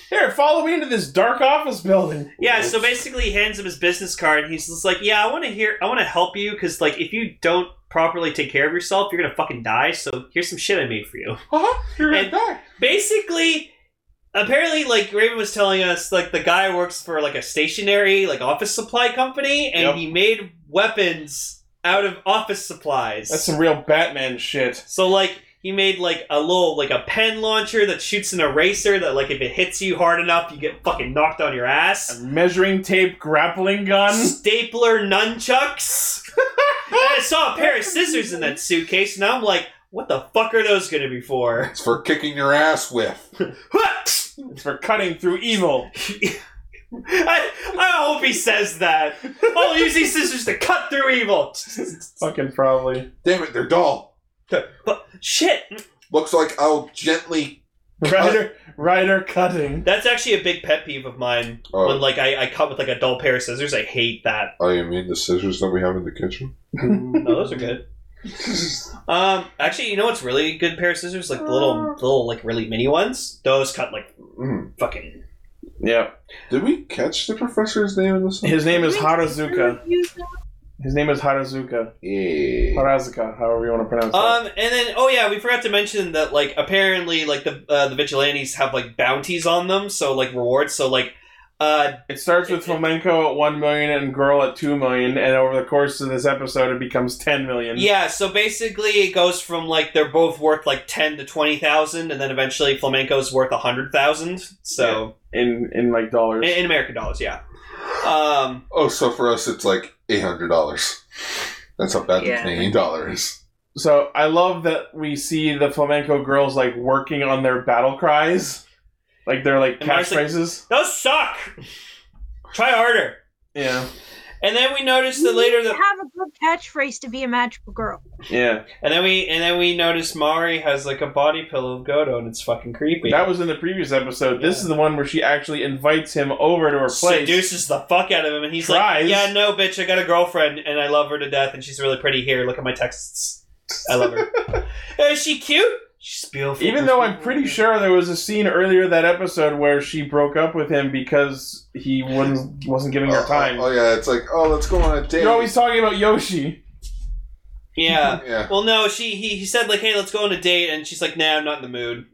S3: Here, follow me into this dark office building.
S2: Yeah, so basically he hands him his business card and he's just like, "Yeah, I want to hear I want to help you cuz like if you don't properly take care of yourself, you're going to fucking die. So here's some shit I made for you."
S3: Huh? Uh-huh, You're
S2: And- Basically, apparently like Raven was telling us like the guy works for like a stationary like office supply company and
S3: Yep.
S2: he made weapons out of office supplies.
S3: That's some real Batman shit.
S2: So like he made like a little like a pen launcher that shoots an eraser that like if it hits you hard enough, you get fucking knocked on your ass.
S3: A measuring tape grappling gun.
S2: stapler nunchucks. and I saw a pair of scissors in that suitcase, and I'm like, what the fuck are those gonna be for?
S1: It's for kicking your ass with.
S2: Hwah!
S3: It's for cutting through evil.
S2: I, I hope he says that. I'll use these scissors to cut through evil.
S3: Fucking probably.
S1: Damn it, they're dull.
S2: But shit,
S1: Looks like I'll gently.
S3: Rider, rider cutting.
S2: that's actually a big pet peeve of mine.
S1: Oh.
S2: When like I, I cut with like a dull pair of scissors, I hate that.
S1: Oh, you mean the scissors that we have in the kitchen?
S2: No, those are good. Um, actually, you know what's really good pair of scissors? Like the little, little like really mini ones. Those cut like
S1: Mm.
S2: fucking.
S3: Yeah.
S1: Did we catch the professor's name in this?
S3: His name is
S9: Wait,
S3: Harazuka.
S9: Use that.
S3: His name is Harazuka.
S1: Yeah.
S3: Harazuka, however you want to pronounce it.
S2: Um, and then oh yeah, we forgot to mention that like apparently like the uh, the vigilantes have like bounties on them, so like rewards. So like, uh,
S3: It starts with flamenco at 1 million and girl at 2 million, and over the course of this episode, it becomes 10 million.
S2: Yeah, so basically it goes from like they're both worth like ten to twenty thousand, and then eventually flamenco's worth a hundred thousand. So
S3: In, in like dollars.
S2: in, in American dollars, yeah. Um,
S1: Oh, so for us, it's like eight hundred dollars. That's how bad
S9: Yeah.
S1: the Canadian dollar is.
S3: So I love that we see the flamenco girls like working on their battle cries, like they're like
S2: And Mark's like-
S3: catchphrases.
S2: those suck. Try harder.
S3: yeah,
S2: And then we noticed that later
S9: You
S2: that,
S9: have a good catchphrase to be a magical girl.
S3: yeah.
S2: and then we and then we noticed Mari has like a body pillow of Godo, and it's fucking creepy.
S3: That was in the previous episode. This is the one where she actually invites him over to her place.
S2: Seduces the fuck out of him, and he's
S3: Tries.
S2: like, "Yeah, no, bitch, I got a girlfriend, and I love her to death, and she's really pretty. Here, look at my texts. I love her. Is she cute? She's beautiful.
S3: Even though I'm pretty sure there was a scene earlier that episode where she broke up with him because he wouldn't wasn't giving her
S1: Oh,
S3: time.
S1: Oh, oh, yeah, it's like oh, let's go on a date.
S3: No, he's talking about Yoshi.
S2: yeah."
S1: yeah.
S2: Well, no, she he, he said like, "Hey, let's go on a date," and she's like, "Nah, I'm not in the mood."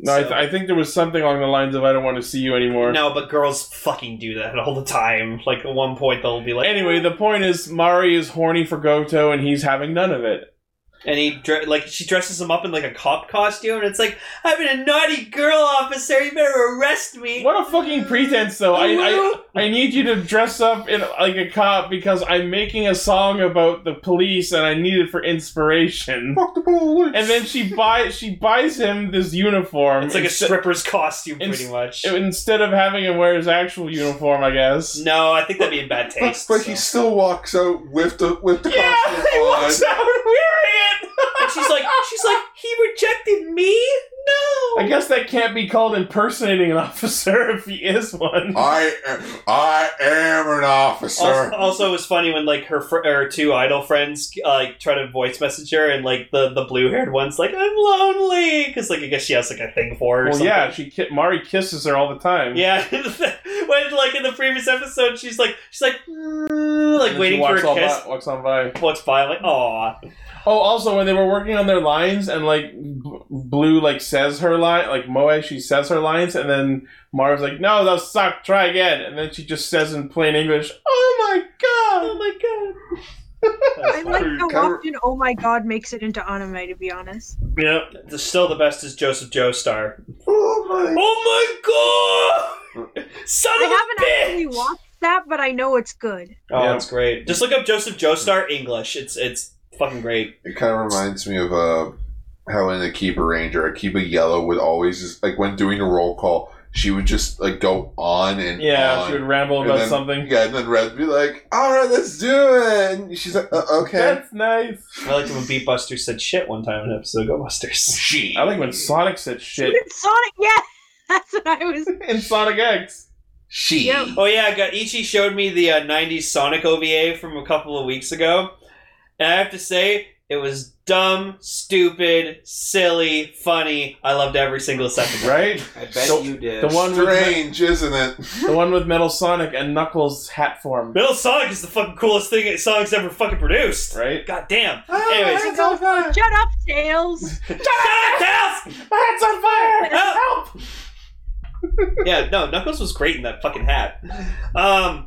S3: No, I, th-
S2: So-
S3: I think there was something along the lines of "I don't want to see you anymore."
S2: No, but girls fucking do that all the time. Like at one point, they'll be like,
S3: Anyway, the point is Mari is horny for Goto and he's having none of it.
S2: and he dre- like she dresses him up in like a cop costume, and it's like, "I've been a naughty girl, officer. You better arrest me."
S3: What a fucking pretense, though. I, I I need you to dress up in like a cop because I'm making a song about the police and I need it for inspiration.
S1: Fuck the police.
S3: And then she buys she buys him this uniform.
S2: It's like a
S3: instead-
S2: stripper's costume,
S3: ins-
S2: pretty much.
S3: Instead of having him wear his actual uniform, I guess.
S2: No, I think that'd be in bad
S1: But
S2: taste.
S1: but
S2: so.
S1: he still walks out with the with the
S3: Yeah,
S1: costume
S3: he
S1: on.
S3: walks out wearing it.
S2: And she's like, she's like, he rejected me. No.
S3: I guess that can't be called impersonating an officer if he is one.
S1: I am, I am an officer.
S2: Also, also, it was funny when like her fr- her two idol friends uh, like try to voice message her, and like the the blue haired one's like, I'm lonely, because like I guess she has like a thing for her. or
S3: Well, yeah,
S2: something.
S3: she ki- Mari kisses her all the time.
S2: Yeah, when like in the previous episode, she's like, she's like, "Mm," like
S3: And
S2: waiting
S3: she
S2: for
S3: walks
S2: a
S3: on
S2: kiss.
S3: By, walks on by.
S2: What's by like, aw,
S3: Oh, also when they were working on their lines and like B- Blue like says her line, like Moe, she says her lines, and then Marv's like, "No, those suck. Try again." And then she just says in plain English, "Oh my god, oh my
S9: I like how
S1: Cover-
S9: often "Oh my God" makes it into anime. To be honest,
S2: yeah. Still, the best is Joseph Joestar.
S1: oh my!
S2: Oh my god, son
S9: I
S2: of
S9: haven't
S2: a
S9: actually
S2: bitch!
S9: watched that, but I know it's good.
S2: Oh,
S3: Yeah.
S2: it's great. Just look up Joseph Joestar English. It's it's fucking great.
S1: It kind of reminds me of uh, how in Akiba Ranger, Akiba Yellow would always just, like when doing a roll call, she would just like go on and
S3: god." Yeah,
S2: Oh,
S1: on.
S3: she would ramble
S1: And
S3: about
S1: then-
S3: something.
S1: Yeah, and then Red would be like, "All right, let's do it." And she's like, uh, "Okay."
S3: That's nice.
S2: I liked when Beatbuster said shit one time in an episode of Ghostbusters.
S1: She.
S3: I like when Sonic said shit
S9: It's Sonic, yeah, that's what I was.
S3: in Sonic X.
S1: She.
S9: Yep.
S2: Oh yeah, got, Ichi showed me the uh, '90s Sonic OVA from a couple of weeks ago, and I have to say it was dumb, stupid, silly, funny. I loved every single second.
S3: Right,
S4: I bet
S3: So,
S4: you did.
S3: the one with me-
S1: Strange, isn't it?
S3: the one with Metal Sonic and Knuckles hat form,
S2: Metal Sonic is the fucking coolest thing that Sonic's ever fucking produced.
S3: right?
S2: God damn. Anyways, shut
S3: Ah, on fire!
S9: Shut up, Tails.
S2: up, Tails!
S3: My hat's on fire!
S2: Help! yeah, no, Knuckles was great in that fucking hat. Um,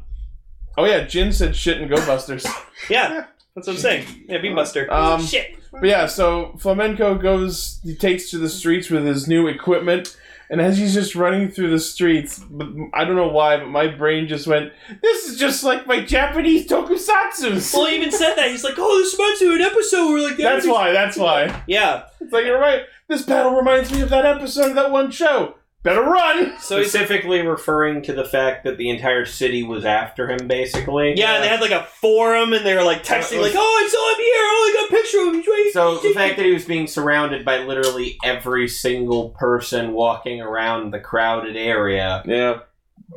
S3: Oh yeah, Jin said shit in Go Busters.
S2: yeah, that's what I'm saying. Yeah, Beatbuster.
S3: Um,
S2: Shit.
S3: But yeah, so Flamenco goes, he takes to the streets with his new equipment, and as he's just running through the streets, but I don't know why, but my brain just went, this is just like my Japanese tokusatsus!
S2: Well, he even said that. He's like, oh, this reminds me of an episode where, like,
S3: that's why, that's why.
S2: Yeah.
S3: It's like, you're right, this battle reminds me of that episode of that one show. Better run!
S5: Specifically referring to the fact that the entire city was after him, basically. Uh,
S2: Yeah, they had like a forum and they were like texting, like, "Oh, I saw him here. Oh, I got a picture of him." He's
S5: So the fact that he was being surrounded by literally every single person walking around the crowded area
S3: Yeah.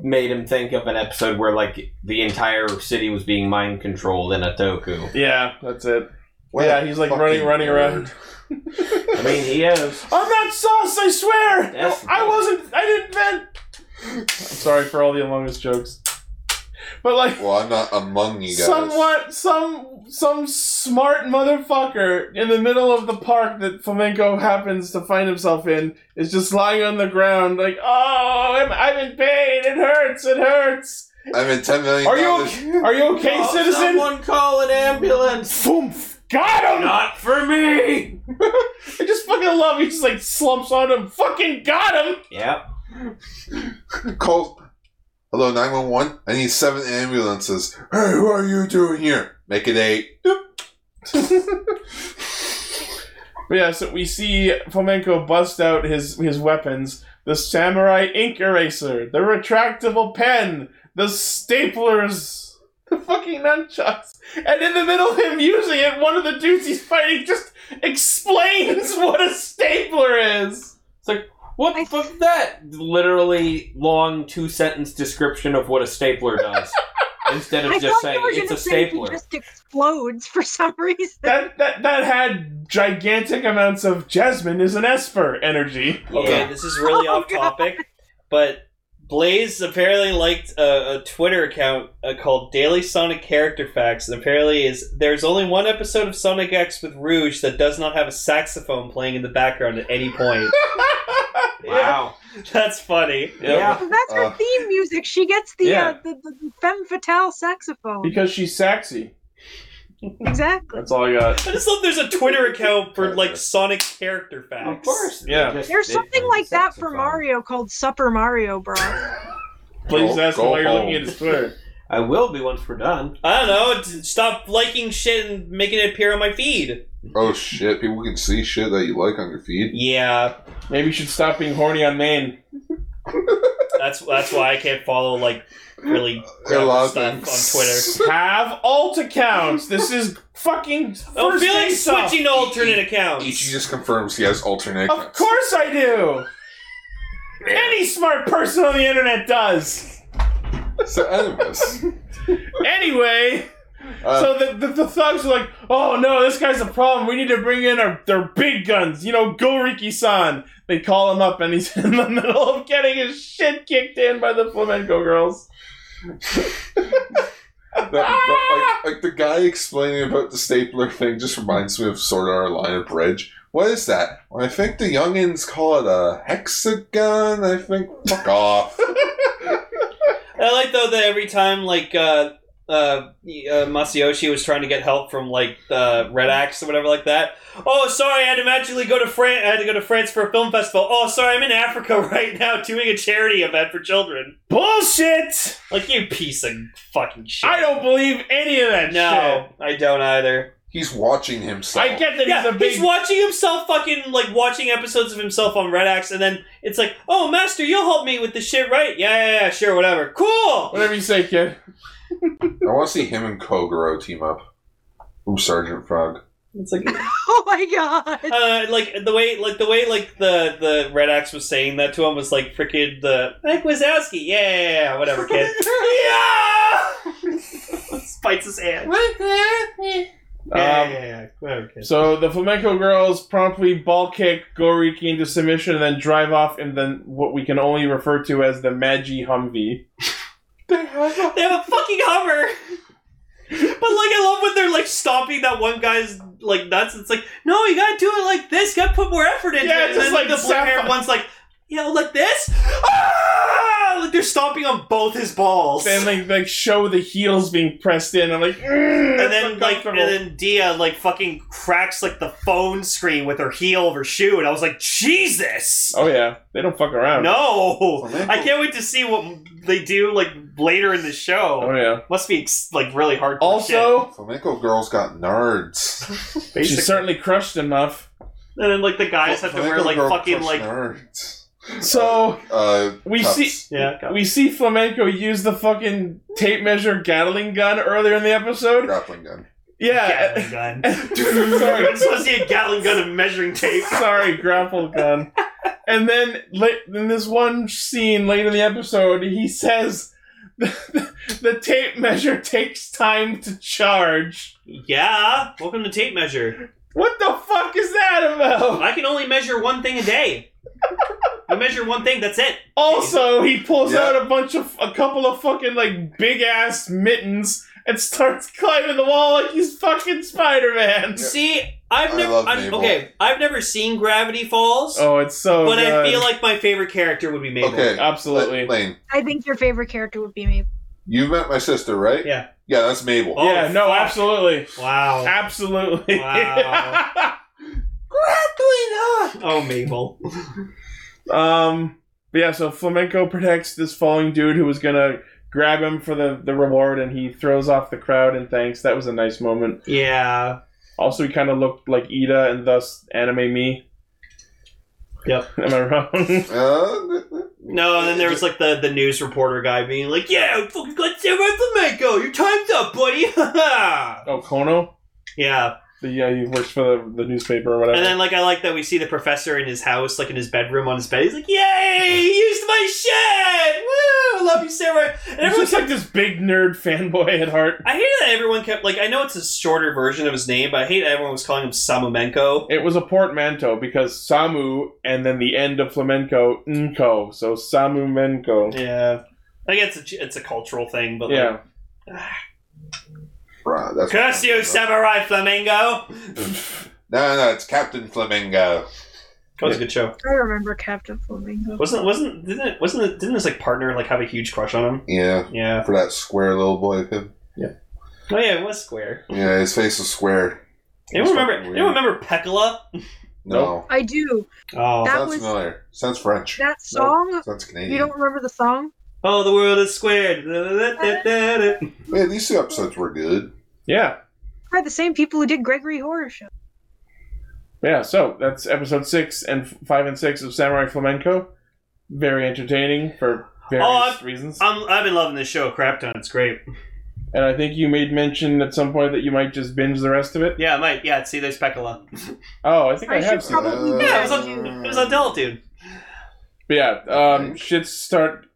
S5: made him think of an episode where like the entire city was being mind controlled in a toku.
S3: Yeah, that's it.
S1: What
S3: yeah,
S1: a
S3: he's like running,
S1: fucking
S3: running around.
S1: nerd.
S5: I mean, he is.
S3: I'm not sauce, I swear!
S5: That's-
S3: I wasn't, I didn't meant. I'm sorry for all the Among Us jokes. But like,
S1: Well, I'm not among you guys.
S3: somewhat, some, some smart motherfucker in the middle of the park that Flamenco happens to find himself in is just lying on the ground like, oh, I'm, I'm in pain, it hurts, it hurts.
S1: I'm in ten million.
S3: Are you okay, are you okay,
S5: Oh,
S3: citizen?
S5: Someone call an ambulance.
S3: Foomph. Got him!
S5: Not for me.
S3: I just fucking love he just like slumps on him. Fucking got him!
S5: Yep.
S1: Call. Hello, nine one one. I need seven ambulances. Hey, who are you doing here? Make it eight.
S3: But yeah, so we see Flamenco bust out his, his weapons the samurai ink eraser, the retractable pen, the staplers, the fucking nunchucks. And in the middle of him using it, one of the dudes he's fighting just explains what a stapler is.
S5: What
S9: I-
S5: the fuck that? Literally long two sentence description of what a stapler does. Instead
S9: I
S5: of just
S9: thought
S5: saying
S9: you were
S5: it's
S9: gonna
S5: a
S9: say he
S5: stapler.
S9: just explodes for some reason.
S3: That that that had gigantic amounts of Jasmine is an Esper energy.
S2: Okay, this is really
S9: Oh,
S2: off
S9: God.
S2: topic, but Blaze apparently liked a, a Twitter account uh, called Daily Sonic Character Facts, and apparently is there's only one episode of Sonic X with Rouge that does not have a saxophone playing in the background at any point.
S5: Wow.
S2: That's funny.
S5: Yeah.
S9: That's her
S1: Uh,
S9: theme music. She gets the,
S3: yeah.
S9: uh, the, the the femme fatale saxophone.
S3: Because she's sexy.
S9: Exactly.
S3: That's all I got.
S2: I just love there's a Twitter account for like Sonic Character Facts.
S5: Of course. they
S3: Yeah.
S5: just
S9: There's
S5: did
S9: something
S5: the
S9: like that for
S5: saxophone.
S9: Mario called Super Mario Bros.
S3: Please
S1: Go-
S3: ask
S1: go
S3: why you're
S1: home.
S3: looking at his Twitter.
S5: I will be once we're done.
S2: I don't know. t- Stop liking shit and making it appear on my feed.
S1: Oh shit! People can see shit that you like on your feed.
S2: Yeah,
S3: Maybe you should stop being horny on Maine.
S2: that's that's why I can't follow like really
S1: There are a lot of
S2: stuff on Twitter.
S1: things.
S3: Have alt accounts. This is fucking first
S2: I'm Oh, feeling
S3: face off.
S2: switching to alternate accounts.
S1: Ichi just confirms he has alternate.
S3: Of
S1: accounts.
S3: course I do. Any smart person on the internet does.
S1: So, anyways,
S3: Anyway,
S1: uh,
S3: so the, the, the thugs are like, oh no, this guy's a problem. We need to bring in our their big guns. You know, Goriki-san. They call him up, and he's in the middle of getting his shit kicked in by the flamenco girls.
S1: that-
S3: Ah!
S1: that- like, like the guy explaining about the stapler thing just reminds me of Sword Art Online of Bridge. What is that? Well, I think the youngins call it a hexagon. I think. Fuck off.
S2: I like though that every time like uh, uh, uh, Masayoshi was trying to get help from like uh, Red Axe or whatever like that. Oh, sorry, I had to magically go to France. I had to go to France for a film festival. Oh, sorry, I'm in Africa right now doing a charity event for children.
S3: Bullshit!
S2: Like you piece of fucking shit.
S3: I don't believe any of that shit.
S2: No, I don't either.
S1: He's watching himself.
S3: I get that
S2: Yeah,
S3: he's a
S2: he's,
S3: big.
S2: watching himself fucking like watching episodes of himself on Red Axe, and then it's like, oh, Master, you'll help me with this shit, right? Yeah, yeah, yeah, sure, whatever. Cool.
S3: whatever you say, kid.
S1: I want to see him and Kogoro team up. Ooh, Sergeant Frog.
S2: It's like.
S9: Oh my god.
S2: Uh, like the way, like the way, like the the Red Axe was saying that to him was like freaking the like Wazowski, yeah, yeah, yeah, yeah, whatever, kid, yeah, spites his hand.
S3: Um, So the flamenco girls promptly ball kick Goriki into submission and then drive off in then what we can only refer to as the Magi Humvee.
S2: They have a fucking Hummer, but like I love when they're like stomping that one guy's like nuts. It's like no, you gotta do it like this. You gotta put more effort into
S3: Yeah,
S2: it.
S3: just
S2: And then, like
S3: like
S2: the blue hair
S3: Sapphire.
S2: one's like, you know, like this. Ah! Like they're stomping on both his balls.
S3: Then they like show the heels being pressed in. I'm like, mm,
S2: and
S3: that's
S2: then like and
S3: uncomfortable."
S2: then Dia like fucking cracks like the phone screen with her heel of her shoe, and I was like, Jesus,
S3: oh yeah, they don't fuck around.
S2: no!
S1: Flamenco.
S2: I can't wait to see what they do like later in the show.
S3: Oh yeah.
S2: Must be ex- like really hard.
S3: Also,
S1: Flamenco girls got nards.
S3: she certainly crushed enough.
S2: and then like the guys have to wear
S1: Flamenco
S2: like
S1: girl
S2: fucking
S1: crush
S2: like
S1: nards.
S3: So
S1: Uh,
S3: we
S1: cups.
S3: see
S2: Yeah, cups.
S3: we see Flamenco use the fucking tape measure Gatling gun earlier in the episode.
S1: grappling gun.
S3: Yeah.
S2: Gatling gun.
S3: sorry.
S2: I'm supposed to see a Gatling gun and measuring tape.
S3: Sorry, grapple gun. And then late, in this one scene late in the episode, he says the, the tape measure takes time to charge.
S2: Yeah, welcome to tape measure.
S3: What the fuck is that about?
S2: I can only measure one thing a day. I measure one thing. That's it.
S3: Also, he pulls
S1: Yeah.
S3: out a bunch of a couple of fucking like big ass mittens and starts climbing the wall like he's fucking Spider Man.
S2: See, I've
S1: I
S2: never.
S1: love
S2: I'm,
S1: Mabel.
S2: okay, I've never seen Gravity Falls,
S3: Oh, it's so.
S2: but
S3: good.
S2: I feel like my favorite character would be Mabel.
S1: Okay,
S3: absolutely.
S1: Lane,
S9: I think your favorite character would be Mabel.
S1: you met my sister, right?
S2: Yeah.
S1: Yeah, that's Mabel.
S2: Oh,
S3: yeah, no,
S2: fuck.
S3: absolutely,
S2: Wow.
S3: absolutely.
S2: Wow. Oh, Mabel.
S3: Um, but yeah, so Flamenco protects this falling dude who was gonna grab him for the, the reward, and he throws off the crowd and thanks. That was a nice moment.
S2: Yeah.
S3: Also, he kind of looked like Ida and thus anime me.
S2: Yep.
S3: Am I wrong?
S1: Uh,
S2: No, and then there was like the, the news reporter guy being like, "Yeah, we fucking got Samurai Flamenco. Your time's up, buddy."
S3: oh, Kono?
S2: yeah,
S3: The, yeah, he works for the, the newspaper or whatever.
S2: and then like I like that we see the professor in his house, like in his bedroom on his bed. He's like, "Yay, he used my shed! Woo, I love you, Samurai." And
S3: He's
S2: everyone's
S3: just like this big nerd fanboy at heart.
S2: I hate that everyone kept like I know it's a shorter version of his name, but I hate that everyone was calling him Samumenko.
S3: It was a portmanteau because Samu and then the end of flamenco, Nko. So Samu Menko.
S2: Yeah, I guess it's a, it's a cultural thing, but
S3: Yeah.
S2: like,
S1: bruh, that's
S2: curse you, Samurai Flamengo.
S1: No, no, it's Captain Flamingo.
S2: That was a good show.
S9: I remember Captain Flamingo.
S2: Wasn't wasn't didn't it, wasn't it, didn't his like partner like have a huge crush on him?
S1: Yeah,
S2: Yeah.
S1: for that square little boy of him.
S2: Oh yeah, it was square.
S1: Yeah, his face was square.
S2: Anyone
S1: It's
S2: remember?
S1: fucking
S2: Anyone
S1: weird.
S2: remember Peccola?
S1: No,
S9: I do.
S2: Oh,
S9: That
S1: sounds
S9: was-
S1: familiar. Sounds French.
S9: That song,
S1: Sounds
S9: you
S1: Canadian.
S9: don't remember the song?
S2: oh, the world is squared. Da-da-da-da-da.
S1: Man, these two episodes were good.
S3: Yeah.
S9: By the same people who did Gregory Horror Show.
S3: Yeah, so that's episode six and f- five and six of Samurai Flamenco. Very entertaining for various
S2: Oh, I've-
S3: reasons.
S2: I'm, I've been loving this show, a crap ton. It's great.
S3: and I think you made mention at some point that you might just binge the rest of it.
S2: Yeah, Mike. Yeah, see, there's Peccola.
S3: Oh, I think I,
S9: I
S3: have
S9: should
S3: seen it.
S9: probably
S1: Uh,
S9: do
S2: Yeah, it was
S9: that.
S2: on it was on Teletoon.
S3: But yeah, um, shits start.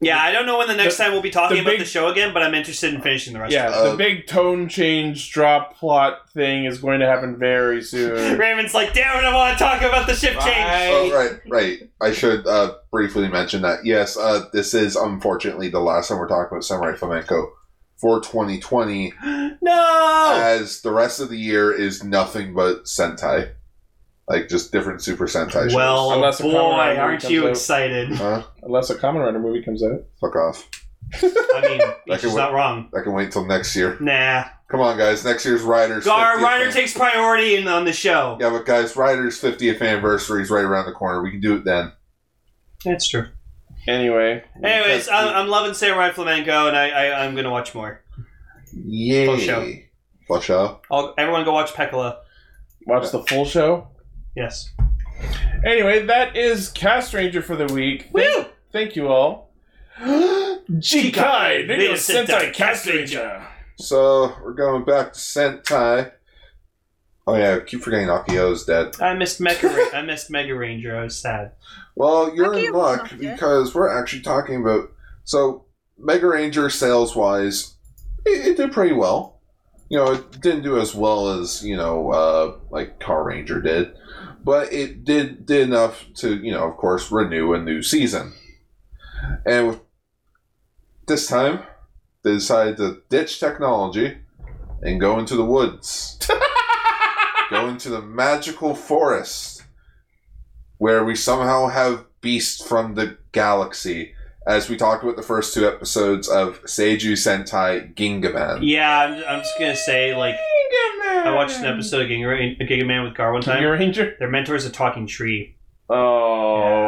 S2: Yeah, I don't know when the next
S3: The-
S2: time we'll be talking
S3: the
S2: about
S3: big-
S2: the show again, but I'm interested in finishing the rest.
S3: Yeah,
S1: Uh,
S3: the big tone change drop plot thing is going to happen very
S2: of it.
S3: soon.
S2: Raven's like, damn it, I want to talk about the ship change.
S1: Oh, right, right. I should uh, briefly mention that. Yes, uh, this is unfortunately the last time we're talking about Samurai Flamenco for 2020,
S2: No.
S1: as the rest of the year is nothing but Sentai. Like, just different Super Sentai shows.
S2: well,
S3: Unless a
S2: boy,
S3: Kamen Rider
S2: aren't
S3: comes
S2: you
S3: out.
S2: excited?
S1: Huh?
S3: Unless a Common Rider movie comes out.
S1: Fuck off.
S2: I mean,
S1: Like it
S2: she's
S1: would-
S2: not wrong.
S1: I can wait till next year.
S2: Nah.
S1: Come on, guys. Next year's Riders.
S2: Gar
S1: 50th
S2: Ryder
S1: an-
S2: takes priority in, on the show.
S1: Yeah, but guys, Riders' 50th anniversary is right around the corner. We can do it then.
S2: That's true.
S3: Anyway,
S2: Anyways,
S1: Because-
S2: I'm, I'm loving Samurai Flamenco, and I, I I'm gonna watch more.
S1: Yay.
S2: Full show.
S1: Full show.
S2: I'll, everyone, go watch Peccola.
S3: watch the full show.
S2: Yes.
S3: Anyway, that is Cast Ranger for the week. Woo! Thank you all. Jikai,
S2: Video
S3: Video
S2: Sentai
S3: Sentai
S2: Cast
S3: Cast Ranger.
S1: So we're going back to Sentai. Oh yeah, I keep forgetting Akio's dead.
S2: I missed Mega. Ra- I missed Mega Ranger. I was sad.
S1: Well, you're in
S9: Akio's
S1: luck
S9: not dead.
S1: because we're actually talking about so Mega Ranger sales wise, it, it did pretty well. You know, it didn't do as well as you know, uh, like Car Ranger did, but it did did enough to you know, of course, renew a new season. And with this time, they decided to ditch technology and go into the woods, go into the magical forest, where we somehow have beasts from the galaxy. As we talked about the first two episodes of Seiju Sentai Gingaman.
S2: Yeah, I'm, I'm just gonna say like I watched an episode of Giga, Ra- Giga Man with Gar one time.
S3: Giga Ranger.
S2: Their mentor is a talking tree.
S3: Oh,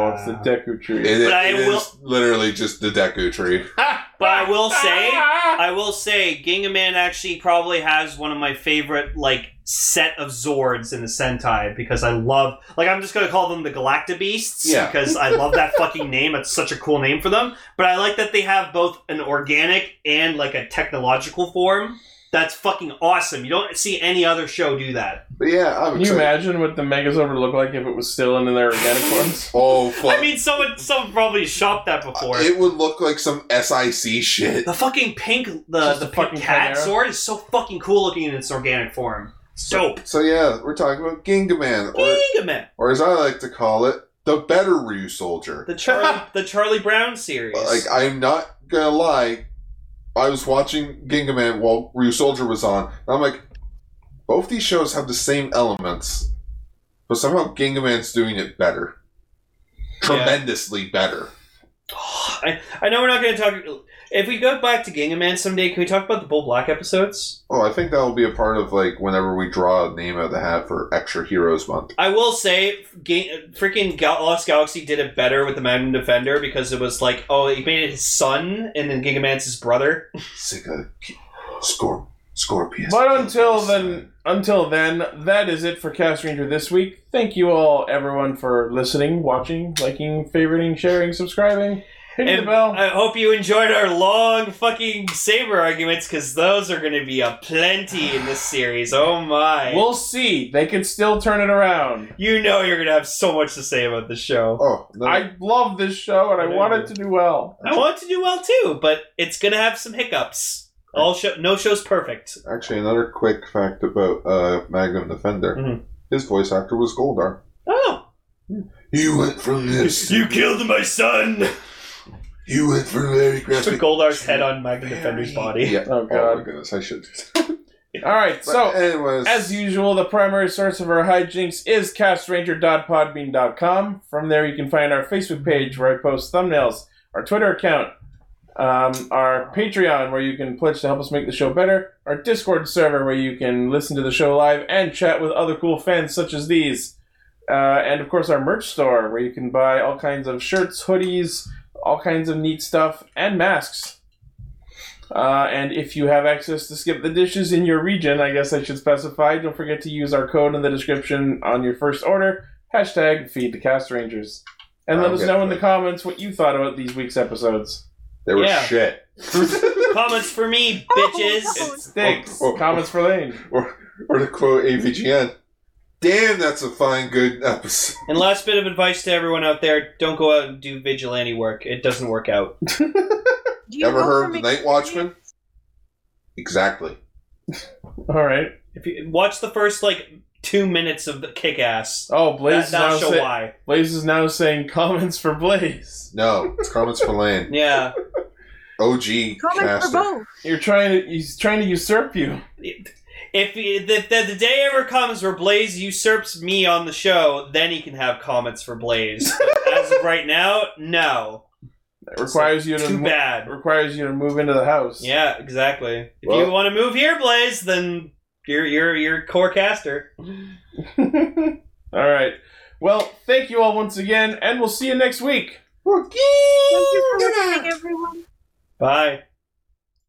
S2: Yeah.
S3: it's the Deku tree.
S1: It,
S2: But I
S1: it
S2: will-
S1: is literally just the Deku tree.
S2: But I will say, I will say, Gingaman actually probably has one of my favorite like set of Zords in the Sentai because I love like I'm just gonna call them the Galacta Beasts
S1: Yeah.
S2: because I love that fucking name. It's such a cool name for them. But I like that they have both an organic and like a technological form. That's fucking awesome. You don't see any other show do that.
S1: But yeah, I'm
S3: Can you
S1: excited.
S3: imagine what the Megazord would look like if it was still in their organic forms?
S1: Oh, fuck.
S2: I mean, someone someone probably shopped that before.
S1: it would look like some SIC shit.
S2: The fucking pink, the
S3: Just
S2: the
S3: a
S2: pink
S3: fucking
S2: cat
S3: Chimera.
S2: sword is so fucking cool looking in its organic form. It's dope.
S1: So yeah, we're talking about Gingaman, or
S2: Gingaman,
S1: or as I like to call it, the better Ryu soldier.
S2: the Charlie, the Charlie Brown series.
S1: Like I'm not gonna lie, I was watching Gingaman while Ryu Soldier was on, and I'm like, both these shows have the same elements, but somehow Gingaman's doing it better, tremendously better.
S2: I, I know we're not going to talk. If we go back to Gingaman someday, can we talk about the Bull Black episodes?
S1: Oh, I think that will be a part of like whenever we draw a name out of the hat for Extra Heroes Month.
S2: I will say, Ga- freaking Gal- Lost Galaxy did it better with the Magnum Defender because it was like, oh, he made it his son, and then Gingaman's his brother.
S1: Sega Scorp- Scorpius.
S3: But until then, until then, that is it for Cast Ranger this week. Thank you all, everyone, for listening, watching, liking, favoriting, sharing, subscribing, hitting
S2: And
S3: the bell.
S2: I hope you enjoyed our long fucking saber arguments because those are going to be a plenty in this series. Oh my!
S3: We'll see. They can still turn it around.
S2: you know you're going to have so much to say about the show.
S1: Oh, no.
S3: I love this show, and I want it to do well.
S2: I want to do well too, but it's gonna have some hiccups. All show, no show's perfect.
S1: Actually, another quick fact about uh, Magnum Defender.
S2: Mhm.
S1: His voice actor was Goldar.
S2: Oh,
S11: You went from this.
S2: you killed my son!
S11: You went from very
S2: Put
S11: grasping.
S2: Goldar's head on Magnum Defender's body. Um,
S1: Yeah.
S3: Oh,
S1: Oh
S3: God.
S1: my goodness, I should.
S3: All right, so.
S1: But anyways,
S3: As usual, the primary source of our hijinks is castranger.podbean.com. From there, you can find our Facebook page where I post thumbnails, our Twitter account, um, our Patreon where you can pledge to help us make the show better, our Discord server where you can listen to the show live and chat with other cool fans such as these, uh, and of course, our merch store where you can buy all kinds of shirts, hoodies, all kinds of neat stuff, and masks. Uh, and if you have access to skip the dishes in your region, I guess I should specify, don't forget to use our code in the description on your first order. Hashtag feed the cast rangers. And let
S1: I'm
S3: us
S1: getting
S3: know in the
S1: it.
S3: comments what you thought about these week's episodes.
S1: they were
S2: Yeah.
S1: shit.
S2: Comments for me,
S9: Oh, no.
S2: bitches.
S3: Sticks.
S1: Oh, oh, oh.
S3: Comments for Lane.
S1: or, or to quote AVGN, "Damn, that's a fine good episode."
S2: And last bit of advice to everyone out there: don't go out and do vigilante work. It doesn't work out.
S9: Do you
S1: Ever
S9: know
S1: heard
S9: from
S1: of the Night Watchman? Exactly.
S3: All right.
S2: If you watch the first like two minutes of the Kick Ass,
S3: Oh, Blaze
S2: that,
S3: is, now
S2: that'll show
S3: say-
S2: why.
S3: Blaze is now saying comments for Blaze.
S1: No, it's comments for Lane.
S2: Yeah,
S1: OG
S9: Comment for
S1: caster.
S9: both.
S3: You're trying to. He's trying to usurp you.
S2: if the, the, the day ever comes where Blaze usurps me on the show, then he can have comments for Blaze. But As of right now, no.
S3: It requires you to.
S2: Too
S3: mo-
S2: bad.
S3: Requires you to move into the house.
S2: Yeah, exactly. If
S1: Well-
S2: you want to move here, Blaze, then you're you're you're a core caster.
S3: all right. Well, thank you all once again, and we'll see you next week.
S9: Thank you for listening, everyone.
S2: Bye.